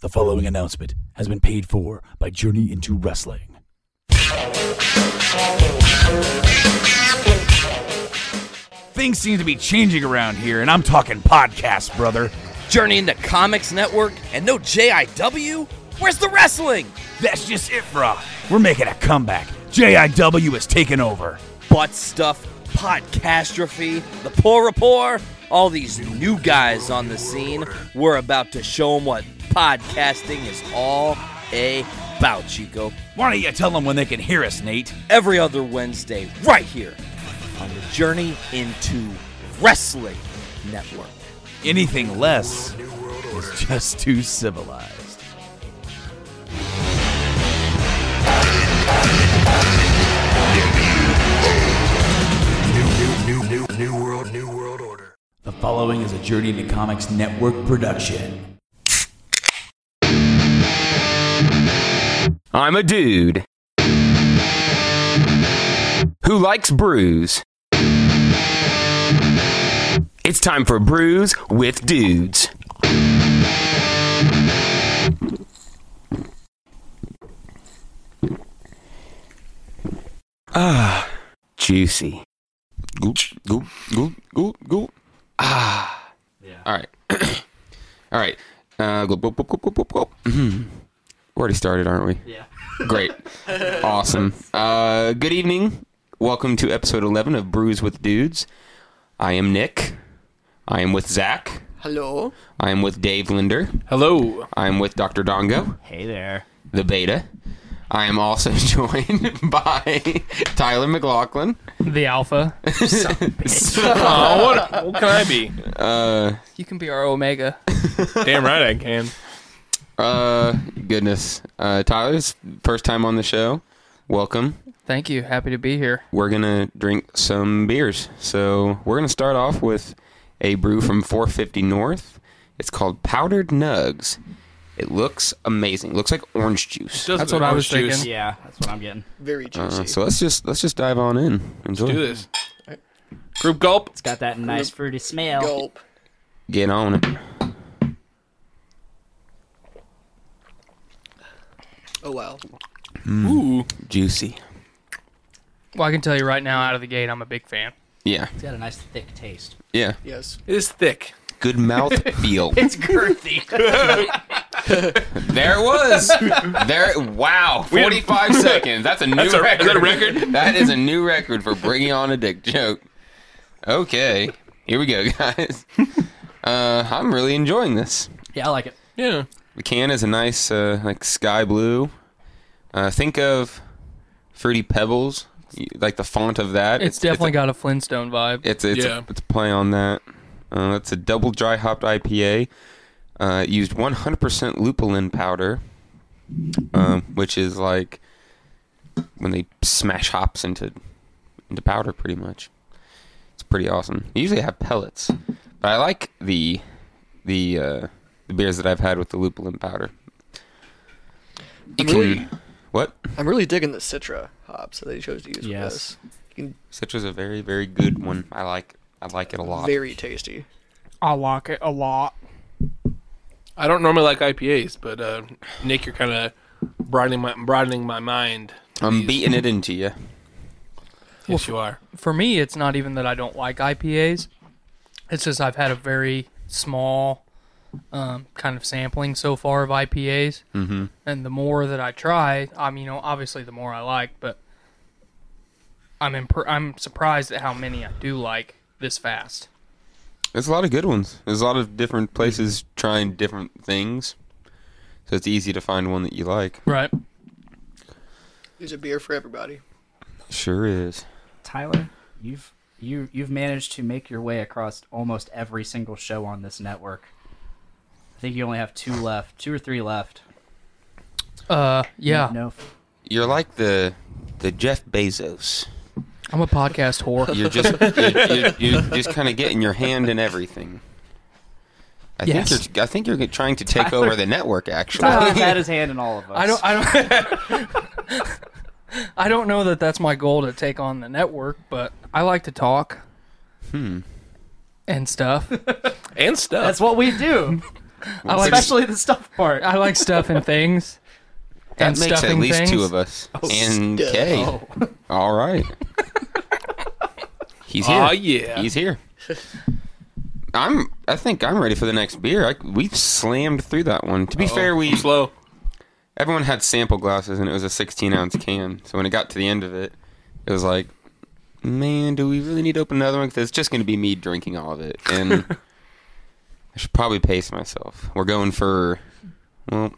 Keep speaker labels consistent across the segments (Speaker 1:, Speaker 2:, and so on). Speaker 1: The following announcement has been paid for by Journey into Wrestling.
Speaker 2: Things seem to be changing around here, and I'm talking podcast, brother.
Speaker 3: Journey into Comics Network and no JIW? Where's the wrestling?
Speaker 2: That's just it, brah. We're making a comeback. JIW is taking over.
Speaker 3: Butt stuff, podcastrophe, the poor rapport, all these new guys on the scene. We're about to show them what podcasting is all about, Chico.
Speaker 2: Why don't you tell them when they can hear us, Nate?
Speaker 3: Every other Wednesday, right here on the Journey into Wrestling Network.
Speaker 2: Anything less is just too civilized.
Speaker 1: The following is a Journey into Comics Network production.
Speaker 4: I'm a dude who likes brews. It's time for Brews with Dudes. Ah, juicy. Goop, goop, goop, goop, goop. Ah. Yeah. All right. All right. Uh, goop, goop, goop, goop, goop, goop, goop. Mhm. We're already started, aren't we? Yeah. Great. awesome. Uh, good evening. Welcome to episode 11 of Brews with Dudes. I am Nick. I am with Zach.
Speaker 5: Hello.
Speaker 4: I am with Dave Linder.
Speaker 6: Hello.
Speaker 4: I am with Dr. Dongo,
Speaker 6: Hey there.
Speaker 4: the beta. I am also joined by Tyler McLaughlin.
Speaker 7: The Alpha.
Speaker 6: Oh, what, what can I be?
Speaker 7: You can be our Omega.
Speaker 6: Damn right I can.
Speaker 4: Uh, goodness. Uh, Tyler's first time on the show. Welcome.
Speaker 7: Thank you. Happy to be here.
Speaker 4: we're gonna drink some beers. So we're gonna start off with a brew from 450 North. It's called Powdered Nugs. It looks amazing. Looks like orange juice.
Speaker 7: That's what I was thinking.
Speaker 6: Yeah.
Speaker 5: Very
Speaker 4: Uh,
Speaker 5: juicy.
Speaker 4: so let's just let's just dive on in. Enjoy.
Speaker 6: Do this. Group gulp.
Speaker 8: It's got that nice fruity smell.
Speaker 5: Gulp.
Speaker 4: Get on it.
Speaker 5: Oh wow.
Speaker 6: Ooh.
Speaker 4: Juicy.
Speaker 7: Well, I can tell you right now, out of the gate, I'm a big fan.
Speaker 4: Yeah.
Speaker 8: It's got a nice thick taste.
Speaker 4: Yeah.
Speaker 5: Yes.
Speaker 6: It is thick.
Speaker 4: Good mouth feel.
Speaker 8: It's girthy.
Speaker 4: There it was. There. Wow.
Speaker 6: had-
Speaker 4: 45 seconds. That's a new
Speaker 6: That's a-
Speaker 4: record.
Speaker 6: is that a record?
Speaker 4: That is a new record for bringing on a dick joke. Okay. Here we go, guys. Uh, I'm really enjoying this.
Speaker 8: yeah, I like it.
Speaker 6: Yeah.
Speaker 4: The can is a nice, uh, like sky blue. Uh, think of fruity pebbles, You- like the font of that.
Speaker 7: It's, definitely got a Flintstone vibe.
Speaker 4: It's it's,
Speaker 6: Yeah.
Speaker 4: a, it's a play on that. Uh, it's a double dry hopped IPA. Uh, it used 100% lupulin powder, um, which is like when they smash hops into into powder, pretty much. It's pretty awesome. They usually have pellets, but I like the the uh, the beers that I've had with the lupulin powder. You
Speaker 5: I'm really-
Speaker 4: can- what?
Speaker 5: I'm really digging the Citra hops that they chose to use
Speaker 8: Yes.
Speaker 5: with this.
Speaker 4: Citra's a very very good one. I like I like it a lot.
Speaker 5: Very tasty.
Speaker 7: I like it a lot.
Speaker 6: I don't normally like IPAs, but uh, Nick, you're kind of broadening my broadening my mind.
Speaker 4: I'm beating it into you.
Speaker 6: Yes, you are.
Speaker 7: For me, it's not even that I don't like IPAs. It's just I've had a very small um, kind of sampling so far of IPAs. Mm-hmm. And the more that I try, I mean, you know, obviously the more I like, but I'm impr- I'm surprised at how many I do like this fast.
Speaker 4: There's a lot of good ones. There's a lot of different
Speaker 7: Mm-hmm.
Speaker 4: places trying different things. So it's easy to find one that you like.
Speaker 7: Right.
Speaker 5: There's a beer for everybody.
Speaker 4: Sure is.
Speaker 8: Tyler, you've you you've managed to make your way across almost every single show on this network. I think you only have two left, two or three left.
Speaker 7: Uh, yeah.
Speaker 8: No,
Speaker 4: You're like the the Jeff Bezos.
Speaker 7: I'm a podcast whore.
Speaker 4: You're just you're, you're, you're just kind of getting your hand in everything. I
Speaker 7: Yes.
Speaker 4: think you're I think you're trying to take over the network actually.
Speaker 8: Tyler's had his hand in all of us.
Speaker 7: I don't. I don't. I don't know that that's my goal to take on the network, but I like to talk. Hmm. And stuff.
Speaker 6: And stuff.
Speaker 8: That's what we do.
Speaker 7: I like
Speaker 8: Especially the stuff part.
Speaker 7: I like stuffing things.
Speaker 4: That
Speaker 7: and
Speaker 4: makes at
Speaker 7: stuffing
Speaker 4: least two
Speaker 7: things. Oh,
Speaker 4: of us. and
Speaker 5: stuff.
Speaker 4: Kay. All right. He's here.
Speaker 6: Aw, Ah, yeah.
Speaker 4: He's here. I'm. I think I'm ready for the next beer. I, we slammed through that one. To be fair, we
Speaker 6: I'm slow.
Speaker 4: everyone had sample glasses, and it was a 16 ounce can. So when it got to the end of it, it was like, man, do we really need to open another one? Because it's just going to be me drinking all of it, and I should probably pace myself. We're going for, well,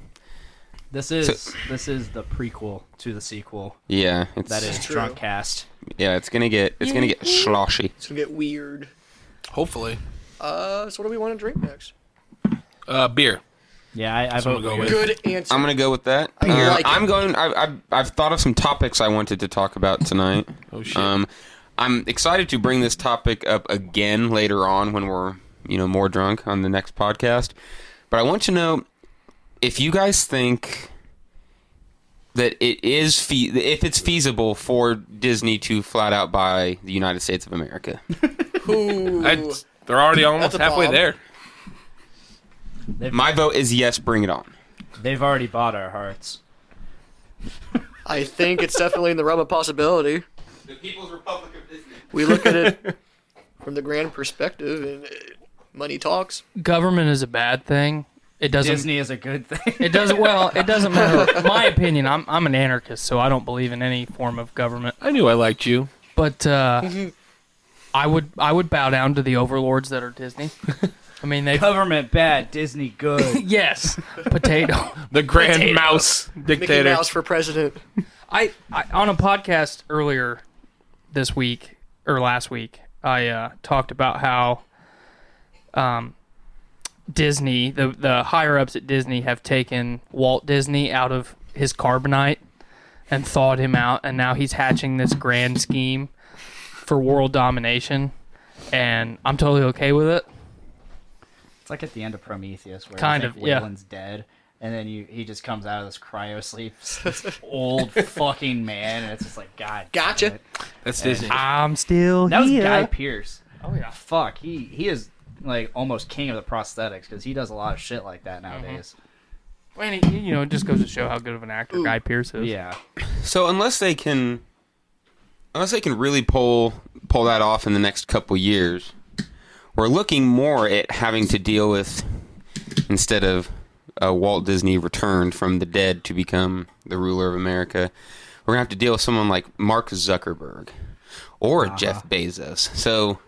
Speaker 8: This is this is the prequel to the sequel.
Speaker 4: yeah, it's
Speaker 8: That is
Speaker 5: True.
Speaker 8: drunk cast.
Speaker 4: yeah, it's gonna get it's gonna get sloshy.
Speaker 5: It's gonna get weird.
Speaker 6: Hopefully,
Speaker 5: Uh, so what do we want to drink next?
Speaker 6: uh, beer.
Speaker 8: Yeah, I, I
Speaker 6: That's what
Speaker 8: vote
Speaker 6: I'm going
Speaker 8: weird.
Speaker 6: with.
Speaker 5: Good answer.
Speaker 4: I'm gonna go with that.
Speaker 5: I
Speaker 4: Uh,
Speaker 5: like it.
Speaker 4: I'm going. I, I've I've thought of some topics I wanted to talk about tonight.
Speaker 6: Oh shit.
Speaker 4: Um, I'm excited to bring this topic up again later on when we're you know more drunk on the next podcast. But I want to know if you guys think that it is fe- if it's feasible for Disney to flat out buy the United States of America.
Speaker 5: Ooh.
Speaker 6: I, they're already almost
Speaker 5: That's a
Speaker 6: halfway
Speaker 5: bomb.
Speaker 6: there.
Speaker 4: My vote is yes. Bring it on.
Speaker 8: They've already bought our hearts.
Speaker 5: I think it's definitely in the realm of possibility.
Speaker 4: The People's Republic of Disney.
Speaker 5: We look at it from the grand perspective, and uh, money talks.
Speaker 7: Government is a bad thing. It doesn't.
Speaker 8: Disney is a good
Speaker 7: It
Speaker 8: thing.
Speaker 7: doesn't. Well, it doesn't matter. My opinion. I'm I'm an anarchist, so I don't believe in any form of government.
Speaker 6: I knew I liked you.
Speaker 7: But uh, I would I would bow down to the overlords that are Disney. I mean, they.
Speaker 8: Government bad, Disney good.
Speaker 7: Yes, potato.
Speaker 6: The Grand Mouse
Speaker 5: Mickey
Speaker 6: Dictator.
Speaker 5: Mouse for president.
Speaker 7: I, I on a podcast earlier this week or last week, I uh, talked about how um, Disney, the the higher ups at Disney, have taken Walt Disney out of his carbonite and thawed him out, and now he's hatching this grand scheme for world domination. And I'm totally okay with it.
Speaker 8: It's like at the end of Prometheus, where
Speaker 7: Kind
Speaker 8: kind
Speaker 7: of, yeah.
Speaker 8: Wayland's dead, and then you he just comes out of this cryo sleep, this old fucking man, and it's just like God. damn
Speaker 5: Gotcha.
Speaker 8: it.
Speaker 6: That's Disney.
Speaker 7: I'm still
Speaker 8: That was
Speaker 7: here.
Speaker 8: Guy Pierce.
Speaker 7: Oh yeah.
Speaker 8: Fuck, he he is like almost king of the prosthetics because he does a lot of shit like that
Speaker 7: Uh-huh.
Speaker 8: nowadays.
Speaker 7: And it, you know, it just goes to show how good of an actor Guy Pierce is.
Speaker 8: Yeah,
Speaker 4: So unless they can, unless they can really pull pull that off in the next couple years, we're looking more at having to deal with instead of uh, Walt Disney returned from the dead to become the ruler of America, we're gonna have to deal with someone like Mark Zuckerberg or Jeff Bezos. So,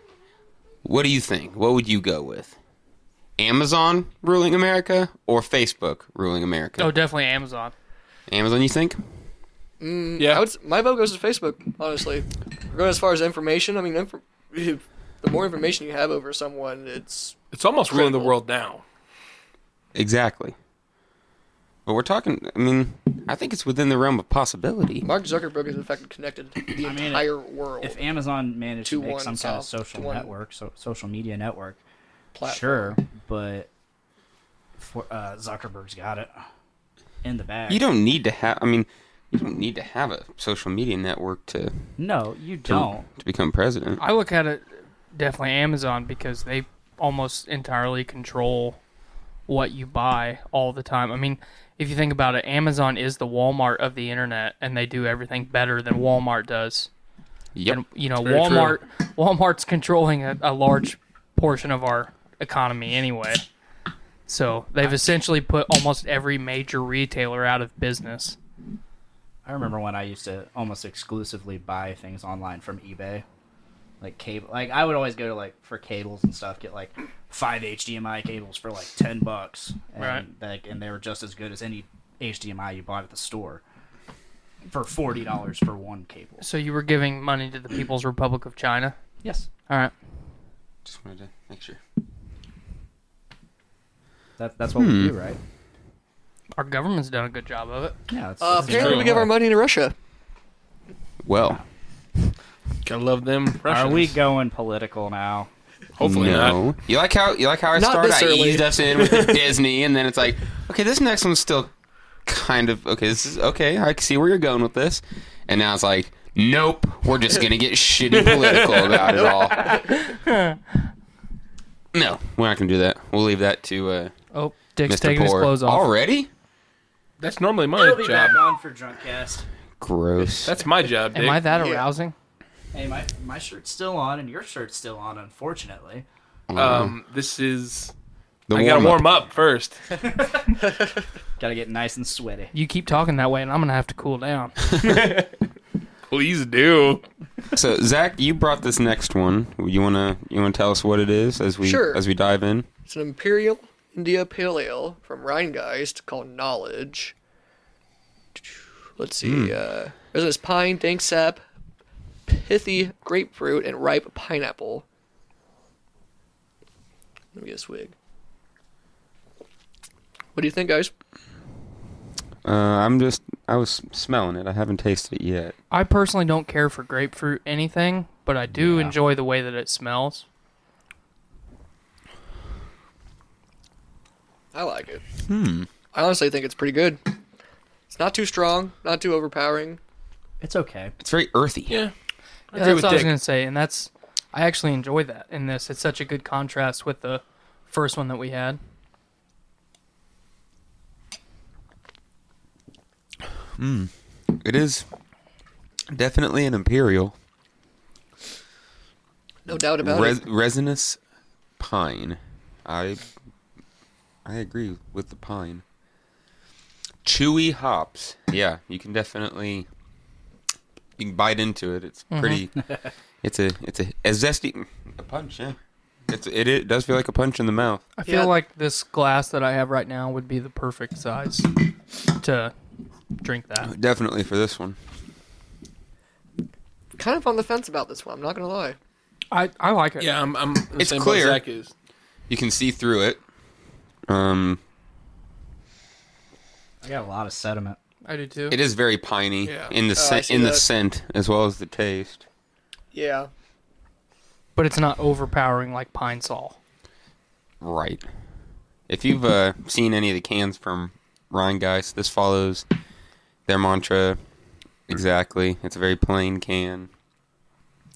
Speaker 4: what do you think? What would you go with? Amazon ruling America or Facebook ruling America?
Speaker 7: Oh, definitely Amazon.
Speaker 4: Amazon, you think?
Speaker 6: yeah.
Speaker 5: I would, s- my vote goes to Facebook, honestly. Going as far as information, I mean, infor- the more information you have over someone, it's
Speaker 6: it's almost ruling the world now.
Speaker 4: Exactly. But we're talking. I mean, I think it's within the realm of possibility.
Speaker 5: Mark Zuckerberg has in fact connected the
Speaker 8: mean,
Speaker 5: entire world
Speaker 8: if Amazon managed
Speaker 5: Two
Speaker 8: to make
Speaker 5: one
Speaker 8: some kind of
Speaker 5: south,
Speaker 8: social
Speaker 5: two one-
Speaker 8: network, so social media network,
Speaker 5: platform.
Speaker 8: sure, but for, uh, Zuckerberg's got it in the bag.
Speaker 4: You don't need to have. I mean, you don't need to have a social media network to to,
Speaker 8: No, you don't.
Speaker 4: to become president.
Speaker 7: I look at it definitely Amazon because they almost entirely control what you buy all the time. I mean, if you think about it, Amazon is the Walmart of the internet and they do everything better than Walmart does.
Speaker 4: Yep.
Speaker 7: And you know,
Speaker 6: very true.
Speaker 7: Walmart Walmart's controlling a, a large portion of our economy anyway. So, they've essentially put almost every major retailer out of business.
Speaker 8: I remember when I used to almost exclusively buy things online from eBay, like cable. Like I would always go to like for cables and stuff, get like five HDMI cables for like ten bucks, and,
Speaker 7: Right.
Speaker 8: Like, and they were just as good as any HDMI you bought at the store for forty dollars for one cable.
Speaker 7: So, you were giving money to the People's Republic of China?
Speaker 8: Yes,
Speaker 7: All right.
Speaker 4: Just wanted to make sure.
Speaker 8: that, that's what we do, right?
Speaker 7: Our government's done a good job of it.
Speaker 8: Yeah. It's,
Speaker 5: Uh,
Speaker 8: it's
Speaker 5: apparently,
Speaker 8: true.
Speaker 5: we give our money to Russia.
Speaker 4: Well,
Speaker 6: Gotta love them.
Speaker 8: Are
Speaker 6: Russians.
Speaker 8: we going political now?
Speaker 6: Hopefully
Speaker 4: no.
Speaker 6: not.
Speaker 4: You like how you like how I
Speaker 5: Not
Speaker 4: started.
Speaker 5: this
Speaker 4: I
Speaker 5: early.
Speaker 4: eased us in with the Disney, and then it's like, okay, this next one's still kind of okay. This is okay. I can see where you're going with this, and now it's like, nope, we're just gonna get shitty political about it all. No, we're not gonna do that. We'll leave that to. Uh,
Speaker 7: Oh, Dick's
Speaker 4: Mr.
Speaker 7: taking his
Speaker 4: Poor.
Speaker 7: clothes off.
Speaker 4: Already?
Speaker 6: That's normally my
Speaker 8: It'll be
Speaker 6: job.
Speaker 8: back on for Drunkcast.
Speaker 4: Gross.
Speaker 6: That's my job, Dick.
Speaker 7: Am I that arousing?
Speaker 8: Hey, my my shirt's still on and your shirt's still on, unfortunately.
Speaker 6: um, this is.
Speaker 4: the
Speaker 6: I gotta
Speaker 4: warm-up.
Speaker 6: warm up first.
Speaker 8: Gotta get nice and sweaty.
Speaker 7: You keep talking that way, and I'm gonna have to cool down.
Speaker 6: Please do.
Speaker 4: So Zach, you brought this next one. You wanna you wanna tell us what it is as we
Speaker 5: Sure.
Speaker 4: as we dive in?
Speaker 5: It's an Imperial India Pale Ale from Rheingeist called Knowledge. Let's see. Uh, there's this pine, dank sap, pithy grapefruit, and ripe pineapple. Let me get a swig. What do you think, guys?
Speaker 4: Uh, I'm just I was smelling it. I haven't tasted it yet.
Speaker 7: I personally don't care for grapefruit anything, but I do enjoy the way that it smells.
Speaker 5: I like it. Hmm. I honestly think it's pretty good. It's not too strong, not too overpowering.
Speaker 8: It's okay.
Speaker 4: It's very earthy.
Speaker 6: Yeah. I
Speaker 7: Yeah,
Speaker 6: agree
Speaker 7: that's
Speaker 6: with
Speaker 7: what I was
Speaker 6: Dick.
Speaker 7: gonna say, and that's I actually enjoy that in this. It's such a good contrast with the first one that we had.
Speaker 4: It is definitely an imperial
Speaker 5: No doubt about
Speaker 4: res-
Speaker 5: it.
Speaker 4: resinous pine. I I agree with the pine. Chewy hops. Yeah, you can definitely you can bite into it. It's
Speaker 5: Mm-hmm.
Speaker 4: pretty. it's a it's a, a zesty a punch. Yeah, it's it, it does feel like a punch in the mouth.
Speaker 7: I feel
Speaker 5: Yeah.
Speaker 7: like this glass that I have right now would be the perfect size to drink that.
Speaker 4: Definitely for this one.
Speaker 5: Kind of on the fence about this one. I'm not gonna lie.
Speaker 7: I, I like it.
Speaker 6: Yeah, I'm. I'm the
Speaker 4: It's
Speaker 6: same boat
Speaker 4: clear.
Speaker 6: Zach is.
Speaker 4: You can see through it. Um,
Speaker 8: I got a lot of sediment.
Speaker 7: I do too.
Speaker 4: it is very piney
Speaker 6: Yeah.
Speaker 4: in the
Speaker 5: Oh, I
Speaker 4: scent,
Speaker 5: see
Speaker 4: in the
Speaker 5: that.
Speaker 4: scent as well as the taste.
Speaker 5: Yeah.
Speaker 7: But it's not overpowering like Pine Sol.
Speaker 4: Right. If you've uh, seen any of the cans from Ryan Geist, this follows their mantra exactly. It's a very plain can.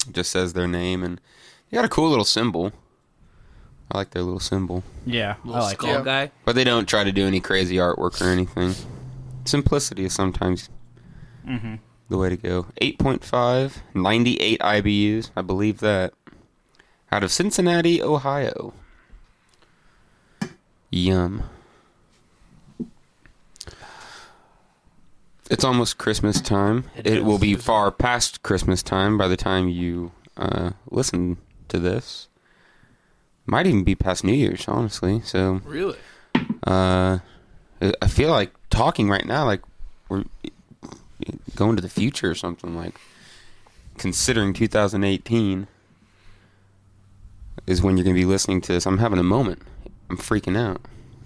Speaker 4: It just says their name and they got a cool little symbol. I like their little symbol.
Speaker 8: Yeah, I
Speaker 6: Little
Speaker 8: like
Speaker 6: skull
Speaker 8: it.
Speaker 6: guy.
Speaker 4: But they don't try to do any crazy artwork or anything. Simplicity is sometimes the way to go. 8.5, 98 IBUs, I believe that. Out of Cincinnati, Ohio. Yum. It's almost Christmas time. It, will be far past Christmas time by the time you uh, listen to this. Might even be past New Year's, honestly. So
Speaker 6: Really?
Speaker 4: uh, I feel like talking right now, like we're going to the future or something. Like considering 2018 is when you're going to be listening to this. I'm having a moment. I'm freaking out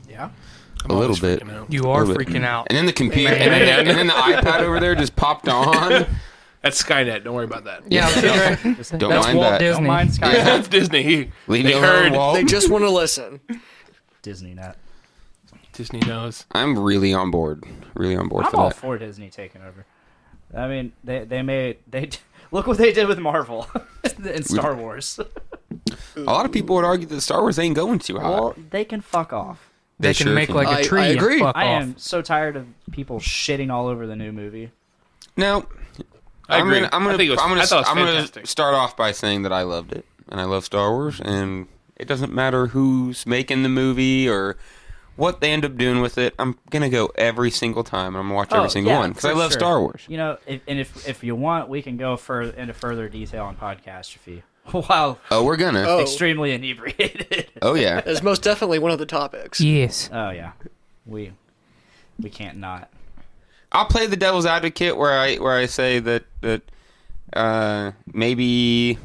Speaker 8: Yeah.
Speaker 4: a little bit.
Speaker 6: freaking out.
Speaker 7: You are
Speaker 4: Little bit.
Speaker 7: freaking out.
Speaker 4: And then the computer, and then, the- and then the iPad over there just popped on.
Speaker 6: That's Skynet. Don't worry about that.
Speaker 7: Yeah, I was gonna say,
Speaker 4: Don't
Speaker 7: that's
Speaker 4: mind
Speaker 7: Walt
Speaker 4: that.
Speaker 7: Disney.
Speaker 8: Don't mind Sky.
Speaker 6: That's Disney. He,
Speaker 4: Leave
Speaker 6: they
Speaker 4: me alone,
Speaker 6: heard.
Speaker 5: They
Speaker 4: Walt.
Speaker 5: just want to listen.
Speaker 8: Disney Net.
Speaker 6: Disney knows.
Speaker 4: I'm really on board. Really on board
Speaker 8: I'm
Speaker 4: for
Speaker 8: all
Speaker 4: that.
Speaker 8: for Disney taking over. I mean, they they made they d- look what they did with Marvel and Star Wars. Uh,
Speaker 4: a lot of people would argue that Star Wars ain't going too high.
Speaker 8: well, they can fuck off.
Speaker 7: they, can
Speaker 4: sure
Speaker 7: make like
Speaker 5: I-
Speaker 7: a tree.
Speaker 5: I
Speaker 7: and
Speaker 5: agree.
Speaker 7: fuck
Speaker 8: I
Speaker 7: off.
Speaker 8: am so tired of people shitting all over the new movie.
Speaker 4: Now,
Speaker 6: I
Speaker 4: I'm
Speaker 6: agree.
Speaker 4: gonna, I'm gonna,
Speaker 6: I think it was,
Speaker 4: am gonna,
Speaker 6: I thought it was
Speaker 4: I'm gonna
Speaker 6: fantastic.
Speaker 4: start off by saying that I loved it and I love Star Wars, and it doesn't matter who's making the movie or what they end up doing with it. I'm gonna go every single time, and I'm gonna watch
Speaker 8: Oh,
Speaker 4: every single
Speaker 8: yeah,
Speaker 4: one because
Speaker 8: for
Speaker 4: I love
Speaker 8: sure.
Speaker 4: Star Wars.
Speaker 8: You know, if, and if if you want, we can go further into further detail on podcastrophe. Wow,
Speaker 4: Oh, we're gonna. Oh,
Speaker 5: Oh,
Speaker 8: extremely inebriated.
Speaker 4: yeah.
Speaker 5: it's most definitely one of the topics.
Speaker 7: Yes.
Speaker 8: oh yeah, we we can't not.
Speaker 4: I'll play the devil's advocate where I where I say that that uh, maybe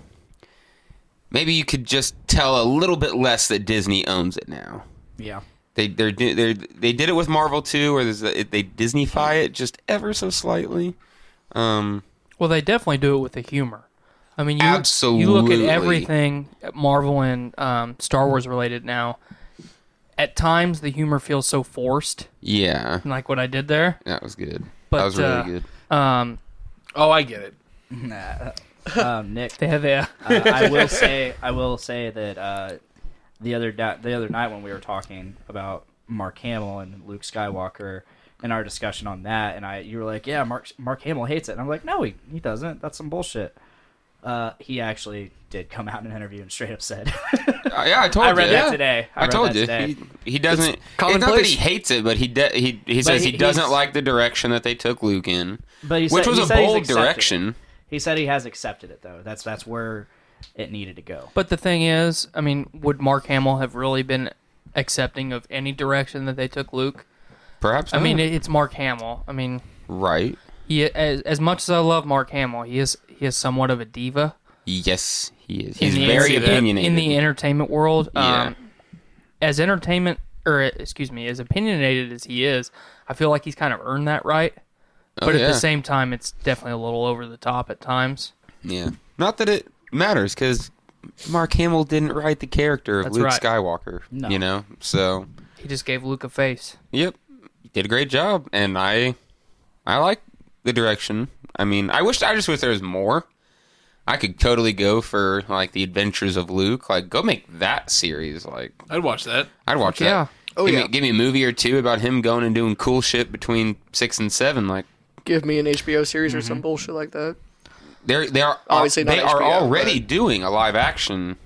Speaker 4: maybe you could just tell a little bit less that Disney owns it now.
Speaker 8: Yeah,
Speaker 4: They they're, do- they're they did it with Marvel too, where there's a, they Disneyfy it just ever so slightly. Um,
Speaker 7: Well, they definitely do it with the humor. I mean, you you look at
Speaker 4: Absolutely.
Speaker 7: everything Marvel and um, Star Wars related now. At times, the humor feels so forced,
Speaker 4: yeah,
Speaker 8: Hmm.
Speaker 7: like what I did there.
Speaker 4: that was good.
Speaker 7: But,
Speaker 4: that was really
Speaker 7: uh,
Speaker 4: good.
Speaker 7: Um,
Speaker 6: Oh, I get it.
Speaker 8: um, Nick.
Speaker 7: they have a
Speaker 8: uh, I will say I will say that uh, the other da- the other night when we were talking about Mark Hamill and Luke Skywalker and our discussion on that, and I you were like, yeah, Mark Mark Hamill hates it, and I'm like, no, he he doesn't. That's some bullshit. Uh, he actually did come out in an interview and straight up said,
Speaker 4: Uh, yeah, I told
Speaker 8: I
Speaker 4: you.
Speaker 8: read that
Speaker 4: Yeah.
Speaker 8: today. I
Speaker 4: I,
Speaker 8: read
Speaker 4: told
Speaker 8: that
Speaker 4: you.
Speaker 8: today.
Speaker 4: He, he doesn't. It's not that
Speaker 5: commonplace.
Speaker 4: he hates it, but he de- he he says he,
Speaker 8: he-
Speaker 4: doesn't
Speaker 8: he's-
Speaker 4: like the direction that they took Luke in,
Speaker 8: but he
Speaker 4: which
Speaker 8: said,
Speaker 4: was
Speaker 8: he
Speaker 4: a
Speaker 8: said he's
Speaker 4: bold
Speaker 8: accepted it.
Speaker 4: direction.
Speaker 8: He said he has accepted it though. That's that's where it needed to go.
Speaker 7: But the thing is, I mean, would Mark Hamill have really been accepting of any direction that they took Luke?
Speaker 4: Perhaps.
Speaker 7: I mean,
Speaker 4: not.
Speaker 7: it- it's Mark Hamill. I mean,
Speaker 4: right?
Speaker 7: he as, as much as I love Mark Hamill, he is he is somewhat of a diva
Speaker 4: Yes, he is.
Speaker 7: in
Speaker 4: He's
Speaker 7: the-
Speaker 4: very opinionated.
Speaker 7: in the entertainment world.
Speaker 4: Yeah.
Speaker 7: Um, as entertainment, or excuse me, as opinionated as he is, I feel like he's kind of earned that right.
Speaker 4: Oh,
Speaker 7: But at
Speaker 4: yeah.
Speaker 7: the same time, it's definitely a little over the top at times.
Speaker 4: yeah. Not that it matters because Mark Hamill didn't write the character of
Speaker 7: That's
Speaker 4: Luke
Speaker 7: right.
Speaker 4: Skywalker.
Speaker 8: No.
Speaker 4: You know, so
Speaker 7: He just gave Luke a face.
Speaker 4: Yep, You did a great job, and I, I like the direction. I mean, I wish I just wish there was more. I could totally go for like the Adventures of Luke. Like, go make that series. Like,
Speaker 6: I'd watch that.
Speaker 4: I'd watch that.
Speaker 7: Yeah.
Speaker 5: Oh,
Speaker 4: give
Speaker 5: yeah.
Speaker 4: Me, give me a movie or two about him going and doing cool shit between six and seven. Like,
Speaker 5: Give me an HBO series
Speaker 8: Mm-hmm.
Speaker 5: or some bullshit like that.
Speaker 4: they're they are
Speaker 5: Obviously not
Speaker 4: they are
Speaker 5: HBO,
Speaker 4: already doing a live action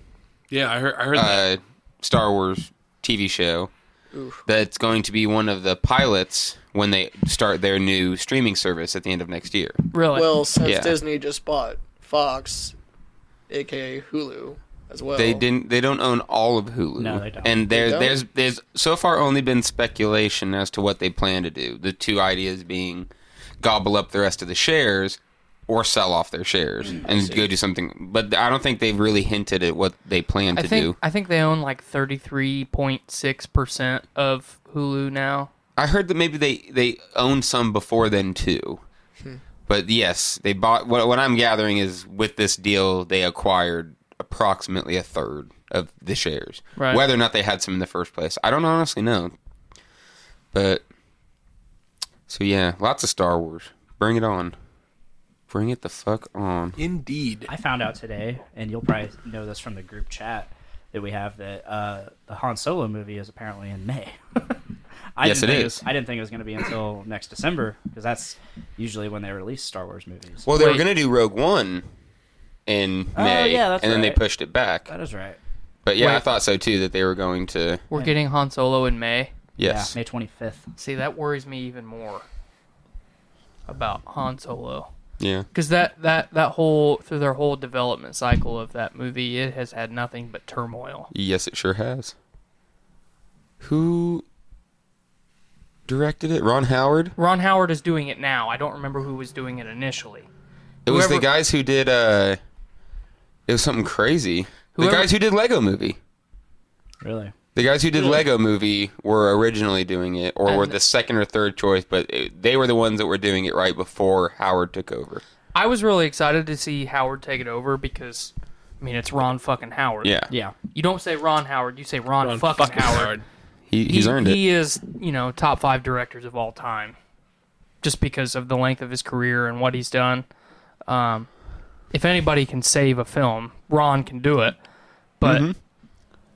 Speaker 6: Yeah, I heard. I heard that.
Speaker 4: uh, Star Wars TV show that's going to be one of the pilots when they start their new streaming service at the end of next year.
Speaker 7: Really?
Speaker 5: Well, since
Speaker 4: Yeah.
Speaker 5: Disney just bought Fox, aka Hulu, as well.
Speaker 4: They didn't. They don't own all of Hulu.
Speaker 8: No, they don't.
Speaker 4: And there,
Speaker 5: Oh. They don't?
Speaker 4: there's, there's so far only been speculation as to what they plan to do. The two ideas being, gobble up the rest of the shares, or sell off their shares
Speaker 5: Mm,
Speaker 4: and go do something. But I don't think they've really hinted at what they plan
Speaker 7: I
Speaker 4: to
Speaker 7: think
Speaker 4: do.
Speaker 7: I think they own like thirty three point six percent of Hulu now.
Speaker 4: I heard that maybe they they owned some before then too.
Speaker 8: Hmm.
Speaker 4: But yes, they bought. What, what I'm gathering is with this deal, they acquired approximately a third of the shares.
Speaker 7: Right.
Speaker 4: Whether or not they had some in the first place, I don't honestly know. But so yeah, lots of Star Wars. Bring it on. Bring it the fuck on.
Speaker 6: Indeed.
Speaker 8: I found out today, and you'll probably know this from the group chat that we have that uh, the Han Solo movie is apparently in May. I
Speaker 4: Yes,
Speaker 8: didn't
Speaker 4: it is.
Speaker 8: think was- I didn't think it was going to be until next December because that's usually when they release Star Wars movies.
Speaker 4: Well, they were
Speaker 7: Wait.
Speaker 4: gonna do Rogue One in
Speaker 8: Oh,
Speaker 4: May,
Speaker 8: yeah, that's
Speaker 4: and then they
Speaker 8: right.
Speaker 4: pushed it back.
Speaker 8: that is right.
Speaker 4: But yeah, I
Speaker 7: Wait.
Speaker 4: thought so too that they were going to.
Speaker 7: We're getting Han Solo in May.
Speaker 4: Yes,
Speaker 8: Yeah, May twenty fifth.
Speaker 7: See, that worries me even more about Han Solo
Speaker 4: yeah.
Speaker 7: because that that that whole through their whole development cycle of that movie, it has had nothing but turmoil.
Speaker 4: Yes, it sure has. Who directed it? Ron Howard.
Speaker 7: Ron Howard is doing it now. I don't remember who was doing it initially.
Speaker 4: It was the
Speaker 7: Whoever-
Speaker 4: guys who did. uh It was something crazy.
Speaker 7: Whoever-
Speaker 4: The guys who did Lego Movie.
Speaker 8: Really?
Speaker 4: The guys who did Lego Movie were originally doing it, or were
Speaker 7: And-
Speaker 4: the second or third choice, but it, they were the ones that were doing it right before Howard took over.
Speaker 7: I was really excited to see Howard take it over because, I mean, it's Ron fucking Howard.
Speaker 4: Yeah,
Speaker 8: Yeah.
Speaker 7: You don't say Ron Howard, you say Ron,
Speaker 6: Ron
Speaker 7: fucking,
Speaker 6: fucking
Speaker 7: Howard.
Speaker 6: Howard.
Speaker 4: He, he's
Speaker 7: he,
Speaker 4: earned it.
Speaker 7: he is, you know, top five directors of all time, just because of the length of his career and what he's done. Um, if anybody can save a film, Ron can do it. But
Speaker 4: Mm-hmm.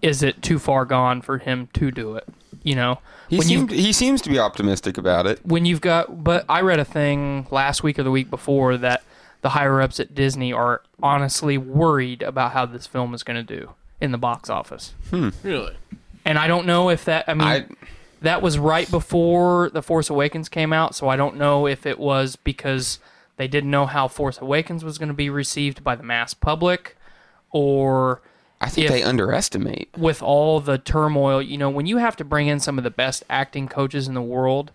Speaker 7: is it too far gone for him to do it? You know,
Speaker 4: He
Speaker 7: when you
Speaker 4: seemed, he seems to be optimistic about it.
Speaker 7: when you've got but i read a thing last week or the week before that the higher ups at disney are honestly worried about how this film is going to do in the box office
Speaker 6: Really?
Speaker 7: and i don't know if that i mean
Speaker 4: I-
Speaker 7: that was right before the force awakens came out so i don't know if it was because they didn't know how force awakens was going to be received by the mass public or
Speaker 4: I think
Speaker 7: If-
Speaker 4: they underestimate.
Speaker 7: with all the turmoil, you know, when you have to bring in some of the best acting coaches in the world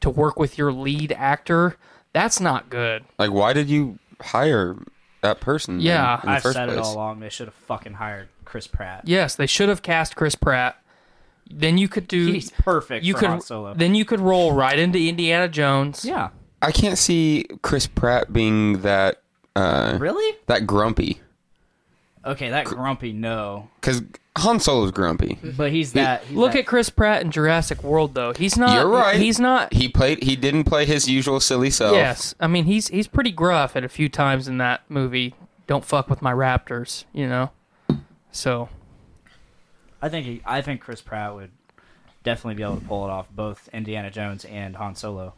Speaker 7: to work with your lead actor, that's not good.
Speaker 4: Like, why did you hire that person? in-
Speaker 7: Yeah.
Speaker 4: in the
Speaker 8: I've
Speaker 4: first
Speaker 8: said
Speaker 4: place?
Speaker 8: it all along. They should have fucking hired Chris Pratt.
Speaker 7: Yes, they should have cast Chris Pratt. Then you could do
Speaker 8: He's perfect
Speaker 7: you
Speaker 8: for
Speaker 7: could
Speaker 8: Han Solo.
Speaker 7: then you could roll right into Indiana Jones.
Speaker 8: yeah.
Speaker 4: I can't see Chris Pratt being that uh,
Speaker 8: Really?
Speaker 4: that grumpy
Speaker 8: Okay, that grumpy no,
Speaker 4: because Han Solo's grumpy.
Speaker 8: but he's that. He's
Speaker 7: Look
Speaker 8: that-
Speaker 7: at Chris Pratt in Jurassic World though. He's not
Speaker 4: You're right.
Speaker 7: Uh, he's not
Speaker 4: He played. He didn't play his usual silly self.
Speaker 7: Yes. I mean, he's he's pretty gruff at a few times in that movie. Don't fuck with my raptors, you know. So,
Speaker 8: I think he, I think Chris Pratt would definitely be able to pull it off. Both Indiana Jones and Han Solo.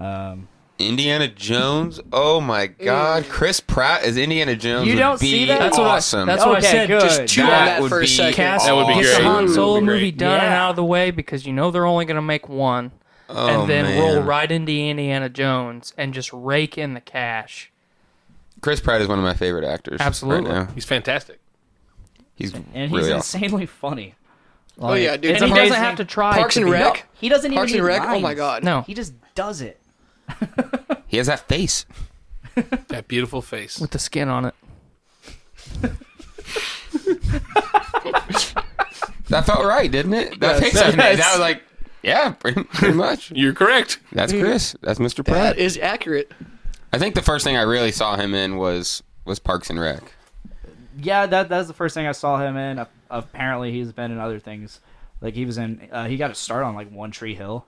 Speaker 8: Um,
Speaker 4: Indiana Jones. Oh my God, Chris Pratt as Indiana Jones.
Speaker 8: You
Speaker 4: would
Speaker 8: don't
Speaker 4: be
Speaker 8: see that? That's
Speaker 7: what I-
Speaker 4: awesome.
Speaker 7: that's what I
Speaker 8: okay,
Speaker 7: said,
Speaker 8: Good.
Speaker 7: just
Speaker 5: chew on
Speaker 4: That
Speaker 5: that
Speaker 4: would
Speaker 5: for a
Speaker 4: be
Speaker 5: second.
Speaker 4: cast-
Speaker 6: That would be
Speaker 7: Get
Speaker 6: great.
Speaker 7: the Han
Speaker 6: Ooh,
Speaker 7: Solo
Speaker 6: that'd be
Speaker 7: movie
Speaker 6: great.
Speaker 7: done and
Speaker 8: Yeah.
Speaker 7: out of the way because you know they're only going to make one,
Speaker 4: Oh,
Speaker 7: and then
Speaker 4: man.
Speaker 7: roll right into Indiana Jones and just rake in the cash.
Speaker 4: Chris Pratt is one of my favorite actors.
Speaker 7: Absolutely.
Speaker 4: Right now.
Speaker 6: He's fantastic.
Speaker 4: He's
Speaker 8: and he's
Speaker 4: really awesome.
Speaker 8: insanely funny.
Speaker 5: Oh yeah, dude.
Speaker 8: It's
Speaker 7: And he
Speaker 8: amazing.
Speaker 7: doesn't have to try.
Speaker 5: Parks
Speaker 7: to
Speaker 5: and
Speaker 7: be-
Speaker 5: Rec.
Speaker 8: He doesn't
Speaker 5: Parks
Speaker 8: even
Speaker 5: and
Speaker 8: need
Speaker 5: Rec. Oh my
Speaker 8: lines.
Speaker 5: god.
Speaker 7: No,
Speaker 8: He just does it.
Speaker 4: He has that face.
Speaker 6: That beautiful face.
Speaker 7: with the skin on it.
Speaker 4: That felt right, didn't it? That face I made, That was like, yeah, pretty, pretty much.
Speaker 6: You're correct.
Speaker 4: That's Chris. That's Mr. Pratt.
Speaker 5: That is accurate.
Speaker 4: I think the first thing I really saw him in was was Parks and Rec.
Speaker 8: Yeah, that that's the first thing I saw him in. Ap- Apparently, he's been in other things. Like he was in, uh, he got a start on like One Tree Hill.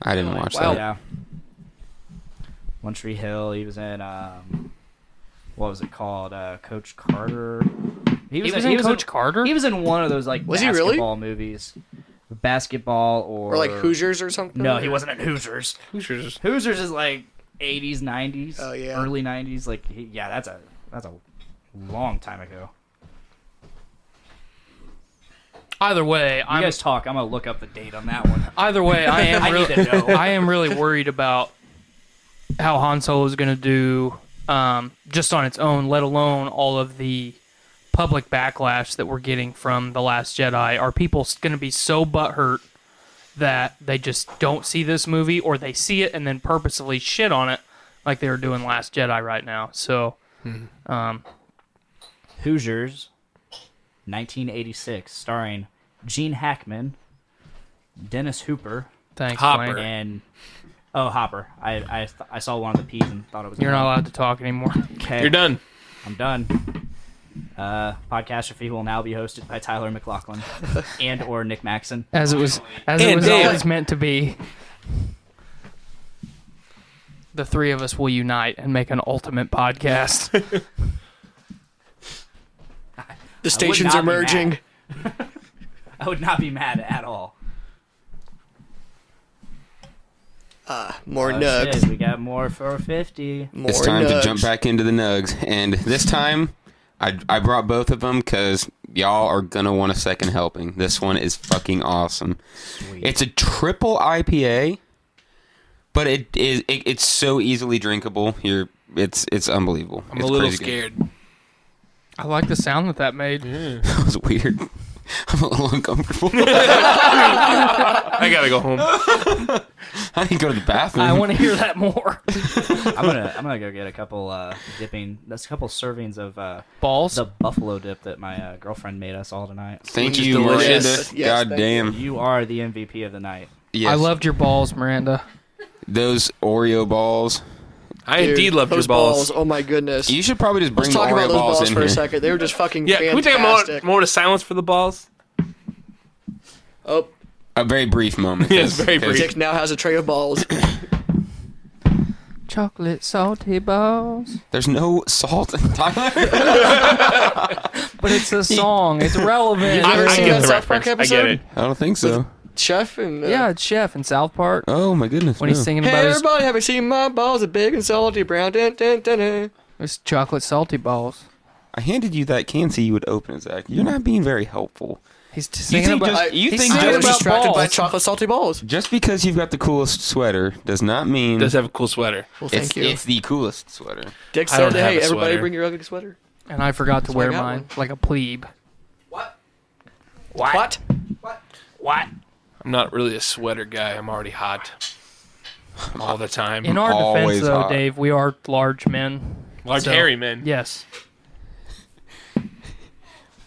Speaker 4: I didn't watch
Speaker 5: wow.
Speaker 4: that.
Speaker 8: Yeah. One Tree Hill. He was in um, what was it called? Uh, Coach Carter.
Speaker 7: He was in Coach Carter?
Speaker 8: He was in one of those like
Speaker 5: Was he really?
Speaker 8: basketball movies, basketball or
Speaker 5: Or like Hoosiers or something.
Speaker 8: No, he wasn't in Hoosiers.
Speaker 6: Hoosiers.
Speaker 8: Hoosiers is like 80s, 90s,
Speaker 5: Oh, yeah.
Speaker 8: early 90s. Like he, yeah, that's a that's a long time ago.
Speaker 7: Either way,
Speaker 8: You
Speaker 7: I'm
Speaker 8: guys talk. I'm gonna look up the date on that one.
Speaker 7: either way, I am
Speaker 8: I need
Speaker 7: really,
Speaker 8: to know.
Speaker 7: I am really worried about how Han Solo is going to do um, just on its own, let alone all of the public backlash that we're getting from the Last Jedi. Are people going to be so butthurt that they just don't see this movie, or they see it and then purposefully shit on it, like they were doing Last Jedi right now? So
Speaker 8: Hoosiers, 1986, starring Gene Hackman, Dennis Hooper,
Speaker 7: thanks,
Speaker 6: Hopper.
Speaker 7: Blaine.
Speaker 8: and oh Hopper. I I, th- I saw one of the P's and thought it was.
Speaker 7: You're not
Speaker 8: another.
Speaker 7: allowed to talk anymore.
Speaker 8: Okay,
Speaker 6: You're done.
Speaker 8: I'm done. Uh, Podcastrophe will now be hosted by Tyler McLaughlin and or Nick Maxon.
Speaker 7: As it was, as it
Speaker 6: And
Speaker 7: was
Speaker 6: Dale.
Speaker 7: always meant to be. The three of us will unite and make an ultimate podcast.
Speaker 5: The
Speaker 8: not
Speaker 5: stations are
Speaker 8: be mad.
Speaker 5: merging.
Speaker 8: I would not be mad at all.
Speaker 5: Ah, More
Speaker 8: Oh,
Speaker 5: nugs.
Speaker 8: shit, we got more 450.
Speaker 5: More
Speaker 4: It's time
Speaker 5: nugs.
Speaker 4: to jump back into the nugs, and this time I I brought both of them because y'all are gonna want a second helping. This one is fucking awesome. It's a triple IPA, but it is it, it's so easily drinkable. You're it's it's unbelievable.
Speaker 6: I'm
Speaker 4: it's
Speaker 6: a little
Speaker 4: crazy good.
Speaker 6: scared.
Speaker 7: I like the sound that that made.
Speaker 4: That was weird. I'm a little uncomfortable.
Speaker 6: I gotta go home.
Speaker 4: I need to go to the bathroom.
Speaker 7: I want to hear that more.
Speaker 8: I'm gonna I'm gonna go get a couple uh, dipping. That's a couple servings of uh,
Speaker 7: Balls.
Speaker 8: the buffalo dip that my uh, girlfriend made us all tonight.
Speaker 4: Thank
Speaker 6: Which is
Speaker 4: you,
Speaker 6: delicious.
Speaker 4: Miranda.
Speaker 5: Yes, yes,
Speaker 4: God
Speaker 5: thank
Speaker 4: damn.
Speaker 8: You are the MVP of the night.
Speaker 4: Yes.
Speaker 7: I loved your balls, Miranda.
Speaker 4: those Oreo balls.
Speaker 6: I
Speaker 5: Dude,
Speaker 6: indeed love your
Speaker 5: those
Speaker 6: balls.
Speaker 5: Oh my goodness.
Speaker 4: You should probably just bring
Speaker 5: Let's
Speaker 4: the
Speaker 5: talk
Speaker 4: Oreo
Speaker 5: about those
Speaker 4: balls,
Speaker 5: balls
Speaker 4: in
Speaker 5: for
Speaker 4: here.
Speaker 5: a second. They were just fucking
Speaker 6: Yeah, can we take a
Speaker 5: fantastic.
Speaker 6: moment, moment of silence for the balls?
Speaker 5: Oh,
Speaker 4: A very brief moment.
Speaker 6: Yes, very
Speaker 4: 'cause-
Speaker 6: brief.
Speaker 5: Dick now has a tray of balls.
Speaker 7: Chocolate salty balls.
Speaker 4: There's no salt in Tyler.
Speaker 7: But it's a song. It's relevant.
Speaker 5: ever
Speaker 6: I, I
Speaker 5: seen
Speaker 6: get
Speaker 5: that
Speaker 6: the
Speaker 5: South Park
Speaker 6: reference. I get
Speaker 5: episode?
Speaker 6: it.
Speaker 4: I don't think so.
Speaker 5: Chef and uh,
Speaker 7: yeah, it's Chef in South Park
Speaker 4: Oh my goodness.
Speaker 7: when he's
Speaker 4: no.
Speaker 7: singing
Speaker 5: Hey
Speaker 7: about his,
Speaker 5: everybody, have you seen my balls? Are big and salty brown. Dun, dun, dun, dun.
Speaker 7: his chocolate salty balls.
Speaker 4: I handed you that can so you would open it, Zach. You're not being very helpful.
Speaker 7: He's t- singing
Speaker 4: think
Speaker 7: about.
Speaker 4: just-
Speaker 5: I-
Speaker 4: you
Speaker 7: he's
Speaker 4: think
Speaker 7: singing
Speaker 5: I was
Speaker 4: just-
Speaker 7: about
Speaker 5: distracted
Speaker 7: balls.
Speaker 5: by chocolate salty balls.
Speaker 4: Just because you've got the coolest sweater does not mean
Speaker 6: Does have a cool sweater.
Speaker 5: Well,
Speaker 4: it's,
Speaker 5: thank you.
Speaker 4: it's the coolest sweater.
Speaker 5: Dick
Speaker 6: I don't
Speaker 5: said,
Speaker 6: have
Speaker 5: "Hey,
Speaker 6: a
Speaker 5: everybody,
Speaker 6: sweater.
Speaker 5: bring your ugly sweater."
Speaker 7: and I forgot to
Speaker 5: I
Speaker 7: wear
Speaker 5: got
Speaker 7: mine
Speaker 5: one.
Speaker 7: like a plebe.
Speaker 5: What?
Speaker 7: What?
Speaker 6: I'm not really a sweater guy. I'm already hot. I'm all the time.
Speaker 7: In our
Speaker 4: Always
Speaker 7: defense, though,
Speaker 4: hot.
Speaker 7: Dave, we are large men.
Speaker 6: Large
Speaker 7: so-
Speaker 6: hairy men.
Speaker 7: Yes,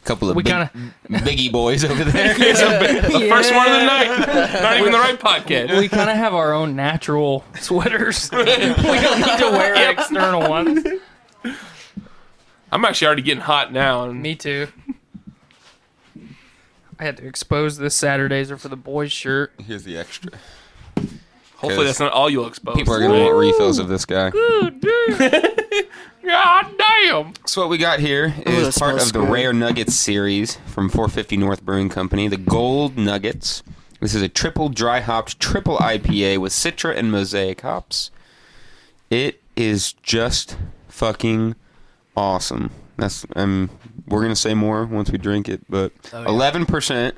Speaker 4: Couple of
Speaker 7: we
Speaker 4: big,
Speaker 7: kind of
Speaker 4: biggie boys over there.
Speaker 6: It's a- the first one of the night. Not even the right podcast.
Speaker 7: we kind of have our own natural sweaters. we don't need to wear external ones.
Speaker 6: I'm actually already getting hot now. And
Speaker 7: Me too. I had to expose this Saturday's are for the boys shirt.
Speaker 4: Here's the extra.
Speaker 6: hopefully that's not all you'll expose.
Speaker 4: People are gonna want refills of this guy.
Speaker 6: God damn.
Speaker 4: So what we got here is
Speaker 5: that
Speaker 4: part
Speaker 5: smells
Speaker 4: of the
Speaker 5: good.
Speaker 4: Rare Nuggets series from 450 North Brewing Company, the Gold Nuggets. This is a triple dry hopped triple IPA with Citra and Mosaic hops. It is just fucking awesome. That's um we're gonna say more once we drink it, but
Speaker 5: Oh,
Speaker 4: eleven percent.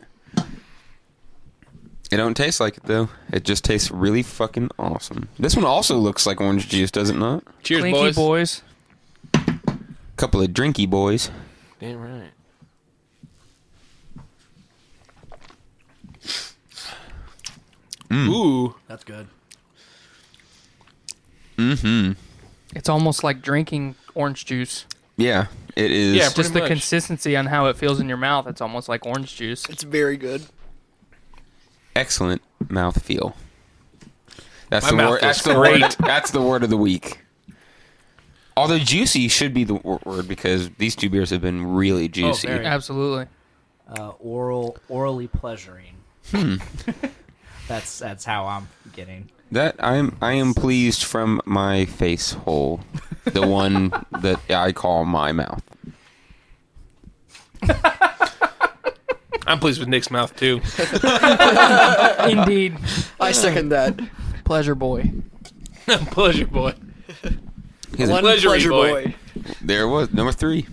Speaker 4: It don't taste like it though. It just tastes really fucking awesome. This one also looks like orange juice, does it not?
Speaker 6: Cheers,
Speaker 7: Clinky
Speaker 6: boys.
Speaker 7: boys.
Speaker 4: Couple of drinky boys.
Speaker 6: Damn right. Ooh,
Speaker 8: That's good.
Speaker 7: It's almost like drinking orange juice.
Speaker 4: Yeah, it is.
Speaker 6: Yeah,
Speaker 7: Just the
Speaker 6: much.
Speaker 7: consistency on how it feels in your mouth. It's almost like orange juice.
Speaker 5: It's very good.
Speaker 4: excellent mouthfeel. That's
Speaker 6: My
Speaker 4: the
Speaker 6: mouth
Speaker 4: word. That's
Speaker 6: feels
Speaker 4: the word.
Speaker 6: great.
Speaker 4: That's the word of the week. Although juicy should be the wor- word because these two beers have been really
Speaker 6: Oh,
Speaker 4: juicy.
Speaker 8: very.
Speaker 7: Absolutely.
Speaker 8: Uh, oral, orally pleasuring.
Speaker 4: Hmm.
Speaker 8: that's that's how I'm getting.
Speaker 4: that I'm I am pleased from my face hole, the one that I call my mouth.
Speaker 6: I'm pleased with Nick's mouth too.
Speaker 7: Indeed.
Speaker 5: I second that.
Speaker 7: Pleasure boy.
Speaker 6: Pleasure, boy.
Speaker 4: He's
Speaker 5: One
Speaker 4: a-
Speaker 5: pleasure,
Speaker 6: Pleasure
Speaker 5: boy.
Speaker 6: boy.
Speaker 4: there it was number three.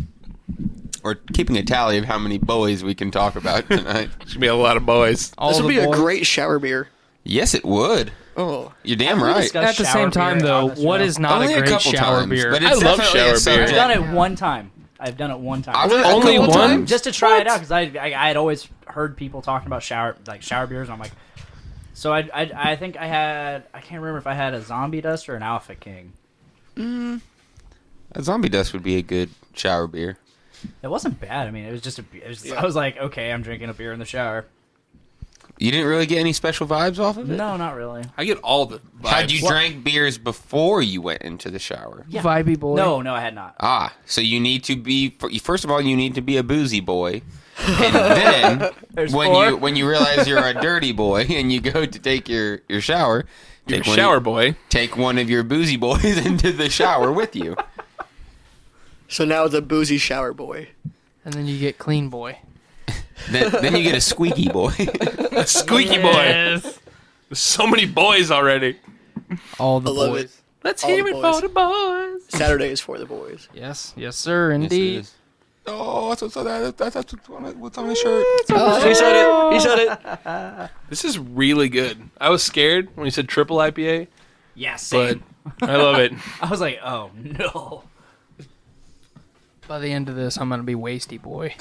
Speaker 4: We're keeping a tally of how many boys we can talk about tonight.
Speaker 6: Should be a lot of boys.
Speaker 7: All
Speaker 5: This would
Speaker 7: the
Speaker 5: be a
Speaker 7: boys.
Speaker 5: great shower beer.
Speaker 4: yes, it would.
Speaker 5: Oh,
Speaker 4: You're damn right.
Speaker 8: discussed-
Speaker 7: At the
Speaker 8: shower
Speaker 7: same time,
Speaker 8: beer
Speaker 7: though,
Speaker 8: on this
Speaker 7: what
Speaker 8: show.
Speaker 7: is not
Speaker 4: Only
Speaker 7: a great
Speaker 4: couple
Speaker 7: shower
Speaker 4: times,
Speaker 7: beer?
Speaker 4: but it's
Speaker 6: I love
Speaker 4: definitely a
Speaker 6: shower beer.
Speaker 4: subject.
Speaker 8: I've done it one time. I've done it one time.
Speaker 4: I've done it a
Speaker 6: Only
Speaker 4: couple
Speaker 6: one?
Speaker 4: times.
Speaker 8: just to try it out because I, I I had always heard people talking about shower like shower beers and I'm like, so I, I I think I had I can't remember if I had a zombie dust or an alpha king.
Speaker 4: A zombie dust would be a good shower beer.
Speaker 8: It wasn't bad. I mean, it was just a. It was, I was like, okay, I'm drinking a beer in the shower.
Speaker 4: You didn't really get any special vibes off of it.
Speaker 8: No, not really.
Speaker 6: I get all the vibes.
Speaker 4: Had you drank beers before you went into the shower?
Speaker 8: Yeah.
Speaker 7: Vibey boy.
Speaker 8: No, no, I had not.
Speaker 4: Ah, so you need to be first of all you need to be a boozy boy, and then when
Speaker 8: four.
Speaker 4: you when you realize you're a dirty boy and you go to take your your shower,
Speaker 6: Your
Speaker 4: take one
Speaker 6: shower
Speaker 4: of,
Speaker 6: boy.
Speaker 4: take one of your boozy boys into the shower with you.
Speaker 5: so now it's a boozy shower boy.
Speaker 7: And then you get clean boy.
Speaker 4: Then then you get a squeaky boy.
Speaker 6: Squeaky boy. There's so many boys already.
Speaker 7: All the
Speaker 5: I love
Speaker 7: boys.
Speaker 5: it.
Speaker 7: Let's
Speaker 5: All
Speaker 7: hear
Speaker 5: the
Speaker 7: it
Speaker 5: boys.
Speaker 7: for the boys.
Speaker 5: Saturday is for the boys.
Speaker 7: Yes, yes, sir,
Speaker 4: Yes, it
Speaker 7: indeed.
Speaker 4: is. Oh, that's what's on that. That's that's what's on my- what's on my shirt.
Speaker 5: he said it. He said it.
Speaker 6: This is really good. I was scared when you said triple IPA,
Speaker 8: Yeah,
Speaker 6: but
Speaker 8: same.
Speaker 6: I love it.
Speaker 8: I was like, oh no.
Speaker 7: By the end of this, I'm gonna be wasty boy.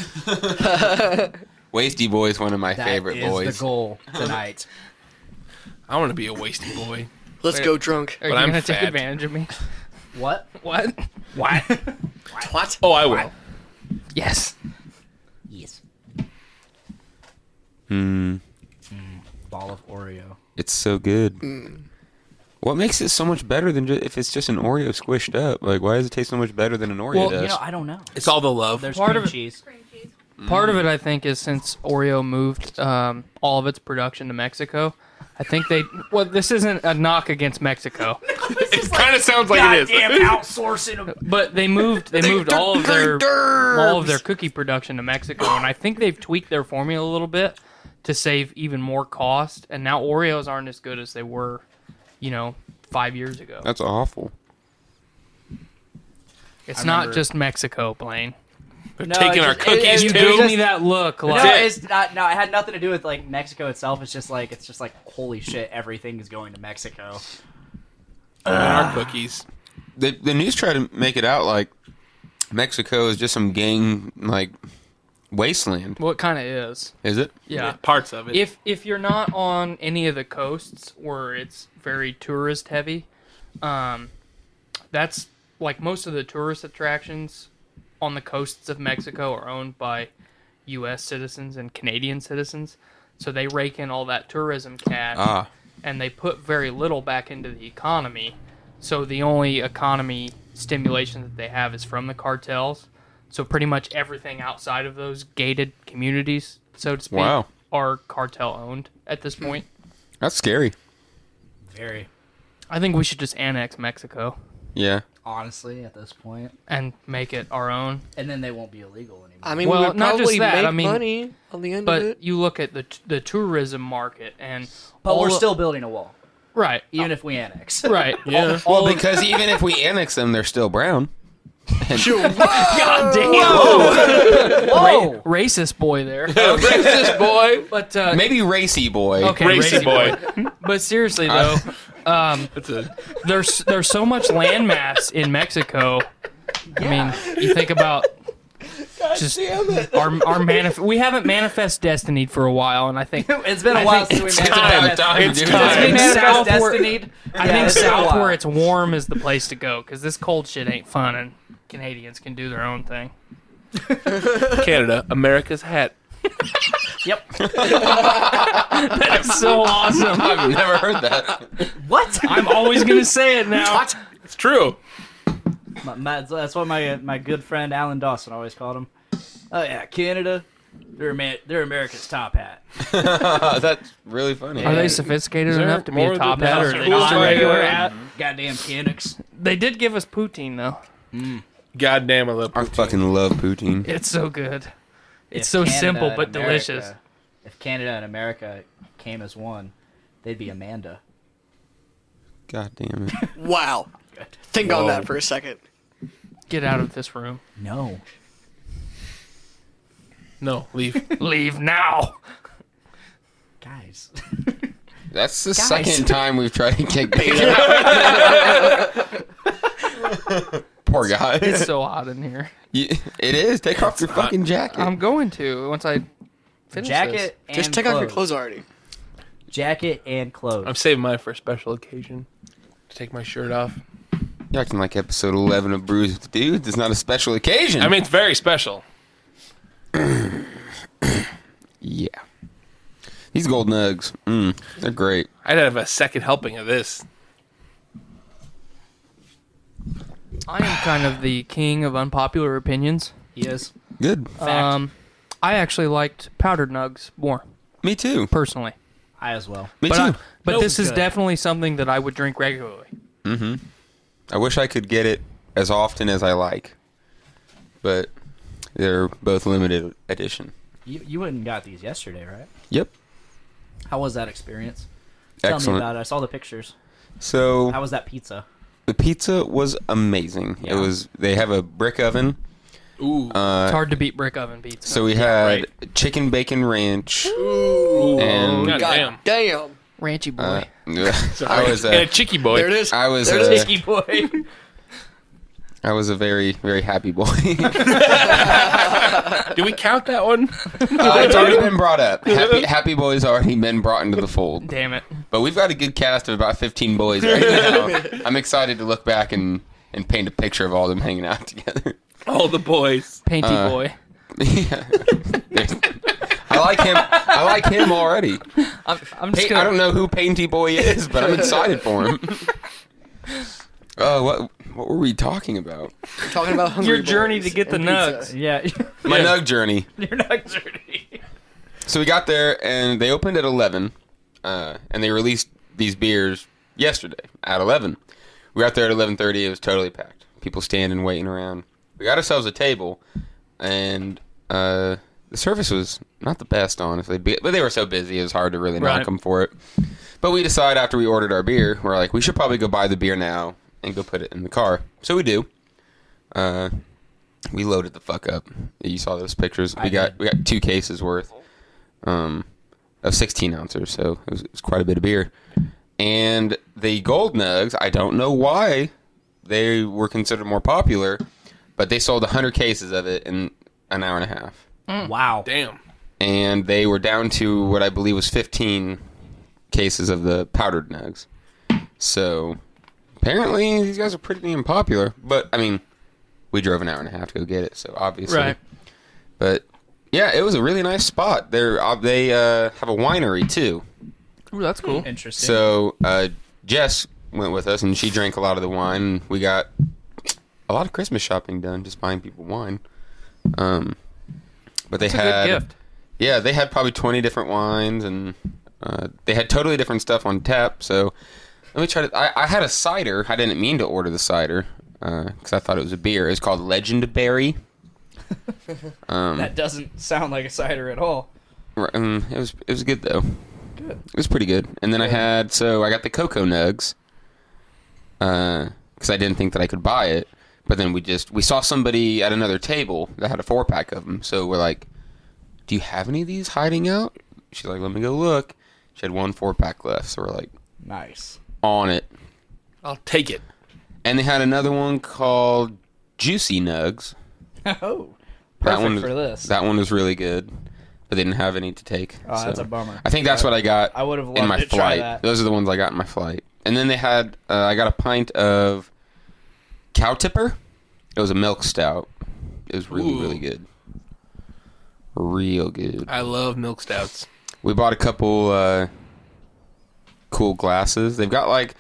Speaker 4: Wasty boy is one of my
Speaker 8: That
Speaker 4: favorite
Speaker 8: is
Speaker 4: boys.
Speaker 8: the goal tonight.
Speaker 6: I want to be a wasty boy.
Speaker 5: Let's go drunk.
Speaker 7: Are you
Speaker 6: But I'm
Speaker 7: gonna take
Speaker 6: fat.
Speaker 7: advantage of me?
Speaker 8: what?
Speaker 7: What?
Speaker 8: What?
Speaker 5: What?
Speaker 6: Oh, I will.
Speaker 7: Yes.
Speaker 8: yes.
Speaker 4: Hmm.
Speaker 8: Mm, Ball of Oreo.
Speaker 4: It's so good. Mm. What makes it so much better than just, if it's just an Oreo squished up? Like, why does it taste so much better than an Oreo
Speaker 7: Well,
Speaker 4: does?
Speaker 8: You know, I don't know.
Speaker 6: It's all the love.
Speaker 8: There's
Speaker 7: Part
Speaker 8: cream
Speaker 7: of it-
Speaker 8: cheese.
Speaker 7: Part of it, I think, is since Oreo moved um, all of its production to Mexico. I think they. Well, this isn't a knock against Mexico,
Speaker 6: it kind of sounds like it is.
Speaker 8: Goddamn outsourcing of
Speaker 7: but they moved. They moved all of their all of their cookie production to Mexico, and I think they've tweaked their formula a little bit to save even more cost. And now Oreos aren't as good as they were, you know, five years ago.
Speaker 4: That's awful.
Speaker 7: It's
Speaker 8: I
Speaker 7: not
Speaker 8: remember-
Speaker 7: just Mexico, Blaine.
Speaker 6: They're
Speaker 8: No,
Speaker 6: taking
Speaker 8: it's
Speaker 6: our
Speaker 8: just- it-
Speaker 6: cookies
Speaker 8: it-
Speaker 7: You
Speaker 8: Dude,
Speaker 7: gave
Speaker 8: just-
Speaker 7: me that look. Like,
Speaker 8: No, it's not. No, it had nothing to do with like Mexico itself. It's just like it's just like holy shit, everything is going to Mexico.
Speaker 6: our cookies.
Speaker 4: The, the news tried to make it out like Mexico is just some gang like wasteland.
Speaker 7: Well, it kind of is.
Speaker 4: Is it?
Speaker 7: Yeah.
Speaker 6: Parts of it.
Speaker 7: If if you're not on any of the coasts where it's very tourist heavy, um, that's like most of the tourist attractions on the coasts of Mexico are owned by U.S. citizens and Canadian citizens, so they rake in all that tourism cash
Speaker 4: Ah,
Speaker 7: and they put very little back into the economy. So the only economy stimulation that they have is from the cartels. So pretty much everything outside of those gated communities, so to speak,
Speaker 4: Wow.
Speaker 7: are cartel owned at this point.
Speaker 4: that's scary.
Speaker 8: Very.
Speaker 7: I think we should just annex Mexico.
Speaker 4: Yeah.
Speaker 8: honestly, at this point.
Speaker 7: and make it our own.
Speaker 8: And then they won't be illegal anymore.
Speaker 5: I mean,
Speaker 7: Well,
Speaker 5: we would
Speaker 7: not just
Speaker 5: probably
Speaker 7: that,
Speaker 5: make
Speaker 7: I mean,
Speaker 5: money on the end of
Speaker 7: But
Speaker 5: it.
Speaker 7: you look at the t- the tourism market and
Speaker 8: but we're
Speaker 7: all-
Speaker 8: still building a wall,
Speaker 7: right,
Speaker 8: even if we annex.
Speaker 7: right. Yeah.
Speaker 4: Well, because even if we annex them, they're still brown.
Speaker 7: God Oh, damn.
Speaker 8: Whoa!
Speaker 7: Racist boy there.
Speaker 6: Racist boy.
Speaker 7: But uh,
Speaker 4: Maybe racy boy.
Speaker 7: okay,
Speaker 6: Racy boy.
Speaker 7: But seriously though, um,
Speaker 6: That's a
Speaker 7: there's there's so much landmass in Mexico. I mean, you think about just our our manif- we haven't manifest destiny for a while, and I think
Speaker 8: It's been a while since we
Speaker 4: It's time, time, dude.
Speaker 7: I think
Speaker 8: Manifest
Speaker 7: south where-
Speaker 8: Destiny.
Speaker 7: I
Speaker 8: Yeah,
Speaker 7: think
Speaker 8: it's been a
Speaker 7: south
Speaker 8: while.
Speaker 7: where it's warm is the place to go because this cold shit ain't fun, and Canadians can do their own thing.
Speaker 6: Canada, America's hat.
Speaker 8: Yep.
Speaker 7: That's so awesome.
Speaker 4: I've never heard that.
Speaker 8: What?
Speaker 7: I'm always gonna say it now.
Speaker 6: It's true.
Speaker 8: My- my- that's what my my good friend Alan Dawson always called him. Oh yeah, Canada. They're Amer- they're America's top hat.
Speaker 4: That's really funny.
Speaker 7: Are they sophisticated
Speaker 6: there
Speaker 7: enough to be a
Speaker 6: more
Speaker 7: top
Speaker 6: than
Speaker 7: hat?
Speaker 6: that?
Speaker 7: Or are they
Speaker 6: Cool
Speaker 7: just
Speaker 6: story.
Speaker 7: regular hat?
Speaker 8: Goddamn Canucks.
Speaker 7: They did give us poutine though.
Speaker 6: Goddamn, I love
Speaker 4: I fucking love poutine.
Speaker 7: It's so good. It's
Speaker 8: If
Speaker 7: so
Speaker 8: Canada
Speaker 7: simple
Speaker 8: and
Speaker 7: but delicious.
Speaker 8: America- If Canada and America came as one, they'd be Amanda.
Speaker 4: God damn it.
Speaker 5: Wow. Think on that for a second.
Speaker 7: Get out of this room.
Speaker 8: No.
Speaker 6: No, leave.
Speaker 7: Leave now.
Speaker 8: Guys.
Speaker 4: That's the second time we've tried to kick Peter out. Poor guy.
Speaker 7: It's so hot in here.
Speaker 4: You- it is. Take off your fucking jacket.
Speaker 7: I'm going to once I finish this.
Speaker 8: Jacket and
Speaker 5: Just take off your clothes already.
Speaker 8: Jacket and clothes.
Speaker 6: I'm saving mine for a special occasion. To take my shirt off.
Speaker 4: You're acting like episode 11 of Brews with the Dudes. It's not a special occasion.
Speaker 6: I mean, it's very special.
Speaker 4: yeah. These gold nugs, mm, they're great.
Speaker 6: I'd have a second helping of this.
Speaker 7: I am kind of the king of unpopular opinions.
Speaker 8: He is.
Speaker 4: Good.
Speaker 8: Fact.
Speaker 7: Um, I actually liked powdered nugs more
Speaker 4: Me too.
Speaker 7: personally,
Speaker 8: I as well.
Speaker 4: Me
Speaker 7: but
Speaker 4: too.
Speaker 7: I, but
Speaker 8: Nope.
Speaker 7: this is
Speaker 8: Good.
Speaker 7: definitely something that I would drink regularly.
Speaker 4: I wish I could get it as often as I like, but they're both limited edition.
Speaker 8: You you went and got these yesterday, right?
Speaker 4: Yep.
Speaker 8: How was that experience? Tell me
Speaker 4: Excellent.
Speaker 8: about it. I saw the pictures.
Speaker 4: So
Speaker 8: How was that pizza?
Speaker 4: the pizza was amazing. It
Speaker 8: Yeah.
Speaker 4: was. They have a brick oven,
Speaker 6: Ooh.
Speaker 7: it's hard to beat brick oven pizza.
Speaker 4: so we had chicken bacon ranch. And
Speaker 6: God
Speaker 5: God
Speaker 6: damn.
Speaker 5: damn.
Speaker 7: Ranchy boy.
Speaker 4: uh, I was
Speaker 6: and a
Speaker 4: a,
Speaker 6: cheeky boy.
Speaker 5: There it is.
Speaker 4: I was
Speaker 5: There's
Speaker 4: a,
Speaker 5: Tiki
Speaker 8: boy.
Speaker 4: I was a very very happy boy.
Speaker 6: Do we count that one?
Speaker 4: Uh, it's already been brought up. Happy, happy boys already been brought into the fold.
Speaker 7: Damn it.
Speaker 4: But we've got a good cast of about 15 boys right now. I'm excited to look back and, and paint a picture of all them hanging out together.
Speaker 6: All the boys.
Speaker 7: Painty
Speaker 4: Uh,
Speaker 7: boy.
Speaker 4: Yeah. I like him. I like him already.
Speaker 7: I'm, I'm
Speaker 4: Pa-
Speaker 7: just gonna,
Speaker 4: I don't know who Painty Boy is, but I'm excited for him. Oh, what what were we talking about?
Speaker 5: We're talking about hungry
Speaker 7: Your journey
Speaker 5: boys
Speaker 7: to get the
Speaker 5: and pizza.
Speaker 7: nugs.
Speaker 8: yeah.
Speaker 4: My nug journey.
Speaker 8: You're not dirty.
Speaker 4: So we got there and they opened at 11, uh, and they released these beers yesterday at 11. We got there at 11:30. It was totally packed. People standing, waiting around. We got ourselves a table, and uh, the service was not the best, honestly. be- But they were so busy, it was hard to really knock 'em knock
Speaker 7: Right.
Speaker 4: them for it. But we decide after we ordered our beer, we're like, we should probably go buy the beer now and go put it in the car. So we do. Uh, we loaded the fuck up. You saw those pictures. We got
Speaker 8: did.
Speaker 4: we got two cases worth, um, of sixteen ounces. So it was, it was quite a bit of beer. And the gold nugs, I don't know why they were considered more popular, but they sold hundred cases of it in an hour and a half,
Speaker 8: Wow.
Speaker 6: Damn.
Speaker 4: and they were down to what I believe was fifteen cases of the powdered nugs. So apparently these guys are pretty damn popular. But I mean, we drove an hour and a half to go get it, so obviously
Speaker 7: Right.
Speaker 4: but yeah, it was a really nice spot. They're, uh, they uh, have a winery too.
Speaker 7: Ooh, that's cool.
Speaker 8: Interesting.
Speaker 4: So uh, Jess went with us, and she drank a lot of the wine. We got a lot of Christmas shopping done, just buying people wine. Um, but they
Speaker 7: It's a
Speaker 4: had
Speaker 7: good gift.
Speaker 4: yeah, they had probably twenty different wines, and uh, they had totally different stuff on tap. So Let me try to. I, I had a cider. I didn't mean to order the cider because I thought it was a beer. It's called Legend Berry.
Speaker 8: That doesn't sound like a cider at all.
Speaker 4: Right, Um, it was it was good though. Good. It was pretty good. And then I had so I got the cocoa nugs. Uh, because I didn't think that I could buy it, but then we just we saw somebody at another table that had a four pack of them. So we're like, "Do you have any of these hiding out?" She's like, "Let me go look." She had one four pack left, so we're like,
Speaker 8: Nice.
Speaker 4: "On it."
Speaker 6: I'll take it.
Speaker 4: And they had another one called Juicy Nugs.
Speaker 8: Oh,
Speaker 4: That
Speaker 8: perfect
Speaker 4: one
Speaker 8: for this.
Speaker 4: That one was really good, but they didn't have any to take.
Speaker 8: Oh, that's a bummer.
Speaker 4: I think that's what I got.
Speaker 8: I would've loved
Speaker 4: in my
Speaker 8: to try
Speaker 4: flight.
Speaker 8: that.
Speaker 4: Those are the ones I got in my flight. And then they had uh, I got a pint of cow tipper. It was a milk stout. It was really
Speaker 6: Ooh.
Speaker 4: really good. Real good.
Speaker 6: I love milk stouts.
Speaker 4: We bought a couple uh, cool glasses. They've got like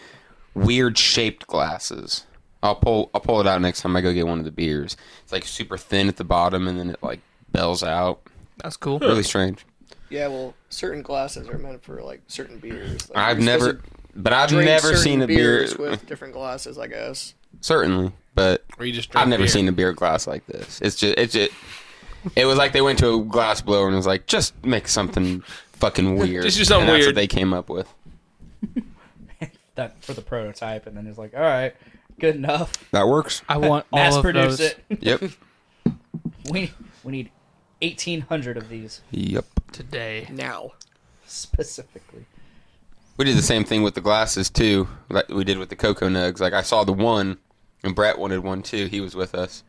Speaker 4: weird shaped glasses. I'll pull I'll pull it out next time I go get one of the beers. It's like super thin at the bottom and then it like bells out.
Speaker 7: That's cool.
Speaker 4: Really strange.
Speaker 5: Yeah, well, certain glasses are meant for like certain beers. Like,
Speaker 4: I've
Speaker 5: you're supposed
Speaker 4: never
Speaker 5: to
Speaker 4: but I've
Speaker 5: drink
Speaker 4: never
Speaker 5: certain
Speaker 4: seen a beer
Speaker 5: beers with different glasses. I guess.
Speaker 4: certainly, but
Speaker 6: Or you just drink
Speaker 4: I've never
Speaker 6: beer.
Speaker 4: seen a beer glass like this. It's just it's just, it was like they went to a glass blower and was like just make something fucking weird.
Speaker 6: Just do something
Speaker 4: And that's what
Speaker 6: weird.
Speaker 4: they came up with.
Speaker 8: That for the prototype, and then it's like, all right, good enough.
Speaker 4: That works.
Speaker 7: I want all
Speaker 8: Mass
Speaker 7: of
Speaker 8: produce
Speaker 7: those.
Speaker 8: it.
Speaker 4: Yep.
Speaker 8: We we need eighteen hundred of these
Speaker 4: yep.
Speaker 7: today.
Speaker 5: Now,
Speaker 8: specifically.
Speaker 4: We did the same thing with the glasses too, like we did with the cocoa nugs. Like I saw the one, and Brett wanted one too. He was with us.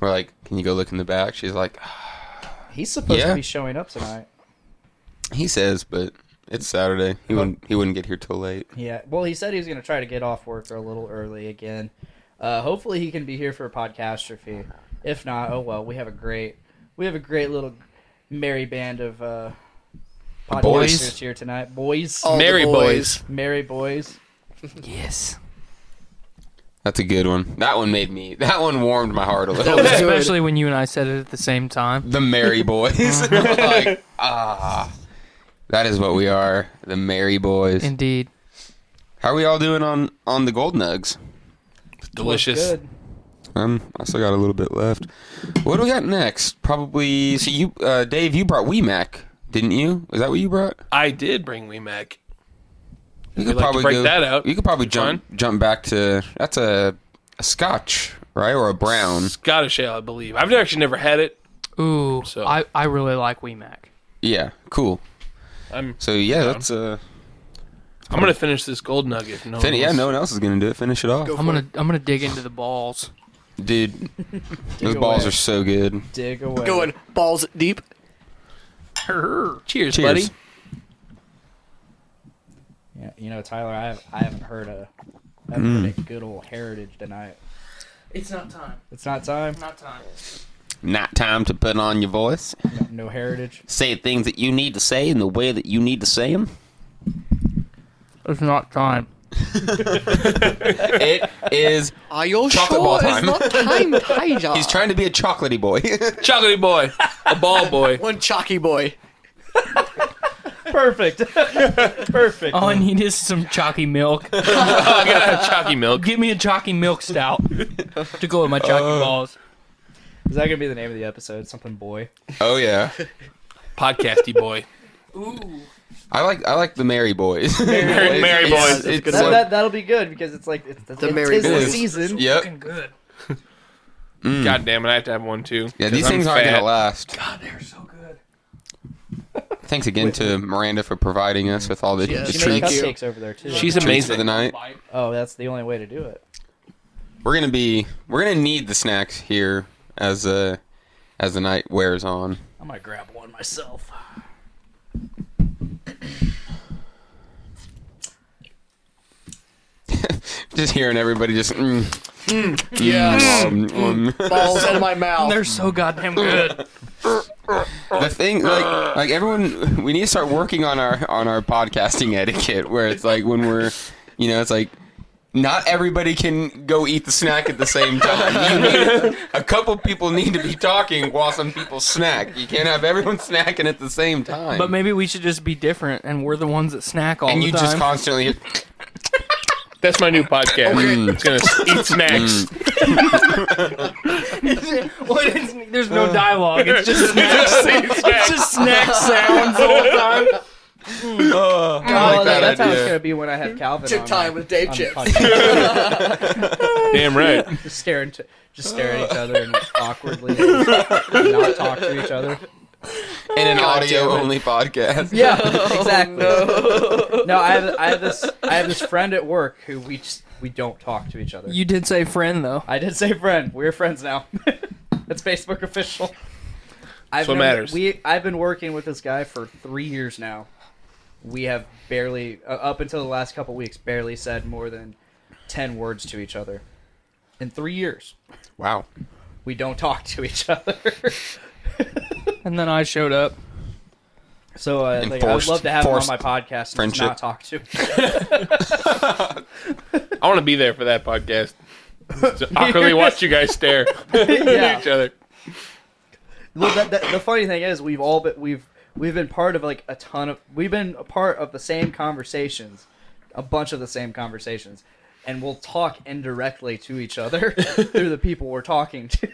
Speaker 4: We're like, "Can you go look in the back?" She's like, "Ah."
Speaker 8: He's supposed
Speaker 4: Yeah.
Speaker 8: to be showing up tonight.
Speaker 4: "He says, but it's Saturday. He wouldn't. He wouldn't get here till late."
Speaker 8: Yeah. Well, he said he was going to try to get off work a little early again. Uh, hopefully, he can be here for a podcastrophe. If not, oh well. We have a great, we have a great little merry band of uh,
Speaker 4: boys.
Speaker 8: podcasters here tonight, boys,
Speaker 5: all the
Speaker 6: Merry Oh, boys.
Speaker 8: merry boys.
Speaker 7: Yes.
Speaker 4: That's a good one. That one made me. That one warmed my heart a
Speaker 5: That was
Speaker 4: little.
Speaker 5: good.
Speaker 7: Especially when you and I said it at the same time.
Speaker 4: the Merry Boys. like, ah, that is what we are. The Merry Boys.
Speaker 7: Indeed.
Speaker 4: How are we all doing on on the gold nugs?
Speaker 6: Delicious.
Speaker 8: Good.
Speaker 4: Um, I still got a little bit left. What do we got next? Probably. So you, uh, Dave, you brought Mac, didn't you? Is that what you brought?
Speaker 6: I did bring Wee Mac.
Speaker 4: You
Speaker 6: We'd like to break that out.
Speaker 4: You could probably jump
Speaker 6: fun.
Speaker 4: jump back to that's a, a Scotch, right, or a brown?
Speaker 6: Scottish ale, I believe. I've actually never had it.
Speaker 7: Ooh,
Speaker 6: So-
Speaker 7: I, I really like WeMac.
Speaker 4: Yeah, cool.
Speaker 6: I'm
Speaker 4: So yeah, that's uh,
Speaker 6: I'm gonna finish this gold nugget. if No
Speaker 4: fin-
Speaker 6: one
Speaker 4: yeah.
Speaker 6: else-
Speaker 4: No one else is gonna do it. Finish it off,
Speaker 7: I'm gonna I'm gonna dig into the balls.
Speaker 4: dude. those balls
Speaker 8: away.
Speaker 4: are so good.
Speaker 8: Dig away.
Speaker 5: Going balls deep.
Speaker 6: Cheers,
Speaker 4: Cheers.
Speaker 6: buddy.
Speaker 8: Yeah, you know, Tyler, I have, I haven't heard a, I haven't heard a good old heritage tonight.
Speaker 7: It's not time.
Speaker 8: It's not time.
Speaker 7: Not time.
Speaker 4: Not time to put on your voice.
Speaker 8: No, no heritage.
Speaker 4: Say things that you need to say in the way that you need to say them.
Speaker 7: It's not time.
Speaker 4: It is.
Speaker 5: Are you
Speaker 4: Chocolate
Speaker 5: sure
Speaker 4: ball
Speaker 5: it's
Speaker 4: time.
Speaker 5: not time, Tiger?
Speaker 4: He's trying to be a chocolatey boy.
Speaker 6: Chocolatey boy, a ball boy.
Speaker 5: One chalky boy.
Speaker 8: Perfect. Perfect.
Speaker 7: All I need is some chalky milk.
Speaker 6: I gotta have chalky milk.
Speaker 7: Give me a chalky milk stout to go with my chalky balls.
Speaker 8: Is that gonna be the name of the episode? Something boy.
Speaker 4: oh yeah.
Speaker 6: Podcasty boy.
Speaker 4: I like I like the Merry Boys.
Speaker 6: Merry, Merry
Speaker 4: It's- it's uh,
Speaker 5: Yeah, that's
Speaker 6: boys.
Speaker 5: a good
Speaker 8: That,
Speaker 4: so-
Speaker 5: one.
Speaker 8: that that'll be good because it's like it's the,
Speaker 5: The
Speaker 8: it
Speaker 5: Merry
Speaker 8: is the
Speaker 4: Boys.
Speaker 8: season.
Speaker 4: Yep.
Speaker 7: good.
Speaker 6: God damn it, I have to have one too.
Speaker 4: Yeah,
Speaker 6: 'cause
Speaker 4: these
Speaker 6: I'm
Speaker 4: things aren't
Speaker 6: fat.
Speaker 4: gonna last.
Speaker 7: They're so good.
Speaker 4: Thanks again to Miranda for providing us with all the,
Speaker 5: Yes.
Speaker 4: the
Speaker 8: She
Speaker 5: Thank
Speaker 8: made
Speaker 4: treats,
Speaker 5: you.
Speaker 8: cupcakes over there too.
Speaker 6: She's
Speaker 4: treats for
Speaker 6: amazing.
Speaker 4: the night.
Speaker 8: oh, that's the only way to do it.
Speaker 4: We're gonna be we're gonna need the snacks here as uh as the night wears on.
Speaker 8: I'm gonna grab one myself.
Speaker 4: Just hearing everybody just mm,
Speaker 5: Yes.
Speaker 4: mm, mm.
Speaker 5: balls out of my mouth.
Speaker 7: They're so goddamn good.
Speaker 4: the thing like like everyone we need to start working on our on our podcasting etiquette where it's like when we're you know it's like not everybody can go eat the snack at the same time. You need, a couple people need to be talking while some people snack. You can't have everyone snacking at the same time.
Speaker 7: But maybe we should just be different, and we're the ones that snack all
Speaker 4: and
Speaker 7: the
Speaker 4: you
Speaker 7: time.
Speaker 4: just constantly
Speaker 6: That's my new podcast. It's gonna eat snacks.
Speaker 8: Well, it is- there's
Speaker 7: Uh.
Speaker 8: no dialogue. It's just snacks.
Speaker 6: Eat snacks.
Speaker 8: it's just snack sounds the whole time.
Speaker 4: Oh,
Speaker 8: oh, no, that's how it's gonna be when I have Calvin.
Speaker 5: Chip
Speaker 8: on
Speaker 5: time
Speaker 8: my-
Speaker 5: with Dave
Speaker 8: on the
Speaker 5: Chips.
Speaker 8: podcast.
Speaker 6: Damn right.
Speaker 8: just staring, to, just stare at each other and awkwardly and not talk to each other.
Speaker 4: in an audio only podcast.
Speaker 8: Yeah, exactly.
Speaker 5: Oh,
Speaker 8: no. I have I have this I have this friend at work who we just we don't talk to each other.
Speaker 9: You did say friend though.
Speaker 8: I did say friend. We're friends now. it's Facebook official. I've
Speaker 6: what
Speaker 8: known-
Speaker 6: matters.
Speaker 8: We I've been working with this guy for three years now. We have barely uh, up until the last couple weeks barely said more than ten words to each other. In three years,
Speaker 4: Wow.
Speaker 8: we don't talk to each other.
Speaker 9: And then I showed up.
Speaker 8: So uh, like, I would
Speaker 4: Enforced-
Speaker 8: love to have him on
Speaker 4: forced
Speaker 8: my podcast and just
Speaker 4: friendship.
Speaker 8: not talk to.
Speaker 6: I want to be there for that podcast. To awkwardly watch you guys stare at each other.
Speaker 8: Well, that, that, the funny thing is, we've all been we've we've been part of like a ton of we've been a part of the same conversations, a bunch of the same conversations, and we'll talk indirectly to each other through the people we're talking to,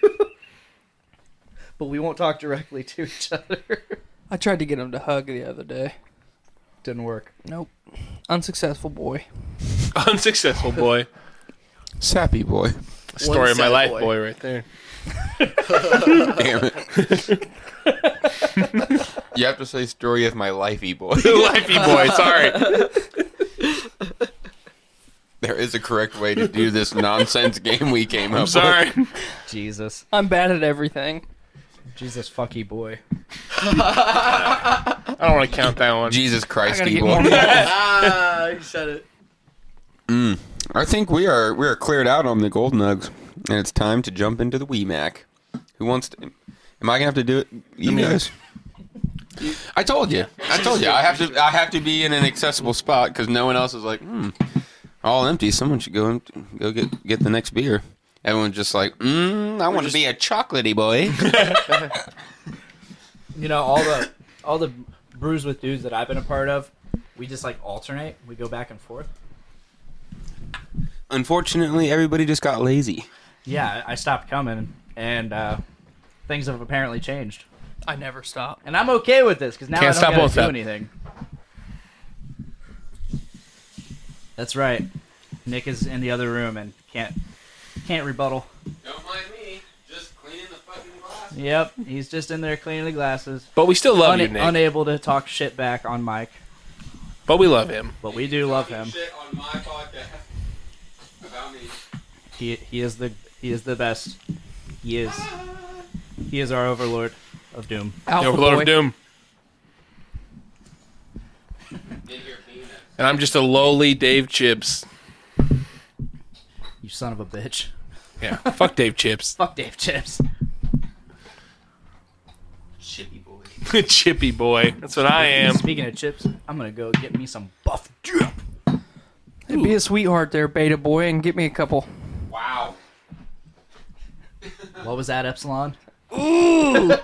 Speaker 8: but we won't talk directly to each other.
Speaker 9: I tried to get him to hug the other day.
Speaker 8: Didn't work.
Speaker 9: Nope. Unsuccessful boy.
Speaker 6: Unsuccessful boy.
Speaker 4: Sappy boy.
Speaker 6: Story of my
Speaker 5: sad
Speaker 6: life,
Speaker 5: boy.
Speaker 6: boy. right there.
Speaker 4: Damn it. you have to say story of my lifey boy.
Speaker 6: Lifey boy. Sorry.
Speaker 4: there is a correct way to do this nonsense game we came up
Speaker 6: Sorry.
Speaker 8: Jesus,
Speaker 9: I'm bad at everything.
Speaker 8: Jesus, fucky boy.
Speaker 6: I don't want to count that one.
Speaker 4: with. Jesus Christ,
Speaker 9: get
Speaker 4: boy.
Speaker 5: ah, you said it.
Speaker 4: I think we are we are cleared out on the gold nugs, and it's time to jump into the WeMac. Who wants to? Am I gonna have to do it? You guys. I told you. I told you. I have to. I have to be in an accessible spot because no one else is like, hmm, all empty. Someone should go and go get get the next beer. Everyone's just like, mm, I want to be a chocolatey boy.
Speaker 8: You know all the all the brews with dudes that I've been a part of, we just like alternate. We go back and forth.
Speaker 4: Unfortunately, everybody just got lazy.
Speaker 8: Yeah, I stopped coming, and uh, things have apparently changed.
Speaker 7: I never stop.
Speaker 8: And I'm okay with this because now
Speaker 6: Can't
Speaker 8: I
Speaker 6: stop,
Speaker 8: don't
Speaker 6: won't
Speaker 8: gotta do
Speaker 6: stop.
Speaker 8: anything. That's right. Nick is in the other room and can't can't rebuttal.
Speaker 4: Don't mind me. Just cleaning the fucking glass.
Speaker 8: Yep, he's just in there cleaning the glasses,
Speaker 6: But we still love
Speaker 8: una-
Speaker 6: you, Nick.
Speaker 8: unable to talk shit back on Mike.
Speaker 6: but we love him.
Speaker 8: But we do love him.
Speaker 4: Shit on my podcast about me.
Speaker 8: He he is the he is the best. He is he is our overlord of doom.
Speaker 9: Alpha
Speaker 6: Overlord
Speaker 9: boy.
Speaker 6: of Doom. And I'm just a lowly Dave Chips.
Speaker 8: You son of a bitch.
Speaker 6: Yeah. Fuck Dave Chips.
Speaker 8: Fuck Dave Chips.
Speaker 6: Chippy boy. That's what I am.
Speaker 8: Speaking of chips, I'm gonna go get me some buff dip.
Speaker 9: Hey, Be a sweetheart there, beta boy, and get me a couple.
Speaker 4: Wow.
Speaker 8: What was that, Epsilon? Ooh!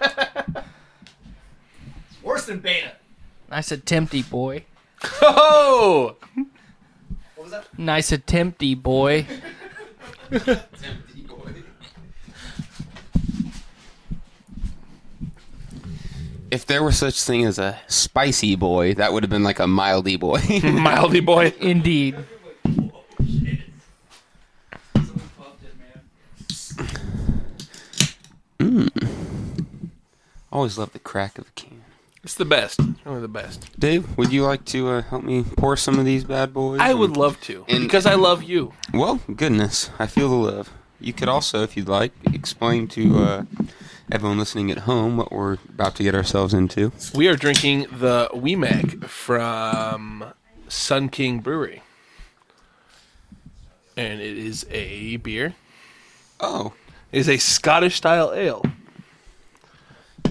Speaker 8: Worse than beta.
Speaker 9: Nice attempty boy.
Speaker 6: Oh!
Speaker 9: Nice attempty boy.
Speaker 4: If there were such thing as a spicy boy, that would have been like a mildy boy.
Speaker 6: Mildy boy.
Speaker 9: Indeed.
Speaker 4: Always love the crack of a can.
Speaker 6: It's the best. Only the best.
Speaker 4: Dave, would you like to uh, help me pour some of these bad boys?
Speaker 6: I would love to.
Speaker 4: And-
Speaker 6: Because I love you.
Speaker 4: Well, goodness, I feel the love. You could also, if you'd like, explain to uh, everyone listening at home what we're about to get ourselves into.
Speaker 6: We are drinking the Weemac from Sun King Brewery. And it is a beer.
Speaker 4: Oh,
Speaker 6: It is a Scottish style ale.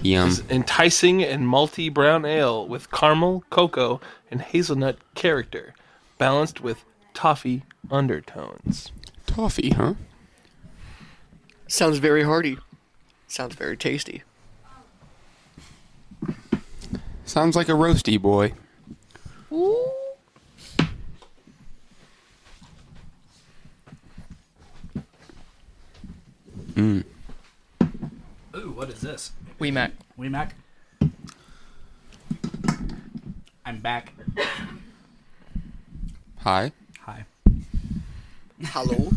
Speaker 4: yum!
Speaker 6: It's enticing and malty brown ale with caramel, cocoa, and hazelnut character, balanced with toffee undertones.
Speaker 4: Toffee, huh?
Speaker 5: Sounds very hearty. Sounds very tasty.
Speaker 4: Sounds like a roasty boy.
Speaker 8: Ooh, what is this?
Speaker 7: We met.
Speaker 8: We Mac. I'm back.
Speaker 4: Hi.
Speaker 8: Hi.
Speaker 5: Hello.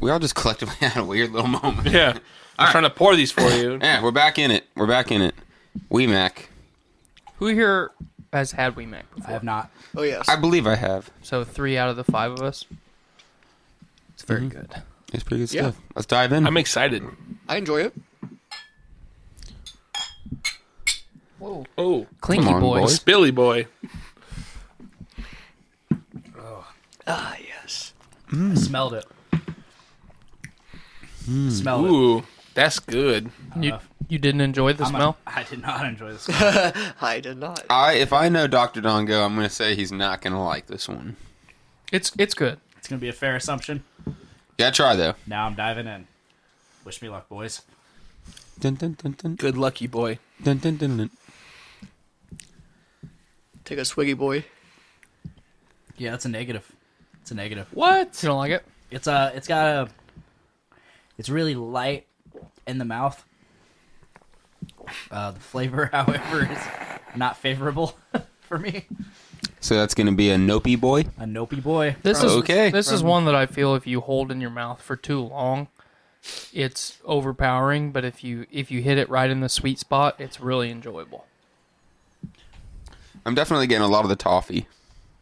Speaker 4: We all just collectively had a weird little moment.
Speaker 6: Yeah. I'm trying to pour these for you.
Speaker 4: Yeah, we're back in it. We're back in it. We Mac.
Speaker 7: Who here has had we met
Speaker 8: I
Speaker 7: before?
Speaker 8: have not.
Speaker 5: Oh yes.
Speaker 4: I believe I have.
Speaker 7: So three out of the five of us. It's very good.
Speaker 4: It's pretty good
Speaker 5: Yeah.
Speaker 4: stuff. Let's dive in.
Speaker 6: I'm excited.
Speaker 5: I enjoy it.
Speaker 6: Oh,
Speaker 7: Clinky
Speaker 4: Come on, boys.
Speaker 7: boys.
Speaker 6: Spilly boy.
Speaker 5: Ah yes.
Speaker 8: I smelled it. Smelled it.
Speaker 6: Ooh, that's good.
Speaker 7: You, you didn't enjoy the
Speaker 8: I'm a-
Speaker 7: smell?
Speaker 8: I did not enjoy the smell.
Speaker 5: I did not.
Speaker 4: I if I know Dr. Dongo, I'm gonna say he's not gonna like this one.
Speaker 7: It's it's good.
Speaker 8: it's gonna be a fair assumption.
Speaker 4: Yeah, try though.
Speaker 8: Now I'm diving in. Wish me luck, boys.
Speaker 4: Dun, dun, dun, dun,
Speaker 6: Good lucky boy.
Speaker 4: dun, dun, dun, dun.
Speaker 5: Take a swiggy boy.
Speaker 8: Yeah, that's a negative. It's a negative.
Speaker 7: What? You don't like it?
Speaker 8: It's uh it's got a it's really light in the mouth. Uh the flavor, however, is not favorable for me.
Speaker 4: So that's gonna be a nopey boy.
Speaker 8: A nopey boy.
Speaker 7: This is
Speaker 4: Okay.
Speaker 7: This is one that I feel if you hold in your mouth for too long, it's overpowering. But if you if you hit it right in the sweet spot, it's really enjoyable.
Speaker 4: I'm definitely getting a lot of the toffee.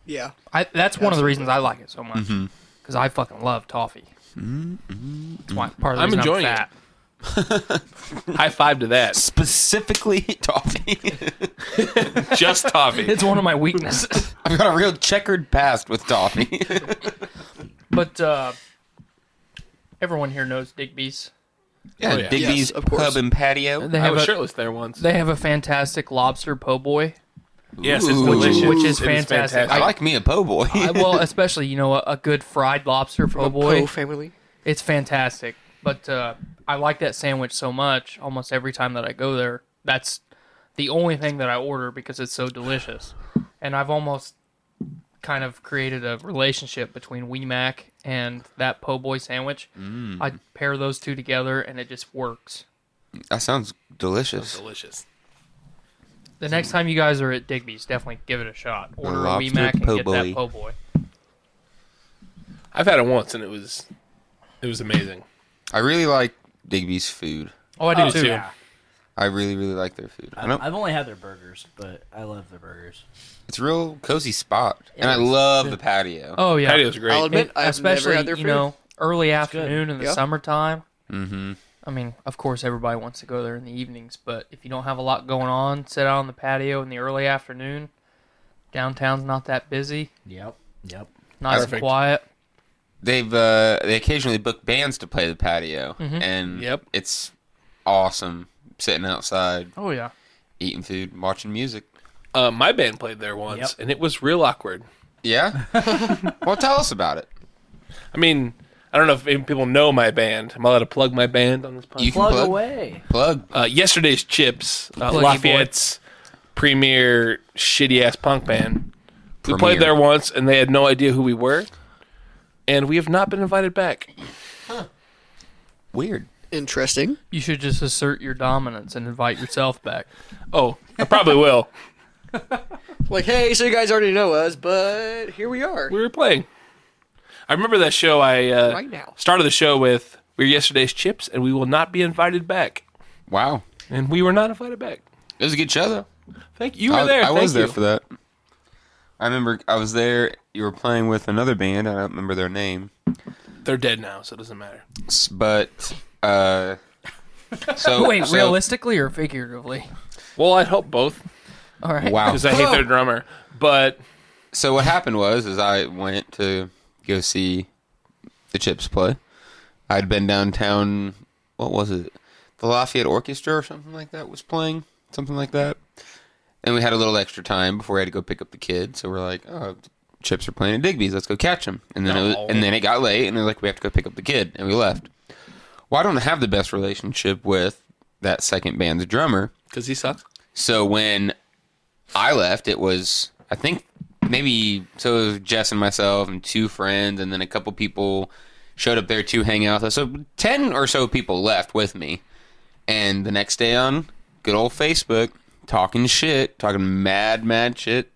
Speaker 5: Yeah.
Speaker 7: I that's one of the reasons I like it so much
Speaker 4: Mm-hmm.
Speaker 7: because I fucking love toffee. It's why part of the
Speaker 6: I'm
Speaker 7: reason
Speaker 6: enjoying
Speaker 7: I'm fat.
Speaker 6: High five to that.
Speaker 4: Specifically toffee.
Speaker 6: Just toffee.
Speaker 7: It's one of my weaknesses.
Speaker 4: I've got a real checkered past with toffee.
Speaker 7: but uh, everyone here knows Digby's.
Speaker 4: yeah,
Speaker 6: Oh, yeah.
Speaker 4: Digby's
Speaker 5: Yes, of course.
Speaker 4: Pub and Patio.
Speaker 7: They
Speaker 6: I
Speaker 7: have
Speaker 6: was
Speaker 7: a
Speaker 6: shirtless there once.
Speaker 7: they have a fantastic lobster po' boy.
Speaker 6: yes, it's
Speaker 4: Ooh.
Speaker 6: delicious.
Speaker 7: Which is
Speaker 6: It
Speaker 7: fantastic.
Speaker 4: I like me a po' boy.
Speaker 7: I, well, especially you know a, a good fried lobster po' boy.
Speaker 5: Poe family.
Speaker 7: It's fantastic. But uh, I like that sandwich so much. Almost every time that I go there, that's the only thing that I order because it's so delicious. And I've almost kind of created a relationship between WeMac and that po' boy sandwich. I pair those two together, and it just works.
Speaker 4: that sounds delicious.
Speaker 6: delicious.
Speaker 7: The next time you guys are at Digby's, definitely give it a shot. Order a
Speaker 4: lobster
Speaker 7: WeMac and
Speaker 4: po'
Speaker 7: get
Speaker 4: boy.
Speaker 7: that po' boy.
Speaker 6: I've had it once and it was it was amazing.
Speaker 4: I really like Digby's food.
Speaker 7: Oh, I do
Speaker 6: Oh,
Speaker 7: too.
Speaker 6: yeah.
Speaker 4: I really, really like their food. I don't,
Speaker 8: I've only had their burgers, but I love their burgers.
Speaker 4: it's a real cozy spot, and I love the patio.
Speaker 7: Oh yeah,
Speaker 6: Patio's great.
Speaker 5: I'll admit,
Speaker 7: It-
Speaker 5: I've
Speaker 7: especially
Speaker 5: never had their
Speaker 7: you
Speaker 5: food.
Speaker 7: know early afternoon in the
Speaker 5: Yeah.
Speaker 7: summertime. Mm-hmm. I mean, of course, everybody wants to go there in the evenings, but if you don't have a lot going on, sit out on the patio in the early afternoon. Downtown's not that busy,
Speaker 8: Yep. Yep.
Speaker 7: nice and
Speaker 6: Perfect.
Speaker 7: quiet.
Speaker 4: They've uh, they occasionally book bands to play the patio, and
Speaker 6: Mm-hmm. Yep.
Speaker 4: it's awesome sitting outside,
Speaker 7: Oh yeah,
Speaker 4: eating food, watching music.
Speaker 6: Uh, my band played there once
Speaker 8: Yep.
Speaker 6: and it was real awkward.
Speaker 4: Yeah. well, tell us about it.
Speaker 6: I mean, I don't know if any people know my band. Am I allowed to plug my band on this podcast?
Speaker 4: You can
Speaker 8: Plug
Speaker 4: plug
Speaker 8: away.
Speaker 4: Plug.
Speaker 6: uh, yesterday's chips, uh,
Speaker 7: Pluggy
Speaker 6: Lafayette's premier shitty ass punk band. We
Speaker 4: Premier.
Speaker 6: played there once, and they had no idea who we were, and we have not been invited back.
Speaker 4: Weird.
Speaker 5: Interesting.
Speaker 7: you should just assert your dominance and invite yourself back.
Speaker 6: Oh, I probably will.
Speaker 5: Like, hey, so you guys already know us, but here we are.
Speaker 6: We were playing. I remember that show. I uh,
Speaker 5: Right now.
Speaker 6: started the show with "We're yesterday's chips, and we will not be invited back,"
Speaker 4: Wow.
Speaker 6: and we were not invited back.
Speaker 4: It was a good show though.
Speaker 6: Thank you. You were
Speaker 4: I,
Speaker 6: there.
Speaker 4: I was
Speaker 6: Thank
Speaker 4: there
Speaker 6: you.
Speaker 4: for that. I remember I was there. You were playing with another band. I don't remember their name,
Speaker 6: They're dead now, so it doesn't matter.
Speaker 4: S- but uh, so
Speaker 7: Wait,
Speaker 4: so-
Speaker 7: realistically or figuratively?
Speaker 6: Well, I'd hope both
Speaker 7: All right.
Speaker 4: Wow.
Speaker 6: because I hate their drummer, but
Speaker 4: So what happened was, is I went to go see the Chips play. I'd been downtown. What was it? The Lafayette Orchestra or something like that was playing, something like that. And we had a little extra time before we had to go pick up the kids. So we're like, oh, Chips are playing at Digby's. Let's go catch them. And then it was, and then it got late, and they're like, we have to go pick up the kid, and we left. Well, I don't have the best relationship with that second band's drummer.
Speaker 6: because he sucks.
Speaker 4: So when I left, it was I think maybe so it was Jess and myself and two friends, and then a couple people showed up there to hang out with us. So ten or so people left with me, and the next day on good old Facebook, talking shit, talking mad mad shit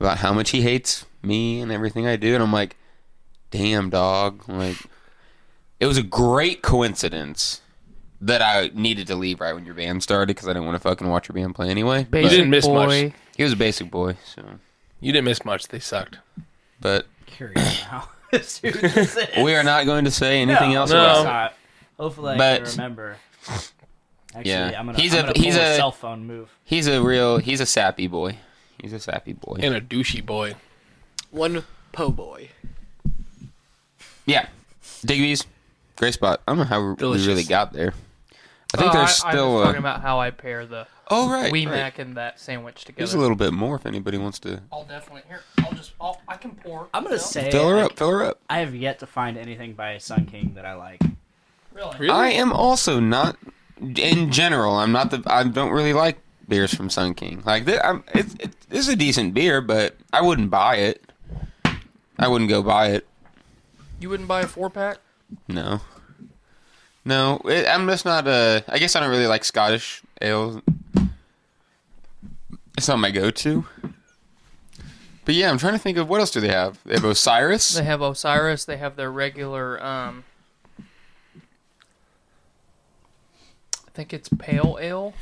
Speaker 4: about how much he hates me and everything I do, and I'm like, damn dog, like it was a great coincidence. That I needed to leave right when your band started because I didn't want to fucking watch your band play anyway.
Speaker 6: You
Speaker 4: but-
Speaker 6: didn't miss
Speaker 7: boy.
Speaker 6: much.
Speaker 4: he was a basic boy, so.
Speaker 6: You didn't miss much. They sucked.
Speaker 4: But
Speaker 8: Curious now. As soon as it-
Speaker 4: we are not going to say anything else
Speaker 6: no.
Speaker 4: about
Speaker 8: It's
Speaker 4: it.
Speaker 8: not. Hopefully, I
Speaker 4: But-
Speaker 8: can remember. Actually,
Speaker 4: Yeah.
Speaker 8: I'm gonna,
Speaker 4: He's
Speaker 8: I'm
Speaker 4: a-
Speaker 8: gonna
Speaker 4: he's
Speaker 8: pull
Speaker 4: a-
Speaker 8: cell phone move.
Speaker 4: He's a real, he's a sappy boy. He's a sappy boy.
Speaker 6: And a douchey boy.
Speaker 5: One po boy.
Speaker 4: yeah. Digby's, great spot. I don't know how we- we really
Speaker 6: Delicious.
Speaker 4: got there. I think
Speaker 7: Oh,
Speaker 4: there's
Speaker 7: I,
Speaker 4: still.
Speaker 7: I'm
Speaker 4: uh,
Speaker 7: just talking about how I pair the
Speaker 4: oh, right.
Speaker 7: Wee
Speaker 4: right.
Speaker 7: Mac and that sandwich
Speaker 4: There's
Speaker 7: together.
Speaker 4: a little bit more if anybody wants to.
Speaker 7: I'll definitely here. I'll just. I'll, I can pour.
Speaker 8: I'm gonna say
Speaker 4: Fill her
Speaker 8: I-
Speaker 4: up, fill her up.
Speaker 8: I have yet to find anything by Sun King that I like.
Speaker 7: Really?
Speaker 4: I am also not, in general, I'm not the, I don't really like beers from Sun King. Like, th- I'm, it's, it's, it's a decent beer, but I wouldn't buy it. I wouldn't go buy it.
Speaker 5: You wouldn't buy a four pack?
Speaker 4: No. No, it, I'm just not a. I guess I don't really like Scottish ale. It's not my go-to. But yeah, I'm trying to think of what else do they have? They have Osiris.
Speaker 7: They have Osiris. They have their regular. Um, I think it's pale ale,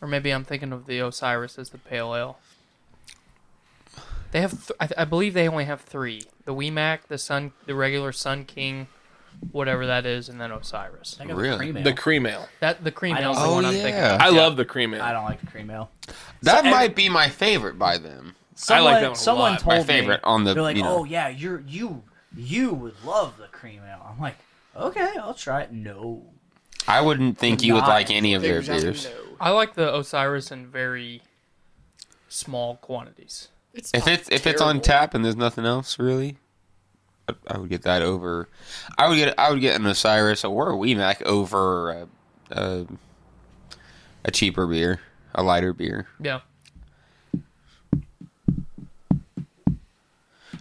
Speaker 7: or maybe I'm thinking of the Osiris as the pale ale. They have, th- I, th- I believe they only have three: the Weemac, the Sun, the regular Sun King, whatever that is, and then Osiris.
Speaker 8: I got
Speaker 4: Really?
Speaker 8: the cream ale.
Speaker 6: The cream ale.
Speaker 7: That the cream
Speaker 8: I
Speaker 7: ale is
Speaker 8: don't-
Speaker 7: the
Speaker 4: Oh
Speaker 7: one I'm thinking. of.
Speaker 4: yeah,
Speaker 6: I love the cream ale.
Speaker 8: I don't like the cream ale.
Speaker 4: that
Speaker 8: So-
Speaker 4: might be my favorite by them.
Speaker 8: Someone,
Speaker 6: like that one a
Speaker 8: someone
Speaker 6: lot.
Speaker 8: told
Speaker 4: My favorite
Speaker 8: me,
Speaker 4: on the-
Speaker 8: They're like,
Speaker 4: you know.
Speaker 8: oh yeah, you're you you would love the cream ale. I'm like, okay, I'll try it. No,
Speaker 4: I wouldn't think you would
Speaker 8: Nice.
Speaker 4: like any of their
Speaker 5: Exactly,
Speaker 4: beers.
Speaker 5: no.
Speaker 7: I like the Osiris in very small quantities.
Speaker 5: It's
Speaker 4: If
Speaker 5: not
Speaker 4: it's if it's on
Speaker 5: terrible.
Speaker 4: tap and there's nothing else really, I, I would get that over. I would get I would get an Osiris or a Weemac over a, a, a cheaper beer, a lighter beer.
Speaker 7: Yeah.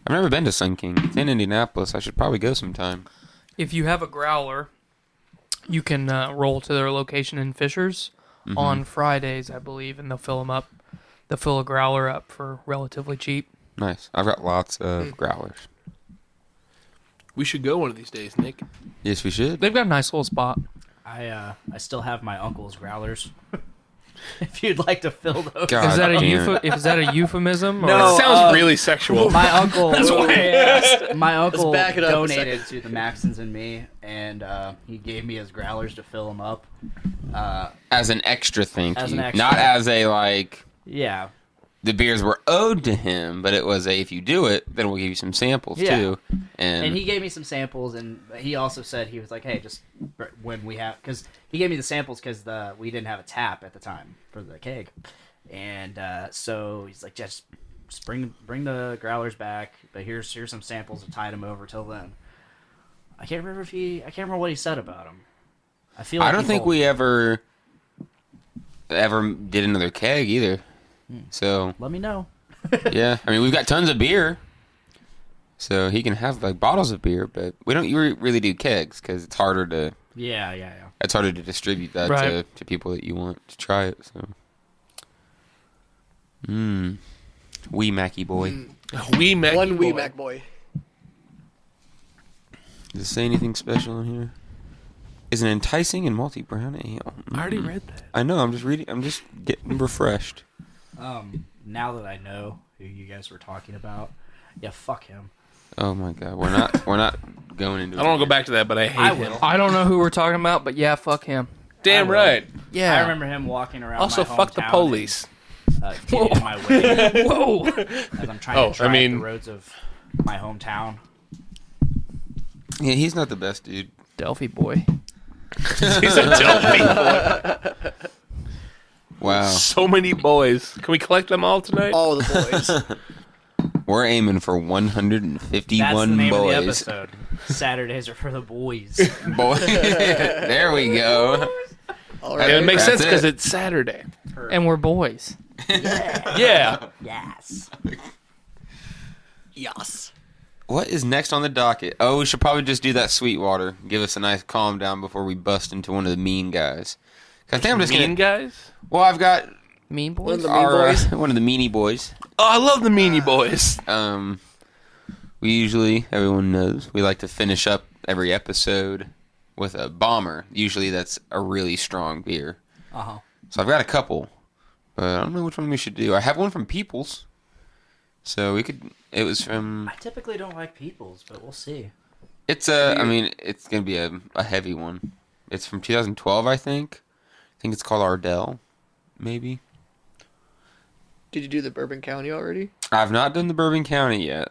Speaker 4: I've never been to Sun King. It's in Indianapolis. I should probably go sometime.
Speaker 7: if you have a growler, you can uh, roll to their location in Fishers
Speaker 5: Mm-hmm.
Speaker 7: on Fridays, I believe, and they'll fill them up. They'll fill a growler up for relatively cheap.
Speaker 4: Nice. I've got lots
Speaker 8: Hmm.
Speaker 4: of growlers.
Speaker 6: We should go one of these days, Nick.
Speaker 4: Yes, we should.
Speaker 7: They've got a nice little spot.
Speaker 8: I uh, I still have my uncle's growlers. if you'd like to fill those,
Speaker 4: God
Speaker 5: Uh,
Speaker 7: Is that a
Speaker 4: damn it.
Speaker 7: euph- is that a euphemism? Or
Speaker 8: No. Oh,
Speaker 6: Sounds
Speaker 8: uh,
Speaker 6: really sexual.
Speaker 8: my uncle. my uncle
Speaker 5: back it up a
Speaker 8: donated to the Maxons and me, and uh, he gave me his growlers to fill them up. Uh,
Speaker 4: As an extra thank
Speaker 8: As
Speaker 4: you.
Speaker 8: an extra.
Speaker 4: Not as a like
Speaker 8: yeah,
Speaker 4: the beers were owed to him, but it was a if you do it, then we'll give you some samples
Speaker 8: Yeah.
Speaker 4: too. And,
Speaker 8: and he gave me some samples, and he also said he was like, "Hey, just br- when we have," because he gave me the samples because the we didn't have a tap at the time for the keg, and uh, so he's like, "Just, just bring bring the growlers back, but here's here's some samples and tied them over till then." I can't remember if he I can't remember what he said about them. I feel like
Speaker 4: I don't
Speaker 8: he
Speaker 4: think
Speaker 8: told-
Speaker 4: we e- ever ever did another keg either. So
Speaker 8: Let me know.
Speaker 4: yeah, I mean we've got tons of beer, so he can have like bottles of beer, but we don't re- really do kegs because it's harder to
Speaker 8: Yeah, yeah, yeah.
Speaker 4: it's harder to distribute that to,
Speaker 7: Right.
Speaker 4: to people that you want to try it. So, mm. wee Mackie boy.
Speaker 6: Hmm. we met
Speaker 5: One wee mac boy.
Speaker 4: Does it say anything special in here? Is an enticing and multi brown ale.
Speaker 6: I already read that.
Speaker 4: I know. I'm just reading. I'm just getting refreshed.
Speaker 8: Um, now that I know who you guys were talking about, yeah, fuck him.
Speaker 4: Oh my god, we're not. We're not going into.
Speaker 6: I don't want to go back to that, but I hate
Speaker 8: I
Speaker 6: him.
Speaker 8: will.
Speaker 7: I don't know who we're talking about, but yeah, fuck him.
Speaker 6: Damn
Speaker 8: will.
Speaker 6: right.
Speaker 7: Yeah.
Speaker 8: I remember him walking around.
Speaker 6: Also,
Speaker 8: my
Speaker 6: fuck the
Speaker 8: hometown and,
Speaker 6: police.
Speaker 8: Uh, getting in my way
Speaker 7: Whoa.
Speaker 8: as I'm trying
Speaker 6: Oh, I
Speaker 8: to drive
Speaker 6: mean-
Speaker 8: the roads of my hometown.
Speaker 4: Yeah, he's not the best dude.
Speaker 7: Delphi boy.
Speaker 6: He's a Delphi.
Speaker 4: Wow,
Speaker 6: so many boys. Can we collect them all tonight?
Speaker 5: All the boys.
Speaker 4: we're aiming for
Speaker 8: That's
Speaker 4: 151
Speaker 8: the name
Speaker 4: boys.
Speaker 8: of the episode. Saturdays are for the boys.
Speaker 4: Boy, there we go.
Speaker 5: All
Speaker 6: And it
Speaker 5: right.
Speaker 6: makes
Speaker 4: That's
Speaker 6: sense because
Speaker 4: it.
Speaker 6: it's Saturday.
Speaker 7: And we're boys.
Speaker 6: Yeah.
Speaker 8: yes.
Speaker 5: Yes.
Speaker 4: What is next on the docket? Oh, we should probably just do that Sweetwater. Give us a nice calm down before we bust into one of the mean guys. 'Cause I think I'm just
Speaker 6: Mean
Speaker 4: gonna.
Speaker 6: guys?
Speaker 4: Well, I've got
Speaker 7: Mean
Speaker 5: One of
Speaker 7: boys.
Speaker 5: the mean
Speaker 4: our uh,
Speaker 5: boys.
Speaker 4: one of the meanie boys.
Speaker 6: Oh, I love the Meanie Boys.
Speaker 4: Um, we usually, everyone knows, we like to finish up every episode with a bomber. Usually, that's a really strong beer.
Speaker 8: Uh
Speaker 6: Uh-huh.
Speaker 8: huh.
Speaker 4: So I've got a couple, but I don't know which one we should do. I have one from Peoples, so we could. It was from.
Speaker 8: I typically don't like peoples, but we'll see.
Speaker 4: It's a. I mean, it's gonna be a, a heavy one. It's from 2012, I think. I think it's called Ardell, maybe.
Speaker 5: Did you do the Bourbon County already?
Speaker 4: I've not done the Bourbon County yet.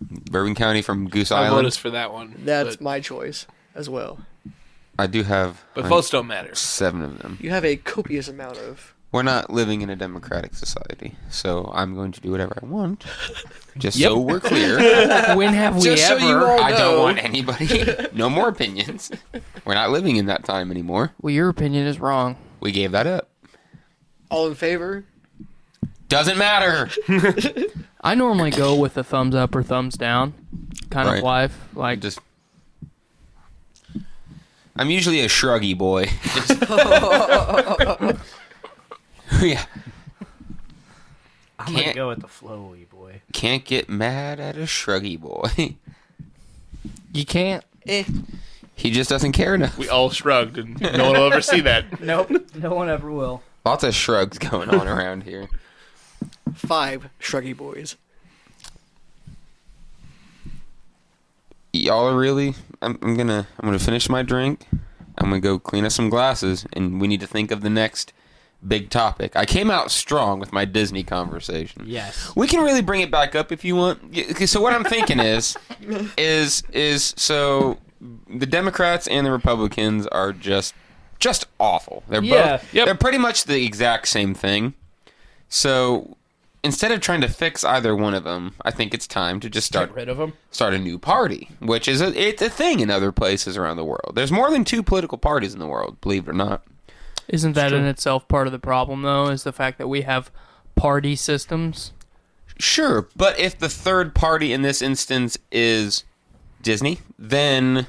Speaker 4: Bourbon County from Goose
Speaker 6: I vote
Speaker 4: Island.
Speaker 6: us for that one.
Speaker 5: That's
Speaker 6: but,
Speaker 5: my choice as well.
Speaker 4: I do have
Speaker 6: but
Speaker 4: like,
Speaker 6: votes don't matter.
Speaker 4: seven of them.
Speaker 5: You have a copious amount of.
Speaker 4: We're not living in a democratic society, so I'm going to do whatever I want. Just so we're clear,
Speaker 7: When have we
Speaker 5: Just so
Speaker 7: ever?
Speaker 5: you all
Speaker 4: I don't
Speaker 5: know.
Speaker 4: want anybody. No more opinions. We're not living in that time anymore.
Speaker 7: Well, your opinion is wrong.
Speaker 4: We gave that up.
Speaker 5: All in favor?
Speaker 4: Doesn't matter.
Speaker 7: I normally go with a thumbs up or thumbs down kind
Speaker 4: Right.
Speaker 7: of life. Like
Speaker 4: Just. I'm usually a shruggy boy. Just- yeah,
Speaker 8: I'm gonna
Speaker 4: Can't-
Speaker 8: go with the flowy boy.
Speaker 4: can't get mad at a shruggy boy.
Speaker 7: you can't.
Speaker 5: Eh,
Speaker 4: He just doesn't care enough.
Speaker 6: We all shrugged, and no one will ever see that.
Speaker 8: Nope, no one ever will.
Speaker 4: Lots of shrugs going on around here.
Speaker 5: Five shruggy boys.
Speaker 4: y'all are really I'm, I'm gonna i'm gonna finish my drink i'm gonna go clean up some glasses and we need to think of the next big topic i came out strong with my disney conversation
Speaker 8: Yes.
Speaker 4: we can really bring it back up if you want Yeah, okay, so what i'm thinking is is is so the democrats and the republicans are just just awful they're
Speaker 8: Yeah.
Speaker 4: both
Speaker 6: Yep.
Speaker 4: they're pretty much the exact same thing so instead of trying to fix either one of them i think it's time to just start
Speaker 8: Get rid of him.
Speaker 4: start a new party, which is a, it's a thing in other places around the world. There's more than two political parties in the world, believe it or not.
Speaker 7: Isn't that in itself part of the problem though? Is the fact that we have party systems?
Speaker 4: Sure, but if the third party in this instance is Disney, then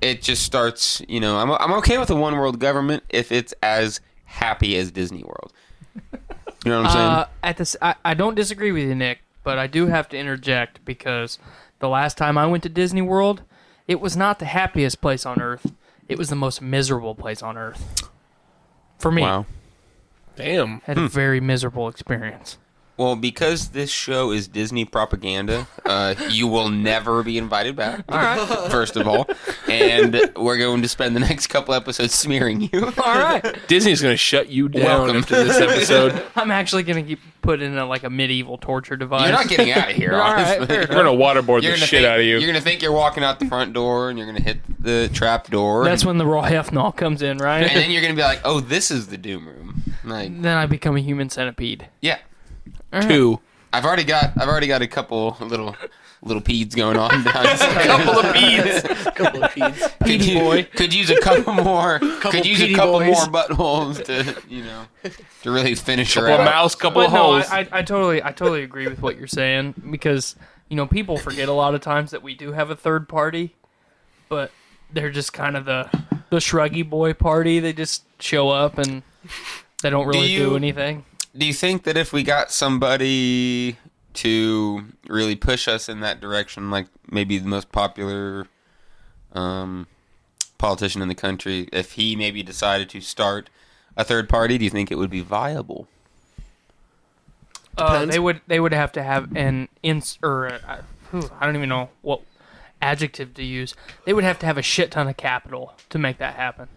Speaker 4: it just starts, you know, I'm, I'm okay with a one world government if it's as happy as Disney World. You know what I'm saying?
Speaker 7: Uh, at this, I, I don't disagree with you, Nick, but I do have to interject because the last time I went to Disney World, it was not the happiest place on earth. It was the most miserable place on earth. For me,
Speaker 4: wow. Hmm.
Speaker 6: Damn.
Speaker 7: had a very miserable experience.
Speaker 4: Well, because this show is Disney propaganda, uh, you will never be invited back. First of all, and we're going to spend the next couple episodes smearing you.
Speaker 7: All right,
Speaker 6: Disney's going to shut you down
Speaker 4: Welcome.
Speaker 6: after this episode.
Speaker 7: I'm actually gonna get put in a, like a medieval torture device.
Speaker 4: You're not getting out of here.
Speaker 7: All right,
Speaker 4: honestly.
Speaker 7: fair
Speaker 6: We're going to waterboard
Speaker 4: You're
Speaker 6: the
Speaker 4: gonna
Speaker 6: shit
Speaker 4: think,
Speaker 6: out of you.
Speaker 4: You're gonna think you're walking out the front door, and you're gonna hit the trap door.
Speaker 7: That's
Speaker 4: and,
Speaker 7: when the raw hefnol comes in, right?
Speaker 4: and then you're gonna be like, "Oh, this is the doom room." Like,
Speaker 7: then I become a human centipede.
Speaker 4: yeah,
Speaker 6: Two.
Speaker 4: I've already got, I've already got a couple little, little peds going on down.
Speaker 6: Full of beads.
Speaker 5: Couple of peds.
Speaker 4: could, you,
Speaker 7: boy.
Speaker 4: could use a couple more. could use a
Speaker 5: PD
Speaker 4: couple
Speaker 5: boys.
Speaker 4: more buttholes to, you know, to really finish her
Speaker 6: Couple of
Speaker 4: out.
Speaker 6: mouths, couple
Speaker 7: But
Speaker 6: of
Speaker 7: no,
Speaker 6: holes.
Speaker 7: I, I, I totally, I totally agree with what you're saying because you know people forget a lot of times that we do have a third party, but they're just kind of the the shruggy boy party. They just show up and they don't really do,
Speaker 4: you-
Speaker 7: anything.
Speaker 4: Do you think that if we got somebody to really push us in that direction, like maybe the most popular um, politician in the country, if he maybe decided to start a third party, do you think it would be viable?
Speaker 7: Uh,
Speaker 5: Depends.
Speaker 7: they would, they would have to have an ins or uh, whew, I don't even know what adjective to use. They would have to have a shit ton of capital to make that happen.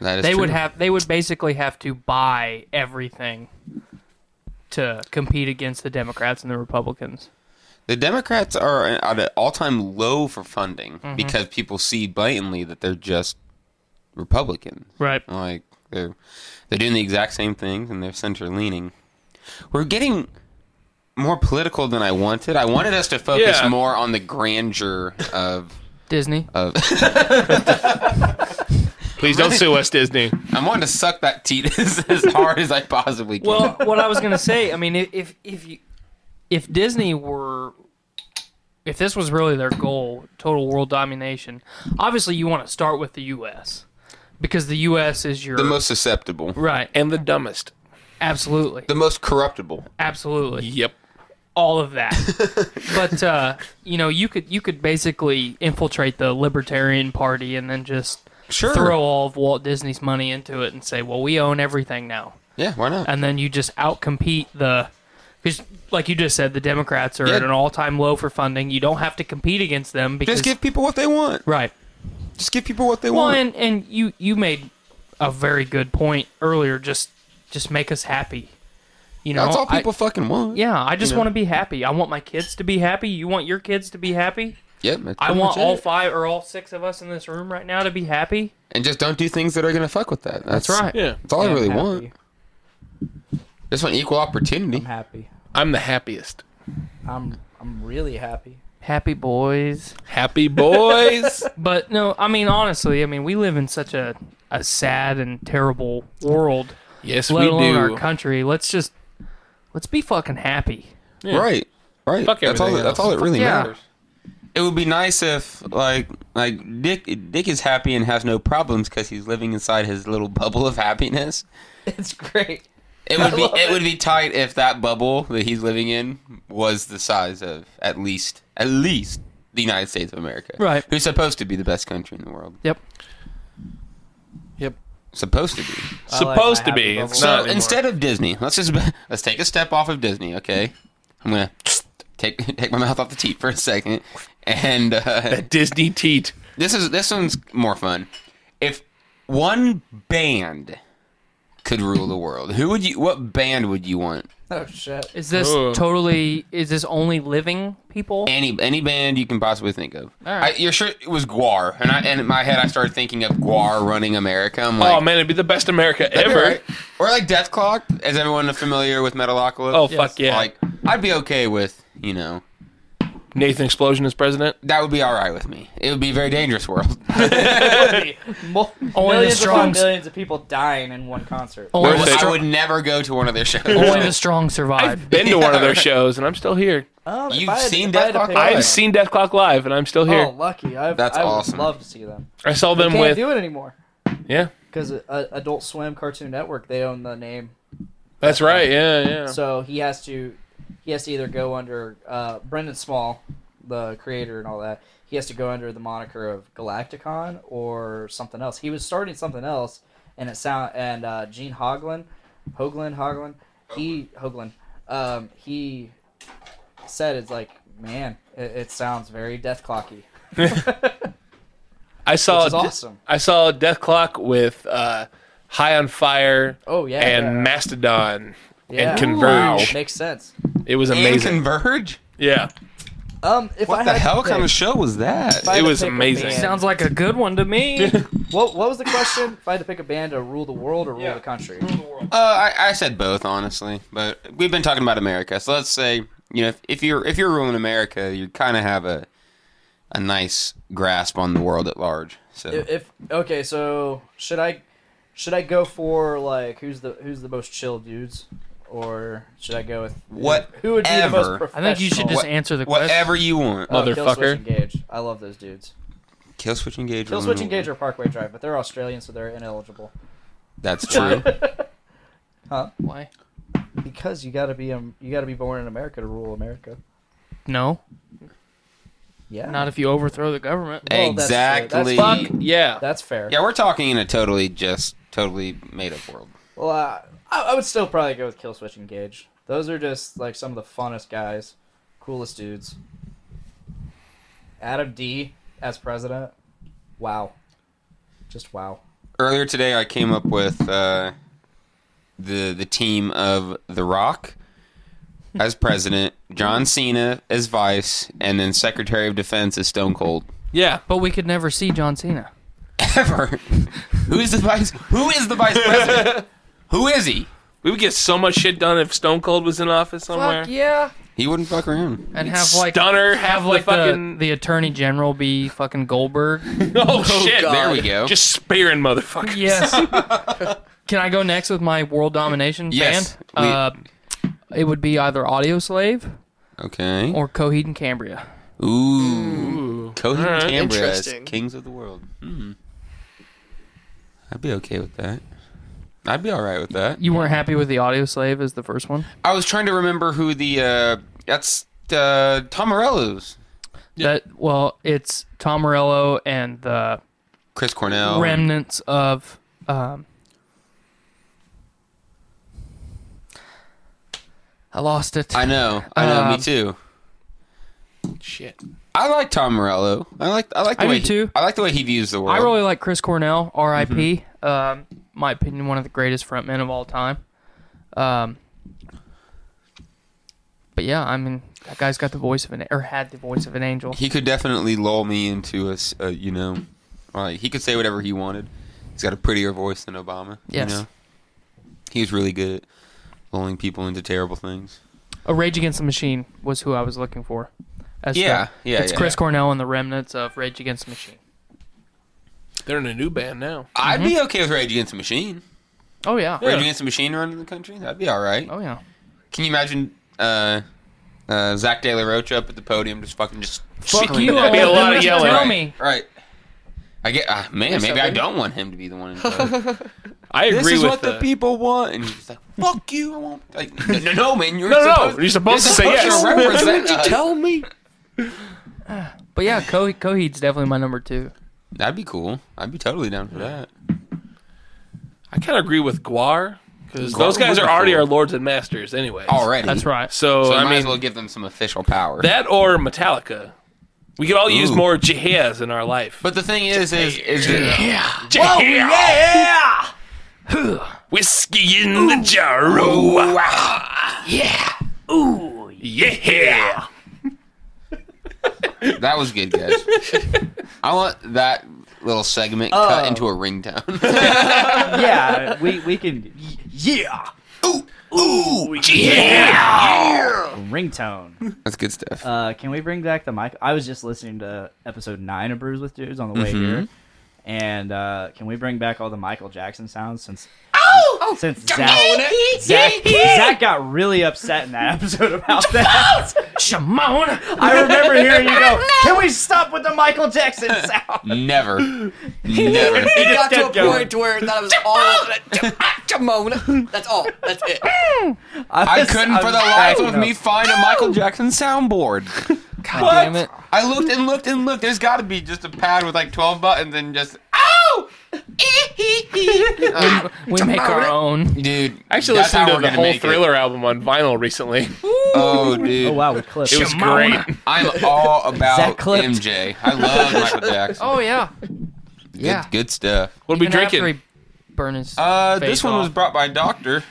Speaker 4: That is
Speaker 7: they would
Speaker 4: true.
Speaker 7: have they would basically have to buy everything to compete against the Democrats and the Republicans.
Speaker 4: The Democrats are at an all-time low for funding
Speaker 7: Mm-hmm.
Speaker 4: because people see blatantly that they're just Republicans.
Speaker 7: Right.
Speaker 4: Like they're they're doing the exact same things and they're center leaning. We're getting more political than I wanted. I wanted us to focus
Speaker 6: Yeah.
Speaker 4: more on the grandeur of
Speaker 7: Disney.
Speaker 4: of
Speaker 6: Please don't sue us, Disney.
Speaker 4: I wanted to suck that teat as, as hard as I possibly can.
Speaker 7: well, what I was gonna say, I mean, if if you if Disney were if this was really their goal, total world domination, obviously you want to start with the U.S. because the U.S. is your
Speaker 4: The most susceptible,
Speaker 7: right.
Speaker 6: And the dumbest.
Speaker 7: Absolutely,
Speaker 4: the most corruptible.
Speaker 7: absolutely,
Speaker 6: Yep.
Speaker 7: all of that. but uh, you know, you could you could basically infiltrate the Libertarian Party and then just
Speaker 4: Sure.
Speaker 7: throw all of Walt Disney's money into it and say, well, we own everything now.
Speaker 4: Yeah, why not?
Speaker 7: and then you just outcompete the because like you just said the democrats are
Speaker 4: Yeah.
Speaker 7: at an all-time low for funding you don't have to compete against them because
Speaker 4: Just give people what they want.
Speaker 7: right
Speaker 4: Just give people what they
Speaker 7: well
Speaker 4: want.
Speaker 7: and, and you you made a very good point earlier just just make us happy you know
Speaker 4: That's all
Speaker 7: I-
Speaker 4: people fucking want.
Speaker 7: yeah i just
Speaker 4: you know.
Speaker 7: want to be happy i want my kids to be happy you want your kids to be happy
Speaker 4: Yep. that's
Speaker 7: i
Speaker 4: pretty
Speaker 7: want
Speaker 4: much
Speaker 7: all
Speaker 4: it.
Speaker 7: five or all six of us in this room right now to be happy
Speaker 4: and just don't do things that are gonna fuck with that. That's,
Speaker 7: that's right
Speaker 6: Yeah.
Speaker 4: That's all I really
Speaker 8: I'm
Speaker 4: want.
Speaker 8: happy.
Speaker 4: Just want equal opportunity.
Speaker 8: I'm happy.
Speaker 6: I'm the happiest.
Speaker 8: I'm I'm really happy.
Speaker 7: happy boys
Speaker 6: Happy boys.
Speaker 7: But no, I mean honestly, I mean we live in such a, a sad and terrible world.
Speaker 6: yes,
Speaker 7: let
Speaker 6: we
Speaker 7: alone our
Speaker 6: do.
Speaker 7: country. Let's just let's be fucking happy.
Speaker 4: Right. Right.
Speaker 6: Fuck
Speaker 4: that's all.
Speaker 6: everything
Speaker 4: That's all that really
Speaker 7: yeah.
Speaker 4: matters. It would be nice if like like Dick Dick is happy and has no problems because he's living inside his little bubble of happiness.
Speaker 8: It's great.
Speaker 4: It would be it, would be tight if that bubble that he's living in was the size of at least at least the United States of America.
Speaker 7: Right.
Speaker 4: Who's supposed to be the best country in the world.
Speaker 7: Yep.
Speaker 6: Yep.
Speaker 4: Supposed to be.
Speaker 6: Supposed
Speaker 8: my
Speaker 6: to
Speaker 8: happy
Speaker 6: be.
Speaker 8: bubble.
Speaker 6: It's
Speaker 4: So
Speaker 6: not anymore.
Speaker 4: instead of Disney, let's just let's take a step off of Disney, okay? I'm gonna take take my mouth off the teat for a second, and uh,
Speaker 6: Disney teat.
Speaker 4: this is this one's more fun. If one band could rule the world, who would you? What band would you want?
Speaker 8: Oh shit.
Speaker 7: Is this
Speaker 6: Ugh.
Speaker 7: totally is this only living people?
Speaker 4: Any any band you can possibly think of.
Speaker 7: All right.
Speaker 4: I, your shirt it was Guar, and I and in my head I started thinking of Guar running America. I'm like,
Speaker 6: Oh man, it'd be the best America
Speaker 4: that'd be
Speaker 6: ever.
Speaker 4: right. Or like Death Clock. Is everyone familiar with Metalocalypse?
Speaker 6: Oh fuck yeah.
Speaker 4: Like I'd be okay with you know
Speaker 6: Nathan Explosion is president.
Speaker 4: That would be all right with me. It would be a very dangerous world.
Speaker 7: Only the
Speaker 8: Millions upon
Speaker 7: strong
Speaker 8: millions of people dying in one concert.
Speaker 6: Oh,
Speaker 7: only
Speaker 4: Where
Speaker 7: the,
Speaker 4: I
Speaker 7: str-
Speaker 4: would never go to one of their shows.
Speaker 7: only the strong survive.
Speaker 6: Been to one of their shows and I'm still here.
Speaker 8: Um, if
Speaker 4: You've
Speaker 8: I had-
Speaker 4: seen
Speaker 8: if I had to
Speaker 4: Deathlock
Speaker 8: pick
Speaker 4: Live?
Speaker 8: one-
Speaker 6: I've seen Death Clock live and I'm still here.
Speaker 8: Oh, lucky! I've,
Speaker 4: That's
Speaker 8: I would
Speaker 4: awesome.
Speaker 8: love to see them.
Speaker 6: I saw
Speaker 8: They
Speaker 6: them
Speaker 8: can't
Speaker 6: with
Speaker 8: do it anymore
Speaker 6: yeah.
Speaker 8: because uh, Adult Swim, Cartoon Network, they own the name.
Speaker 6: That's right. Yeah, yeah.
Speaker 8: So he has to, he has to either go under uh, Brendan Small, the creator and all that. He has to go under the moniker of Galacticon or something else. He was starting something else, and it sound and uh, Gene Hoglan, Hoglan, Hoglan, he Hoglan, um, he said it's like, man, it, it sounds very Death Clocky,
Speaker 6: I saw
Speaker 8: which is
Speaker 6: De-
Speaker 8: awesome.
Speaker 6: I saw Death Clock with uh, High on Fire
Speaker 8: Oh yeah,
Speaker 6: and
Speaker 8: yeah.
Speaker 6: Mastodon
Speaker 8: Yeah.
Speaker 6: and Converge.
Speaker 8: makes sense.
Speaker 6: It was
Speaker 4: And
Speaker 6: amazing.
Speaker 4: Converge?
Speaker 6: yeah.
Speaker 8: Um, if I
Speaker 4: What the
Speaker 8: had to
Speaker 4: hell
Speaker 8: pick-
Speaker 4: kind of show was that?
Speaker 8: if I had
Speaker 6: It
Speaker 8: to
Speaker 6: was
Speaker 8: pick a
Speaker 6: amazing.
Speaker 8: band-
Speaker 7: Sounds like a good one to me.
Speaker 8: What What was the question? If I had to pick a band to rule the world or rule the country?
Speaker 4: Uh, I, I said both, honestly. But we've been talking about America, so let's say you know if, if you're if you're ruling America, you kind of have a a nice grasp on the world at large. So
Speaker 8: If, if okay, so should I should I go for like who's the who's the most chill dudes, or should I go with
Speaker 4: What?
Speaker 8: who would be the most
Speaker 4: Ever.
Speaker 8: professional?
Speaker 7: I think you should just
Speaker 4: What-
Speaker 7: answer the question.
Speaker 4: whatever you want,
Speaker 8: Oh, Killswitch
Speaker 6: Motherfucker.
Speaker 8: Engage. I love those dudes.
Speaker 4: kill switch engage.
Speaker 8: Kill
Speaker 4: rule
Speaker 8: Switch
Speaker 4: the
Speaker 8: Engage
Speaker 4: world.
Speaker 8: or Parkway Drive, but they're Australian, so they're ineligible.
Speaker 4: That's true.
Speaker 7: Why?
Speaker 8: Because you gotta be um, you gotta be born in America to rule America.
Speaker 7: No,
Speaker 8: Yeah,
Speaker 7: not if you overthrow the government.
Speaker 8: Well, that's true. That's
Speaker 4: exactly.
Speaker 8: fuck.
Speaker 6: Yeah.
Speaker 8: that's fair.
Speaker 4: yeah, we're talking in a totally just totally made up world.
Speaker 8: Well, uh, I, I would still probably go with Kill Switch Engage. Those are just like some of the funnest guys, coolest dudes. Adam D as president. Wow. Just wow.
Speaker 4: earlier today I came up with uh, the the team of The Rock as president, John Cena as vice, and then Secretary of Defense as Stone Cold.
Speaker 6: Yeah.
Speaker 7: But we could never see John Cena.
Speaker 4: Ever. Who is the vice? Who is the vice president? Who is he?
Speaker 6: We would get so much shit done if Stone Cold was in office somewhere.
Speaker 7: Fuck yeah.
Speaker 4: He wouldn't fuck around.
Speaker 7: and have like
Speaker 6: Stunner, have,
Speaker 7: have like
Speaker 6: the fucking.
Speaker 7: the, the attorney general be fucking Goldberg.
Speaker 6: oh, shit.
Speaker 4: There we go.
Speaker 6: Just spearing motherfuckers.
Speaker 7: Yes. Can I go next with my world domination
Speaker 4: Yes,
Speaker 7: band? Uh, it would be either Audio Slave
Speaker 4: okay.
Speaker 7: or Coheed and Cambria.
Speaker 4: Ooh, Ooh. Cohen
Speaker 6: Alright.
Speaker 4: Cambria as
Speaker 5: Interesting.
Speaker 4: kings of the world. Hmm. I'd be okay with that. I'd be all right with that.
Speaker 7: You weren't happy with the audio slave as the first one?
Speaker 4: I was trying to remember who the uh that's uh Tom Morello's
Speaker 7: That well, it's Tom Morello and the
Speaker 4: Chris Cornell.
Speaker 7: remnants of um I lost it.
Speaker 4: I know. I know me
Speaker 7: Um,
Speaker 4: too.
Speaker 6: Shit.
Speaker 4: I like Tom Morello. I like I like the
Speaker 7: I
Speaker 4: way
Speaker 7: do too.
Speaker 4: He, I like the way he views the world.
Speaker 7: I really like Chris Cornell, R.I.P. Um, my opinion, one of the greatest frontmen of all time. Um, but yeah, I mean, that guy's got the voice of an or had the voice of an angel.
Speaker 4: he could definitely lull me into a, s- a, you know, like he could say whatever he wanted. He's got a prettier voice than Obama.
Speaker 7: Yes.
Speaker 4: You know? He was really good at lulling people into terrible things.
Speaker 7: A Rage Against the Machine was who I was looking for. As the-
Speaker 4: Yeah, yeah,
Speaker 7: It's
Speaker 4: yeah,
Speaker 7: Chris
Speaker 4: yeah.
Speaker 7: Cornell and the remnants of Rage Against the Machine.
Speaker 6: They're in a new band now.
Speaker 4: I'd be okay with Rage Against the Machine.
Speaker 7: Oh Mm-hmm. yeah.
Speaker 4: Rage Against the Machine running the country. That'd be all right.
Speaker 7: Oh yeah.
Speaker 4: Can you imagine uh, uh, Zach De La Rocha up at the podium just fucking just
Speaker 7: Fuck
Speaker 4: screaming
Speaker 7: you.
Speaker 4: at
Speaker 6: That'd be a
Speaker 7: all.
Speaker 6: lot
Speaker 7: Don't
Speaker 6: of
Speaker 7: you
Speaker 6: yelling.
Speaker 7: Tell me.
Speaker 4: Right. I get uh, man. Maybe I don't want him to be the one. In charge.
Speaker 6: I agree
Speaker 4: this is
Speaker 6: with
Speaker 4: what the,
Speaker 6: the-
Speaker 4: people want, and he's like, "Fuck you, I want." Like, no, no, no, man, you're
Speaker 6: No, no, no,
Speaker 4: supposed,
Speaker 6: you're supposed to say yes.
Speaker 4: represent us.
Speaker 5: me.
Speaker 7: But yeah, Cohe- Coheed's definitely my number two.
Speaker 4: That'd be cool. I'd be totally down for that.
Speaker 6: I kind of agree with Guar because those
Speaker 4: Guar
Speaker 6: guys
Speaker 4: would
Speaker 6: are
Speaker 4: be
Speaker 6: already
Speaker 4: cool.
Speaker 6: our lords and masters anyway.
Speaker 4: Already,
Speaker 7: That's right.
Speaker 6: So,
Speaker 4: So I
Speaker 6: I
Speaker 4: might
Speaker 6: mean,
Speaker 4: as well give them some official power.
Speaker 6: that or Metallica. We could all use
Speaker 4: Ooh.
Speaker 6: more Jihaz in our life.
Speaker 4: but the thing is, is, is that
Speaker 6: Whoa, yeah! Whiskey in the jar. Ooh, yeah. Ooh, yeah.
Speaker 4: that was good, guys. I want that little segment cut
Speaker 8: Oh.
Speaker 4: into a ringtone.
Speaker 8: yeah, we we can. y- Yeah, ringtone.
Speaker 4: That's good stuff.
Speaker 8: Uh, can we bring back the mic? I was just listening to episode nine of Brews with Dudes on the way here, and uh, can we bring back all the Michael Jackson sounds since? Oh, since Zach, Zach, Zach got really upset in that episode about that.
Speaker 7: Shimon.
Speaker 8: I remember hearing you go, "Can we stop with the Michael Jackson sound?"
Speaker 4: Never, never.
Speaker 5: It got to a
Speaker 8: kept going.
Speaker 5: point where that was all. Jamona. That's all. That's it.
Speaker 4: I
Speaker 8: was-
Speaker 4: couldn't
Speaker 8: I
Speaker 4: for the
Speaker 8: was
Speaker 4: life
Speaker 8: cracking
Speaker 4: of
Speaker 8: up.
Speaker 4: me find a Michael Jackson soundboard.
Speaker 7: God damn it.
Speaker 4: I looked and looked and looked. There's got to be just a pad with like 12 buttons and just ow,
Speaker 7: We make our own.
Speaker 4: dude.
Speaker 6: I actually
Speaker 4: that's
Speaker 6: listened
Speaker 4: how
Speaker 6: to
Speaker 4: we're
Speaker 6: the
Speaker 4: gonna
Speaker 6: whole
Speaker 4: make it.
Speaker 6: Thriller album on vinyl recently.
Speaker 4: Oh, dude.
Speaker 8: Oh wow, we clipped.
Speaker 6: It was great.
Speaker 4: I'm all about
Speaker 8: Zach clipped.
Speaker 4: MJ. I love Michael Jackson.
Speaker 7: Oh yeah.
Speaker 4: good,
Speaker 7: yeah.
Speaker 4: good stuff.
Speaker 6: What are we
Speaker 7: Even after
Speaker 6: drinking?
Speaker 7: he burn his
Speaker 4: Uh,
Speaker 7: face
Speaker 4: this one
Speaker 7: off.
Speaker 4: was brought by Doctor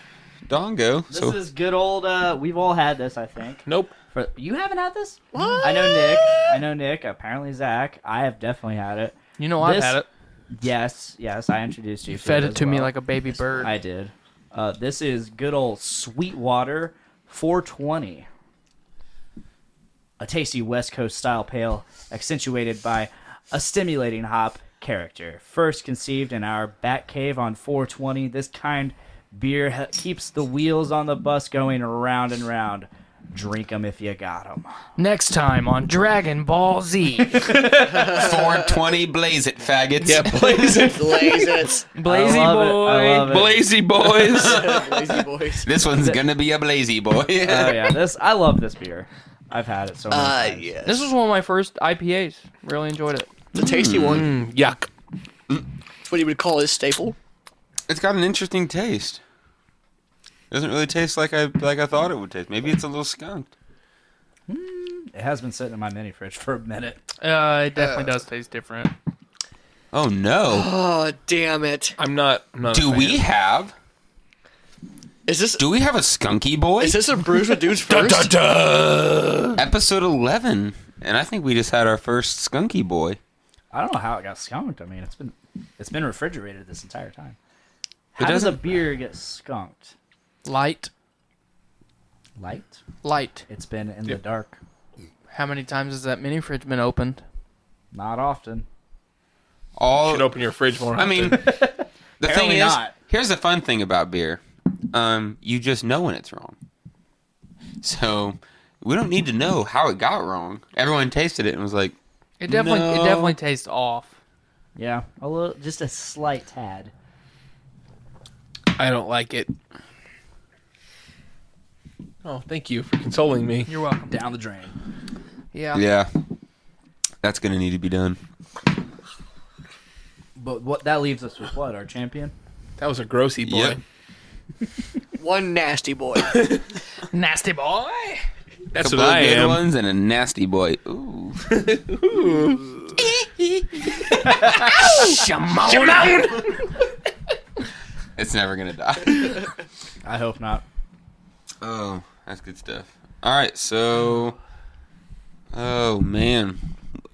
Speaker 4: Dongo.
Speaker 8: This
Speaker 4: so
Speaker 8: is good old. Uh, we've all had this, I think.
Speaker 6: Nope.
Speaker 8: For, you haven't had this? I know Nick. I know Nick. Apparently Zach. I have definitely had it.
Speaker 7: You know I've
Speaker 8: this-
Speaker 7: had it.
Speaker 8: Yes, yes. I introduced you.
Speaker 7: Fed it to me like a baby bird.
Speaker 8: I did. Uh, this is good old Sweetwater 420. A tasty West Coast style pale, accentuated by a stimulating hop character. First conceived in our back cave on 420, this kind beer he- keeps the wheels on the bus going round and round. Drink 'em if you got 'em.
Speaker 7: Next time on Dragon Ball Z,
Speaker 8: uh,
Speaker 4: 420, blaze it, faggots.
Speaker 6: Yeah, Blazy,
Speaker 5: Blaze it.
Speaker 7: Blazy
Speaker 8: I love
Speaker 7: Boy.
Speaker 8: it. I love it. Oh,
Speaker 6: Blazy Boys.
Speaker 5: Lazy boys.
Speaker 4: This one's gonna be a blazy boy.
Speaker 8: Oh yeah, this I love this beer. I've had it so much.
Speaker 5: Uh, yeah.
Speaker 7: This was one of my first IPAs. Really enjoyed it.
Speaker 5: It's a tasty one.
Speaker 6: Yuck.
Speaker 5: It's what he would call his staple.
Speaker 4: It's got an interesting taste. Doesn't really taste like I like I thought it would taste. Maybe it's a little skunked.
Speaker 8: It has been sitting in my mini fridge for a minute.
Speaker 7: Uh, it definitely does taste different.
Speaker 4: Oh no!
Speaker 5: Oh
Speaker 8: Uh,
Speaker 5: damn it!
Speaker 6: I'm not. I'm not a
Speaker 4: Do
Speaker 6: fan.
Speaker 4: we have?
Speaker 5: Is this
Speaker 4: Do we have a skunky boy?
Speaker 5: is this a bruise with dudes first?
Speaker 4: episode 11 and i think we just had our first skunky boy
Speaker 8: I don't know how it got skunked. I mean, it's been it's been refrigerated this entire time. How
Speaker 4: It
Speaker 8: does a
Speaker 4: doesn't-
Speaker 8: beer get skunked?
Speaker 7: Light,
Speaker 8: Light.
Speaker 7: light.
Speaker 8: It's been in the dark.
Speaker 7: How many times has that mini fridge been opened?
Speaker 8: Not often.
Speaker 4: all
Speaker 6: Should open your fridge more.
Speaker 4: i mean the thing
Speaker 8: Apparently
Speaker 4: is
Speaker 8: not.
Speaker 4: here's the fun thing about beer um, you just know when it's wrong so we don't need to know how it got wrong. Everyone tasted it and was like,
Speaker 7: It definitely
Speaker 4: No.
Speaker 7: it definitely tastes off.
Speaker 8: Yeah, a little, just a slight tad.
Speaker 6: I don't like it. Oh, thank you for consoling me.
Speaker 7: You're welcome.
Speaker 8: Down the drain.
Speaker 7: Yeah.
Speaker 4: yeah, that's gonna need to be done.
Speaker 8: But what that leaves us with what? Our champion?
Speaker 6: That was a grossy boy.
Speaker 4: Yep.
Speaker 5: One nasty boy.
Speaker 7: Nasty boy.
Speaker 6: That's
Speaker 4: Couple
Speaker 6: what I
Speaker 4: of good
Speaker 6: am.
Speaker 4: ones and a nasty boy. Ooh, it's never gonna die.
Speaker 8: I hope not.
Speaker 4: Oh, that's good stuff. All right, so, oh man,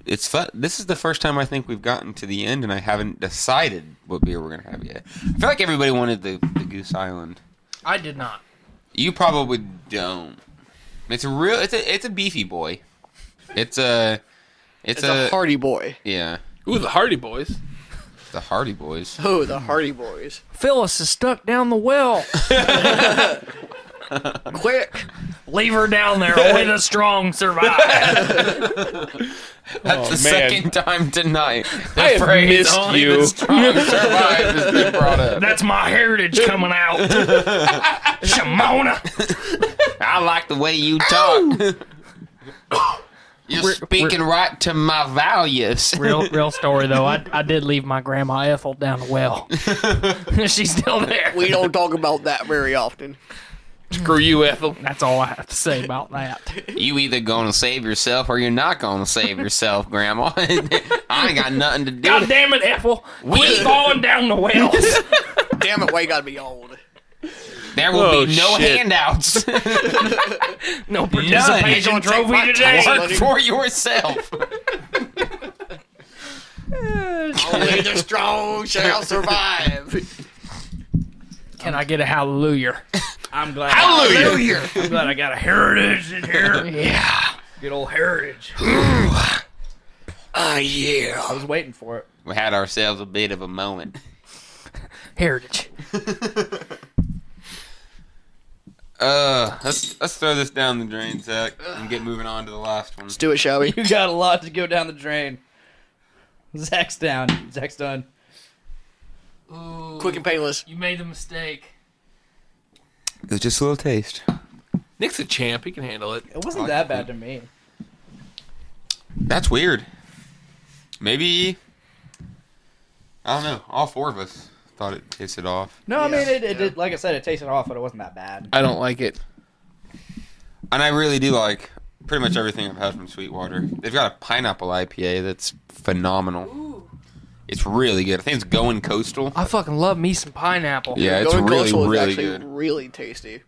Speaker 4: it's fun. This is the first time I think we've gotten to the end, and I haven't decided what beer we're gonna have yet. I feel like everybody wanted the, the Goose Island.
Speaker 7: I did not.
Speaker 4: You probably don't. It's a real. It's a. It's a beefy boy. It's a. It's,
Speaker 5: It's a Hardy Boy.
Speaker 4: yeah.
Speaker 6: Ooh, the Hardy Boys.
Speaker 4: The Hardy Boys.
Speaker 5: Oh, the Hardy Boys.
Speaker 7: Phyllis is stuck down the well.
Speaker 5: Quick!
Speaker 9: Leave her down there. Only the strong survive.
Speaker 4: That's
Speaker 6: Oh,
Speaker 4: the
Speaker 6: man.
Speaker 4: second time tonight. The
Speaker 6: I have
Speaker 4: phrase
Speaker 6: missed
Speaker 4: "Only
Speaker 6: you."
Speaker 4: The strong survive has been brought up.
Speaker 9: That's my heritage coming out. Shimona.
Speaker 4: I like the way you talk. You're speaking right to my values.
Speaker 9: Real, real story though. I, I did leave my grandma Ethel down the well. She's still there.
Speaker 5: We don't talk about that very often.
Speaker 6: Screw you, Ethel.
Speaker 9: That's all I have to say about that.
Speaker 4: You either gonna save yourself or you're not gonna save yourself, Grandma. I ain't got nothing to do.
Speaker 9: God
Speaker 4: with it.
Speaker 9: damn it, Ethel. Quit falling down the wells.
Speaker 5: Damn it, why you gotta be old?
Speaker 4: There will
Speaker 6: Oh,
Speaker 4: be no
Speaker 6: shit.
Speaker 4: handouts.
Speaker 9: No
Speaker 4: Ain't
Speaker 9: participation trophy today.
Speaker 4: Work for yourself.
Speaker 5: Only the strong shall survive.
Speaker 9: Can I get a hallelujah?
Speaker 8: I'm glad.
Speaker 4: Hallelujah.
Speaker 8: I'm glad I got a
Speaker 9: Heritage in here. Yeah. Good old heritage.
Speaker 5: Ah, yeah.
Speaker 8: I was waiting for it.
Speaker 4: We had ourselves a bit of a moment.
Speaker 9: Heritage.
Speaker 4: Uh, let's let's throw this down the drain, Zach, and get moving on to the last one.
Speaker 5: Let's do it, shall we?
Speaker 8: You got a lot to go down the drain. Zach's down. Zach's done.
Speaker 5: Quick and painless.
Speaker 9: You made the mistake.
Speaker 4: It's just a little taste.
Speaker 6: Nick's a champ. He can handle it.
Speaker 8: It wasn't that bad to me.
Speaker 4: That's weird. Maybe I don't know. All four of us thought it tasted off,
Speaker 8: No, I mean it, it did. Like I said, it tasted off, but it wasn't that bad.
Speaker 6: I don't like it.
Speaker 4: and I really do like pretty much everything I've had from Sweetwater. They've got a pineapple IPA that's phenomenal. It's really good. I think it's going coastal.
Speaker 7: I fucking love me some pineapple.
Speaker 4: Yeah, it's
Speaker 5: Golden
Speaker 4: really
Speaker 5: Coastal is
Speaker 4: really
Speaker 5: actually
Speaker 4: good.
Speaker 5: really tasty.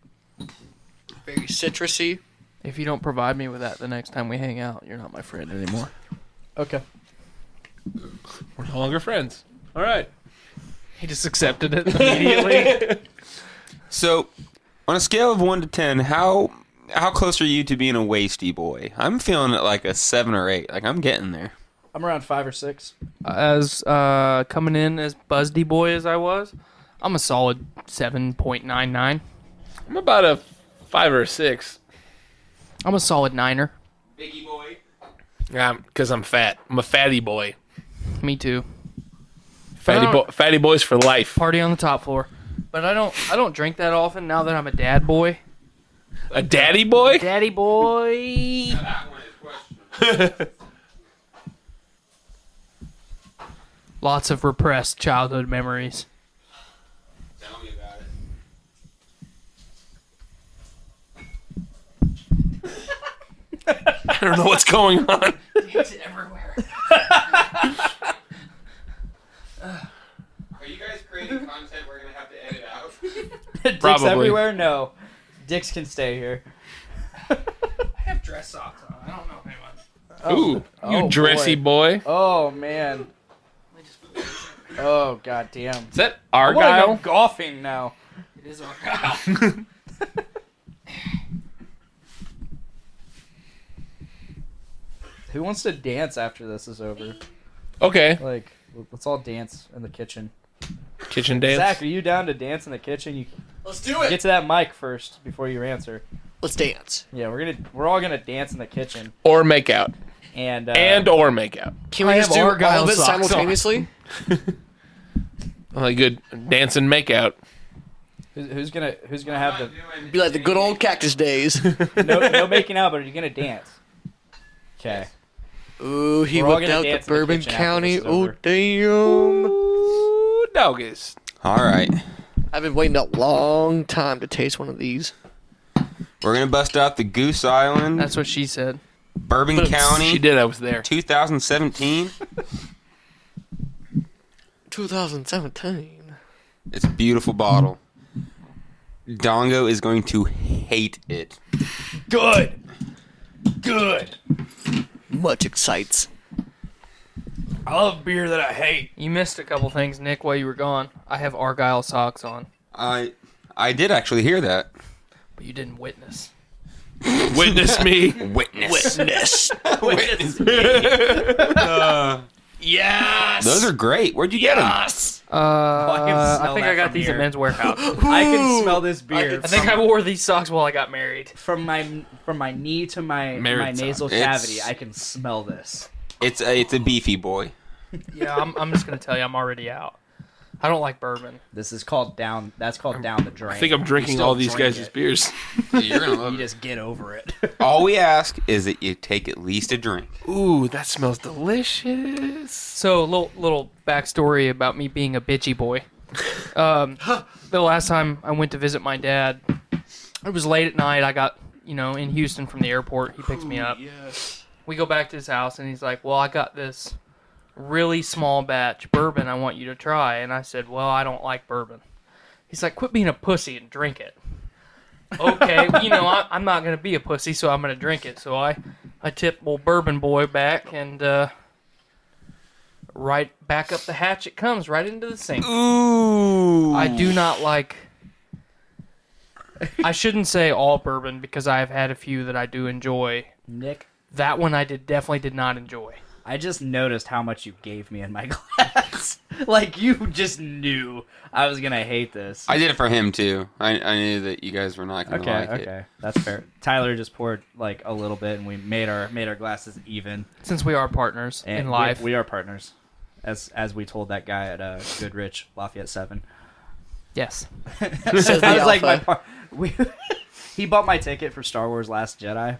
Speaker 5: Very citrusy.
Speaker 7: If you don't provide me with that the next time we hang out, you're not my friend anymore.
Speaker 8: Okay.
Speaker 6: We're no longer friends. All right.
Speaker 9: He just accepted it immediately.
Speaker 4: So, on a scale of one to ten, how how close are you to being a wasty boy? I'm feeling it like a seven or eight. Like I'm getting there.
Speaker 8: I'm around five or six.
Speaker 7: As uh, coming in as Buzzy boy as I was, I'm a solid seven point nine nine.
Speaker 6: I'm about a five or a six.
Speaker 7: I'm a solid niner.
Speaker 4: Biggie boy.
Speaker 6: Yeah, because I'm fat. I'm a fatty boy.
Speaker 7: Me too.
Speaker 6: Fatty,
Speaker 7: Oh.
Speaker 6: bo- fatty boys for life.
Speaker 7: Party on the top floor. But I don't I don't drink that often now that I'm a dad boy.
Speaker 6: A daddy boy?
Speaker 7: Daddy boy. Lots of repressed childhood memories.
Speaker 4: Tell me about it.
Speaker 6: I don't know what's going on.
Speaker 4: Are you guys creating content we're gonna have to edit out?
Speaker 6: Probably.
Speaker 8: Dicks everywhere. No, dicks can stay here.
Speaker 7: I have dress socks on. I don't know anyone.
Speaker 6: Ooh, you
Speaker 8: Oh,
Speaker 6: dressy boy.
Speaker 8: Oh man. Oh god damn.
Speaker 6: Is that
Speaker 8: I want to go
Speaker 6: Argyle?
Speaker 8: golfing now.
Speaker 7: It is our
Speaker 8: Who wants to dance after this is over?
Speaker 6: Okay.
Speaker 8: Like, let's all dance in the kitchen.
Speaker 6: Kitchen dance.
Speaker 8: Zach, are you down to dance in the kitchen? You
Speaker 5: Let's do it!
Speaker 8: get to that mic first before you answer.
Speaker 5: Let's dance.
Speaker 10: Yeah, we're gonna we're all gonna dance in the kitchen
Speaker 6: or make out
Speaker 10: and uh,
Speaker 6: and or make out.
Speaker 5: Can we
Speaker 7: I
Speaker 5: just
Speaker 7: have
Speaker 5: do all
Speaker 7: Argyle
Speaker 5: of it
Speaker 7: socks on.
Speaker 5: simultaneously?
Speaker 6: Only good dance and make out.
Speaker 10: who's, who's gonna who's gonna have
Speaker 5: Be like the good old cactus days.
Speaker 10: the no, no making out, but you're gonna dance. Okay.
Speaker 5: Ooh, he
Speaker 10: We're all
Speaker 5: whipped
Speaker 10: gonna
Speaker 5: out the
Speaker 10: dance in the
Speaker 5: Bourbon
Speaker 10: kitchen after
Speaker 5: County.
Speaker 10: this is
Speaker 5: Oh
Speaker 10: over.
Speaker 5: damn!
Speaker 6: Ooh, doggies.
Speaker 4: All right.
Speaker 5: I've been waiting a long time to taste one of these.
Speaker 4: We're going to bust out the Goose Island,
Speaker 7: That's what she said.
Speaker 4: Bourbon County,
Speaker 6: She did. I was there.
Speaker 4: 2017.
Speaker 5: 2017.
Speaker 4: It's a beautiful bottle. Dongo is going to hate it.
Speaker 10: Good. Good.
Speaker 5: Much excites.
Speaker 10: I love beer that I hate.
Speaker 7: You missed a couple things, Nick, while you were gone. I have Argyle socks on,
Speaker 4: I I did actually hear that.
Speaker 7: but you didn't witness.
Speaker 6: Witness me.
Speaker 4: Witness.
Speaker 5: Witness.
Speaker 4: Yes. Uh, Those are great. Where'd you get them?
Speaker 7: Uh,
Speaker 10: can
Speaker 7: I
Speaker 10: smell
Speaker 7: think
Speaker 10: that
Speaker 7: I got
Speaker 10: from
Speaker 7: these
Speaker 10: here.
Speaker 7: at Men's Warehouse.
Speaker 10: I can smell this beer.
Speaker 7: I think I wore these socks while I got married.
Speaker 8: From my from my knee to my
Speaker 6: Married
Speaker 8: my
Speaker 6: son.
Speaker 8: nasal
Speaker 4: It's-
Speaker 8: cavity, I can smell this.
Speaker 4: It's a it's a beefy boy.
Speaker 7: Yeah, I'm, I'm just gonna tell you, I'm already out. I don't like bourbon.
Speaker 8: This is called down. That's called down the drain.
Speaker 6: I think I'm drinking all these guys' beers.
Speaker 4: You're gonna love
Speaker 8: you just get over it.
Speaker 4: All we ask is that you take at least a drink.
Speaker 6: Ooh, that smells delicious.
Speaker 7: So, little little backstory about me being a bitchy boy. Um, the last time I went to visit my dad, it was late at night. I got you know in Houston from the airport. He picks me up. We go back to his house, and he's like, "Well, I got this really small batch bourbon. I want you to try." And I said, "Well, I don't like bourbon." He's like, "Quit being a pussy and drink it." okay, you know I, I'm not gonna be a pussy, so I'm gonna drink it. So I, I tip old bourbon boy back and. uh right back up the hatch it comes right into the sink
Speaker 4: Ooh.
Speaker 7: i do not like i shouldn't say all bourbon because i've had a few that i do enjoy
Speaker 8: Nick,
Speaker 7: that one i did definitely did not enjoy
Speaker 8: I just noticed how much you gave me in my glass. like you just knew I was gonna hate this.
Speaker 4: I did it for him too. I, I knew that you guys were not gonna
Speaker 8: Okay,
Speaker 4: like it.
Speaker 8: okay, that's fair. Tyler just poured like a little bit, and we made our made our glasses even.
Speaker 7: since we are partners
Speaker 8: And
Speaker 7: in
Speaker 8: we-
Speaker 7: life
Speaker 8: we, are partners, as as we told that guy at uh, Goodrich Lafayette Seven.
Speaker 7: yes
Speaker 5: Says the
Speaker 8: I was like, my
Speaker 5: alpha.
Speaker 8: par- we, he bought my ticket for Star Wars Last Jedi,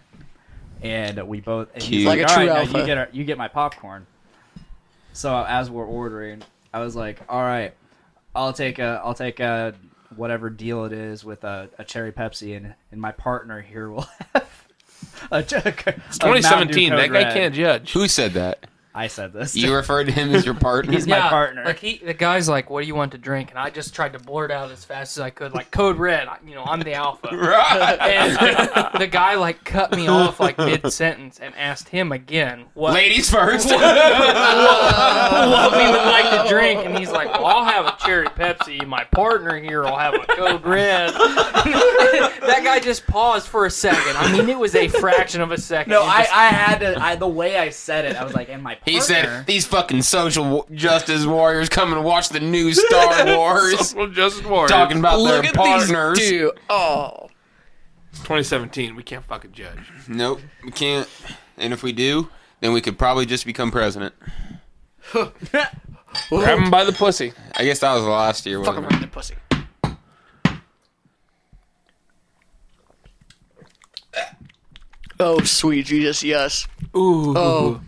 Speaker 8: and we both and he's
Speaker 4: Cute.
Speaker 8: like,
Speaker 5: Like a
Speaker 8: all right,
Speaker 5: true
Speaker 8: now
Speaker 5: alpha.
Speaker 8: you get our, you get my popcorn. So as we're ordering, I was like, all right, I'll take a I'll take a whatever deal it is with a, a cherry Pepsi, and and my partner here will have. A, ch- a, it's
Speaker 6: 2017. That guy can't judge.
Speaker 4: Who said that?
Speaker 8: I said this.
Speaker 4: You referred to him as your partner.
Speaker 8: He's my partner.
Speaker 7: like he the guy's like what do you want to drink and i just tried to blurt out as fast as i could like code red I- you know i'm the alpha
Speaker 4: Right.
Speaker 7: and the guy like cut me off like mid-sentence and asked him again what
Speaker 4: Ladies first.
Speaker 7: what we would like to drink, and he's like, "Well, I'll have a cherry Pepsi. My partner here will have a Code Red." that guy just paused for a second. I mean, it was a fraction of a second.
Speaker 8: No,
Speaker 7: It
Speaker 8: I,
Speaker 7: just-
Speaker 8: I had to. I, the way I said it, I was like, and my partner.
Speaker 4: He said, "These fucking social wa- justice warriors coming to watch the new Star Wars,
Speaker 6: Social Justice Warriors.
Speaker 4: talking about
Speaker 5: Look
Speaker 4: their
Speaker 5: at
Speaker 4: partners."
Speaker 5: these two. Oh,
Speaker 6: 2017. We can't fucking judge.
Speaker 4: Nope, we can't. And if we do, then we could probably just become president.
Speaker 6: Grab him by the pussy.
Speaker 4: I guess that was last year.
Speaker 5: fucking
Speaker 4: Wasn't
Speaker 5: right in
Speaker 4: it?
Speaker 5: the pussy. Oh, sweet Jesus, yes.
Speaker 6: Ooh.
Speaker 5: Oh,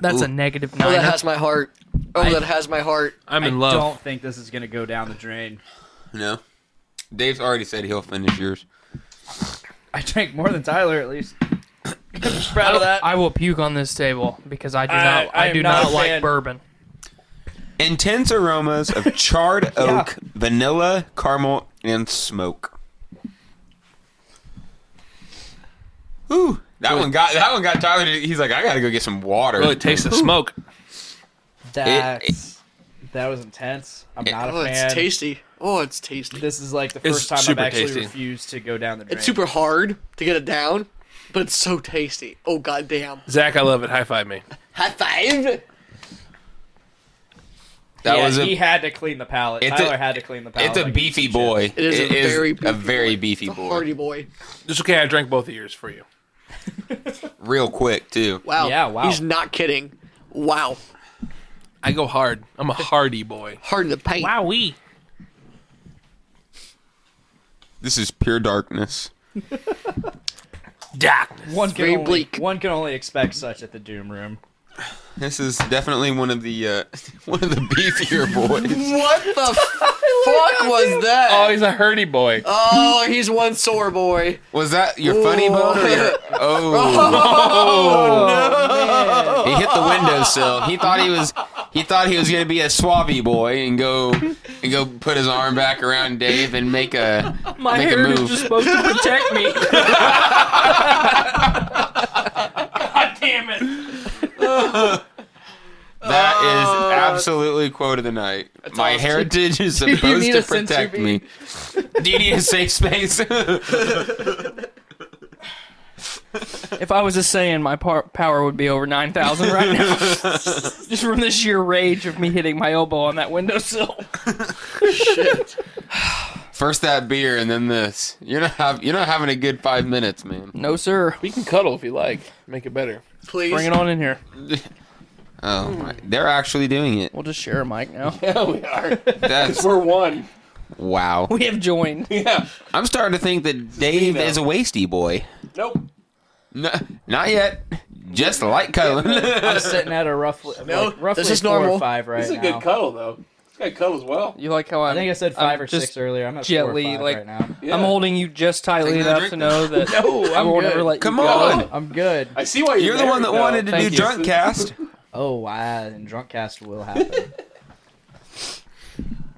Speaker 7: that's a negative
Speaker 5: oh
Speaker 7: nine.
Speaker 5: that has my heart. Oh, that has my heart.
Speaker 6: I'm in
Speaker 8: I
Speaker 6: love.
Speaker 8: don't think this is gonna go down the drain.
Speaker 4: No, Dave's already said he'll finish yours.
Speaker 8: I drank more than Tyler, at least.
Speaker 10: proud of that.
Speaker 7: I will puke on this table because I do
Speaker 10: I-
Speaker 7: not.
Speaker 10: I
Speaker 7: I,
Speaker 10: am
Speaker 7: do
Speaker 10: not
Speaker 7: not,
Speaker 10: a fan.
Speaker 7: like bourbon.
Speaker 4: Intense aromas of charred oak, vanilla, caramel, and smoke. Ooh, that one got that one got Tyler. to- He's like, I gotta go get some water.
Speaker 6: Really taste the smoke.
Speaker 8: That's that was intense. I'm not a
Speaker 5: Oh,
Speaker 8: fan.
Speaker 5: it's tasty. Oh, it's tasty.
Speaker 8: This is like the
Speaker 6: It's
Speaker 8: first time I've
Speaker 6: super
Speaker 8: actually
Speaker 6: tasty.
Speaker 8: refused to go down the drain.
Speaker 5: It's super hard to get it down, but it's so tasty. Oh, goddamn.
Speaker 6: Zach, I love it. High five me.
Speaker 5: High five.
Speaker 4: That
Speaker 8: yeah,
Speaker 4: was a-
Speaker 8: he had to clean the palate.
Speaker 4: It's
Speaker 8: Tyler
Speaker 4: a-
Speaker 8: had to clean the palate.
Speaker 4: It's a
Speaker 8: like,
Speaker 4: beefy boy.
Speaker 5: It is a very beefy
Speaker 4: a very beefy boy.
Speaker 5: Hardy boy.
Speaker 6: It's okay. I drank both ears for you.
Speaker 4: Real quick too.
Speaker 5: Wow.
Speaker 8: Yeah, wow.
Speaker 5: He's not kidding. Wow.
Speaker 6: I go hard. I'm a hardy boy.
Speaker 5: Hard in the paint.
Speaker 7: we.
Speaker 4: This is pure darkness.
Speaker 6: Darkness.
Speaker 8: One can
Speaker 5: very
Speaker 8: only,
Speaker 5: bleak.
Speaker 8: One can only expect such at the Doom Room.
Speaker 4: This is definitely one of the uh, one of the beefier boys.
Speaker 5: What the f- fuck was
Speaker 6: Oh,
Speaker 5: that?
Speaker 6: he's a hardy boy.
Speaker 5: Oh, he's one sore boy.
Speaker 4: Was that your funny bone or your? Oh,
Speaker 5: Oh,
Speaker 4: he hit the windowsill. He thought he was he thought he was gonna be a swabby boy and go and go put his arm back around Dave and make a
Speaker 7: My
Speaker 4: make a
Speaker 7: hair is
Speaker 4: move.
Speaker 7: just supposed to protect me. God damn it.
Speaker 5: Oh.
Speaker 4: That is absolutely quote of the night. My heritage is supposed
Speaker 5: need
Speaker 4: to
Speaker 5: a sensu
Speaker 4: protect me.
Speaker 5: bean?
Speaker 4: Do you need a safe space?
Speaker 7: If I was a Saiyan, my par- power would be over 9,000 right now. just from the sheer rage of me hitting my elbow on that windowsill.
Speaker 4: First that beer and then this. You're not have, you're not having a good five minutes, man.
Speaker 7: No, sir.
Speaker 6: We can cuddle if you like. Make it better.
Speaker 5: Please.
Speaker 7: Bring it on in here.
Speaker 4: Oh my! They're actually doing it.
Speaker 7: We'll just share a mic now.
Speaker 4: That's
Speaker 6: We're one.
Speaker 4: wow.
Speaker 7: We have joined.
Speaker 4: I'm starting to think that Dave is a wasty boy.
Speaker 6: Nope.
Speaker 4: No, not yet. Just like Cullen.
Speaker 8: I'm sitting at a roughly
Speaker 5: No,
Speaker 8: like, roughly
Speaker 5: this is
Speaker 8: four
Speaker 5: normal.
Speaker 8: or five right
Speaker 6: This is a
Speaker 8: now.
Speaker 6: good cuddle though. This guy cuddles well.
Speaker 7: You like how I'm,
Speaker 8: I think I said 5
Speaker 7: I'm
Speaker 8: or
Speaker 7: just
Speaker 8: six earlier. I'm at
Speaker 7: gently,
Speaker 8: four or five
Speaker 7: like-
Speaker 8: right now.
Speaker 6: Yeah.
Speaker 7: I'm holding you just tightly
Speaker 4: Take another
Speaker 7: enough to
Speaker 4: drink.
Speaker 7: know that
Speaker 6: No,
Speaker 7: I
Speaker 6: I'm
Speaker 7: won't
Speaker 6: good.
Speaker 7: ever let
Speaker 4: Come
Speaker 7: you go.
Speaker 4: on.
Speaker 8: I'm good.
Speaker 6: I see why you're,
Speaker 4: You're the one that
Speaker 6: married,
Speaker 4: wanted to
Speaker 7: Thank
Speaker 4: do
Speaker 7: you.
Speaker 4: drunk cast.
Speaker 8: Oh wow! And drunk cast will happen.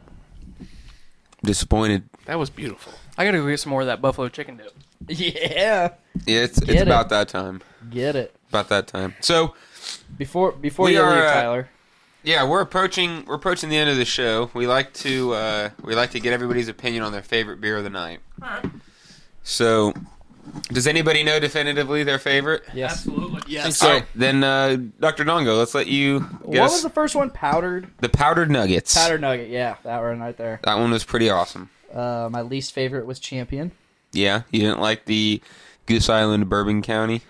Speaker 4: Disappointed.
Speaker 6: though. That was beautiful.
Speaker 7: I gotta go get some more of that buffalo chicken dip.
Speaker 8: yeah,
Speaker 4: Yeah, it's it's
Speaker 8: Get it.
Speaker 4: about that time.
Speaker 8: get it
Speaker 4: About that time. So
Speaker 8: before before
Speaker 4: We
Speaker 8: you
Speaker 4: are,
Speaker 8: leave,
Speaker 4: uh,
Speaker 8: Tyler.
Speaker 4: yeah, we're approaching we're approaching the end of the show. We like to uh, we like to get everybody's opinion on their favorite beer of the night. So, does anybody know definitively their favorite?
Speaker 8: Yes.
Speaker 5: Yes.
Speaker 4: All right, then uh, Dr. Dongo, let's let you
Speaker 8: What
Speaker 4: guess
Speaker 8: was the first one? Powdered
Speaker 4: the powdered nuggets.
Speaker 8: powdered nugget. Yeah, that one right there.
Speaker 4: That one was pretty awesome.
Speaker 8: Uh, my least favorite was champion.
Speaker 4: Yeah, you didn't like the Goose Island Bourbon County.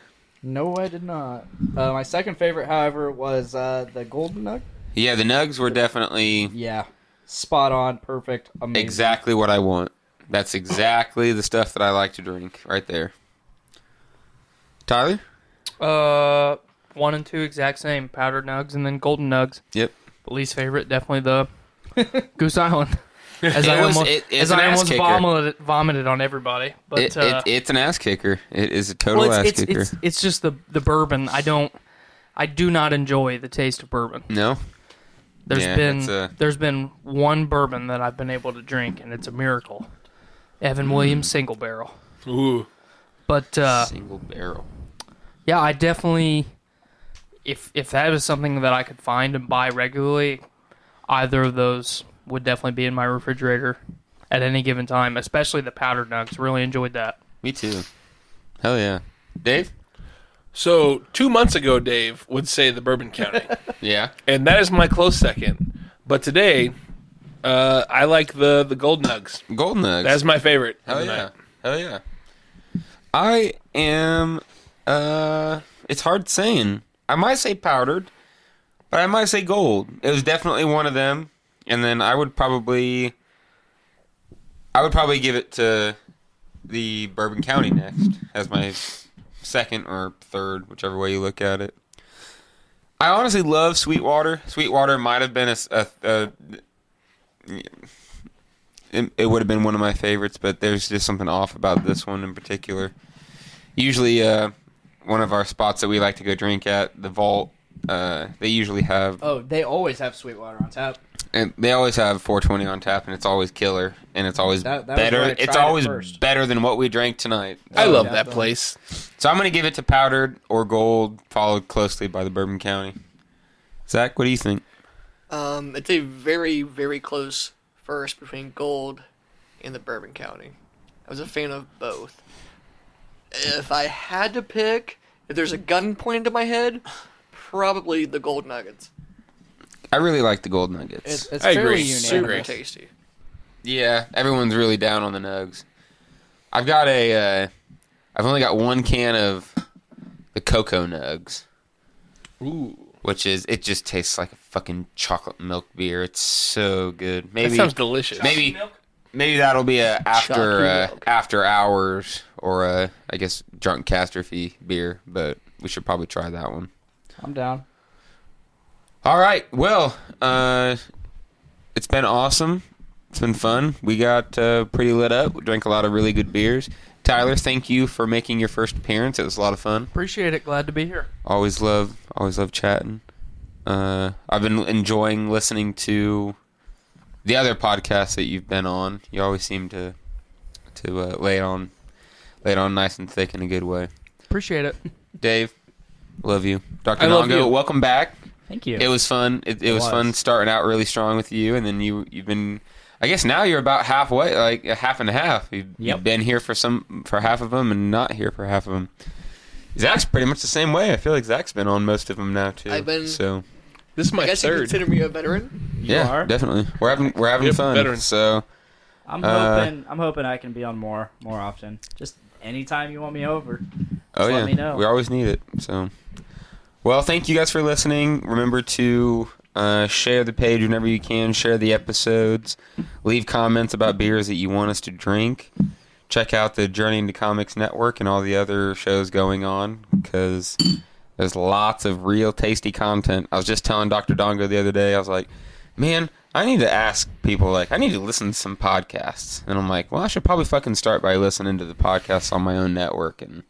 Speaker 8: No, I did not. Uh, my second favorite, however, was uh, the golden nugget.
Speaker 4: Yeah, the nugs were definitely
Speaker 8: Yeah, spot on, perfect, amazing.
Speaker 4: exactly what I want. That's exactly the stuff that I like to drink right there. Tyler?
Speaker 7: Uh, one and two exact same powdered nugs and then golden nugs.
Speaker 4: Yep.
Speaker 7: But least favorite, definitely the Goose Island. As
Speaker 4: It
Speaker 7: I
Speaker 4: was-
Speaker 7: almost,
Speaker 4: it- it's
Speaker 7: as
Speaker 4: an
Speaker 7: I
Speaker 4: ass
Speaker 7: almost
Speaker 4: kicker.
Speaker 7: vomited, vomited on everybody. But
Speaker 4: It,
Speaker 7: uh,
Speaker 4: it, it's an ass kicker. It is a total
Speaker 7: well,
Speaker 4: ass
Speaker 7: it's, it's,
Speaker 4: kicker.
Speaker 7: it's, it's just the the bourbon. I don't, I do not enjoy the taste of bourbon.
Speaker 4: no?
Speaker 7: There's
Speaker 4: Yeah, it's,
Speaker 7: been
Speaker 4: uh,
Speaker 7: there's been one bourbon that I've been able to drink, and it's a miracle.
Speaker 4: Mm.
Speaker 7: Evan Williams Single Barrel.
Speaker 6: Ooh.
Speaker 7: But uh,
Speaker 4: Single barrel.
Speaker 7: yeah, I definitely if if that was something that I could find and buy regularly, either of those would definitely be in my refrigerator at any given time. Especially the powdered nugs. Really enjoyed that.
Speaker 4: Me too. Hell yeah. Dave?
Speaker 6: So two months ago, Dave would say the Bourbon County,
Speaker 4: Yeah.
Speaker 6: and that is my close second. But today, uh, I like the the Gold Nugs.
Speaker 4: Gold nugs.
Speaker 6: That's my favorite. of
Speaker 4: Hell
Speaker 6: the
Speaker 4: yeah.
Speaker 6: night.
Speaker 4: Hell yeah. I am uh it's hard saying. I might say powdered, but I might say gold. It was definitely one of them. And then I would probably I would probably give it to the Bourbon County next as my second or third, whichever way you look at it. I honestly love Sweetwater. Sweetwater might have been a, s- a- a- it, it would have been one of my favorites, but there's just something off about this one in particular. Usually, uh, one of our spots that we like to go drink at the Vault, uh, they usually have,
Speaker 8: Oh, they always have Sweetwater on tap.
Speaker 4: and they always have 420 on tap, and it's always killer, and it's always
Speaker 8: That- that was
Speaker 4: better.
Speaker 8: where I
Speaker 4: it's
Speaker 8: tried it
Speaker 4: always
Speaker 8: first.
Speaker 4: better than what we drank tonight.
Speaker 6: I
Speaker 8: Oh,
Speaker 6: love
Speaker 8: yeah,
Speaker 6: that
Speaker 8: the-
Speaker 6: place.
Speaker 4: So I'm gonna give it to Powdered or Gold, followed closely by the Bourbon County. Zach, what do you think?
Speaker 5: Um, it's a very, very close first between Gold and the Bourbon County. I was a fan of both. If I had to pick, if there's a gun pointed to my head, probably the Gold Nuggets.
Speaker 4: I really like the gold nuggets.
Speaker 10: It's- it's I fairly agree. unanimous. Super
Speaker 5: tasty.
Speaker 4: Yeah, everyone's really down on the nugs. I've got a. Uh, I've only got one can of the cocoa nugs.
Speaker 11: Ooh.
Speaker 4: Which is it just tastes like a fucking chocolate milk beer. It's so good. Maybe
Speaker 11: sounds delicious.
Speaker 4: Maybe
Speaker 11: Chocolate milk?
Speaker 4: maybe that'll be a after
Speaker 11: Chocolate
Speaker 4: uh, after hours or a I guess drunk catastrophe beer, but we should probably try that one.
Speaker 10: I'm down.
Speaker 4: All right. Well, uh, it's been awesome. It's been fun. We got uh, pretty lit up. We drank a lot of really good beers. Tyler, thank you for making your first appearance. It was a lot of fun.
Speaker 7: Appreciate it. Glad to be here.
Speaker 4: Always love, always love chatting. Uh, I've been enjoying listening to the other podcasts that you've been on. You always seem to to uh, lay it on, lay it on nice and thick in a good way.
Speaker 7: Appreciate it.
Speaker 4: Dave, love you. Dr.
Speaker 11: I love you.
Speaker 4: Nongo, welcome back.
Speaker 10: Thank you.
Speaker 4: It was fun. It, it, was,
Speaker 10: was.
Speaker 4: fun starting out really strong with you, and then you you've been. I guess now you're about halfway, like uh, half and half. You've,
Speaker 10: Yep.
Speaker 4: you've been here for some for half of them, and not here for half of them. Zach's pretty much the same way. I feel like Zach's been on most of them now too.
Speaker 5: I've been-
Speaker 4: so
Speaker 11: This is my
Speaker 5: I guess you
Speaker 11: third.
Speaker 5: consider me a veteran.
Speaker 4: yeah,
Speaker 10: are?
Speaker 4: definitely. We're having we're having
Speaker 11: Yep,
Speaker 4: fun.
Speaker 11: veteran.
Speaker 4: So
Speaker 8: I'm
Speaker 4: Uh,
Speaker 8: hoping I'm hoping I can be on more more often. Just anytime you want me over. Just
Speaker 4: oh
Speaker 8: let
Speaker 4: yeah,
Speaker 8: me know.
Speaker 4: we always need it. So well, thank you guys for listening. Remember to. Uh, share the page whenever you can. Share the episodes. Leave comments about beers that you want us to drink. check out the Journey into Comics Network and all the other shows going on because there's lots of real tasty content. I was just telling Dr. Dongo the other day, I was like, man, I need to ask people, like, I need to listen to some podcasts. And I'm like, well, I should probably fucking start by listening to the podcasts on my own network. And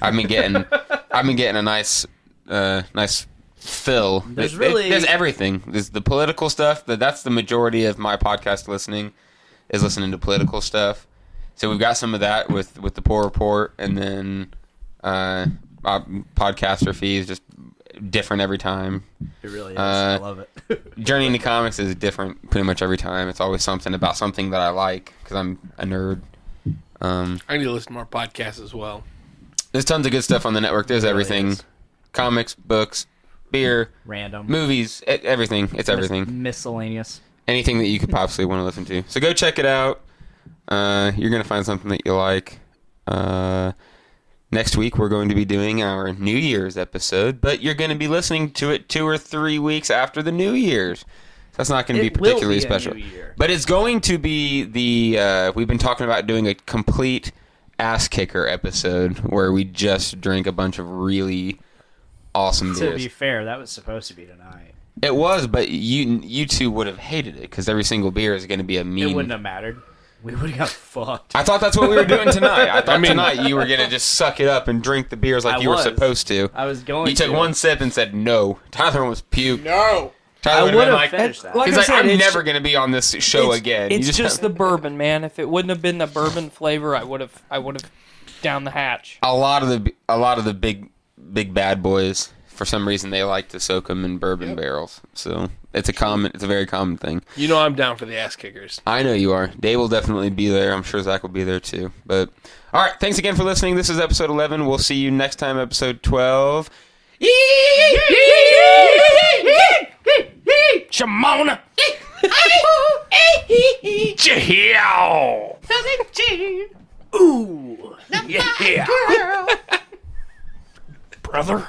Speaker 4: I've been getting, I've been getting a nice, uh, nice fill.
Speaker 8: There's
Speaker 4: It- it-
Speaker 8: really-
Speaker 4: there's everything. There's the political stuff. That that's the majority of my podcast listening is listening to political stuff. So we've got some of that with with the poor report, and then uh, uh, podcaster fees just different every time.
Speaker 8: It really is. I
Speaker 4: Uh,
Speaker 8: love it.
Speaker 4: Journey into comics is different pretty much every time. It's always something about something that I like because I'm a nerd. Um,
Speaker 11: I need to listen to more podcasts as well.
Speaker 4: there's tons of good stuff on the network. There's
Speaker 8: really
Speaker 4: everything:
Speaker 8: is.
Speaker 4: comics, books, beer,
Speaker 8: Random.
Speaker 4: movies, e- everything. It's everything.
Speaker 8: Mis- miscellaneous.
Speaker 4: anything that you
Speaker 8: Hmm.
Speaker 4: could possibly want to listen to. So go check it out. Uh, you're gonna find something that you like. Uh, next week we're going to be doing our New Year's episode, but you're gonna be listening to it two or three weeks after the New Year's. That's not going to be
Speaker 8: It will
Speaker 4: particularly
Speaker 8: be a
Speaker 4: special,
Speaker 8: New Year.
Speaker 4: but it's going to be the uh, we've been talking about doing a complete ass kicker episode where we just drink a bunch of really awesome
Speaker 8: To
Speaker 4: beers.
Speaker 8: be fair, that was supposed to be tonight.
Speaker 4: It was, but you you two would have hated it because every single beer is going to be a mean.
Speaker 8: It wouldn't have mattered. We would have got fucked.
Speaker 4: I thought that's what we were doing tonight. I thought tonight you were going to just suck it up and drink the beers like
Speaker 8: I
Speaker 4: you
Speaker 8: was.
Speaker 4: were supposed to.
Speaker 8: I was going.
Speaker 4: You took
Speaker 8: to.
Speaker 4: one sip and said no. Tyler almost puked.
Speaker 5: No.
Speaker 4: Tyler
Speaker 8: I
Speaker 4: would
Speaker 8: would've
Speaker 4: have been like,
Speaker 8: finished that.
Speaker 4: he's
Speaker 8: Like
Speaker 4: like,
Speaker 9: I said,
Speaker 4: I'm
Speaker 9: it's-
Speaker 4: never going to be on this show
Speaker 9: it's,
Speaker 4: again. You
Speaker 9: It's just,
Speaker 4: just
Speaker 9: the bourbon, man. If it wouldn't have been the bourbon flavor, I would have I would have down the hatch.
Speaker 4: a lot of the a lot of the big big bad boys for some reason they like to soak them in bourbon barrels. So it's a common, it's a very common thing.
Speaker 11: You know I'm down for the ass kickers.
Speaker 4: I know you are. Dave will definitely be there. I'm sure Zach will be there too. But all right, thanks again for listening. This is episode 11. We'll see you next time, episode 12.
Speaker 2: Shimona! Jehiao! Ooh! Yeah! Brother?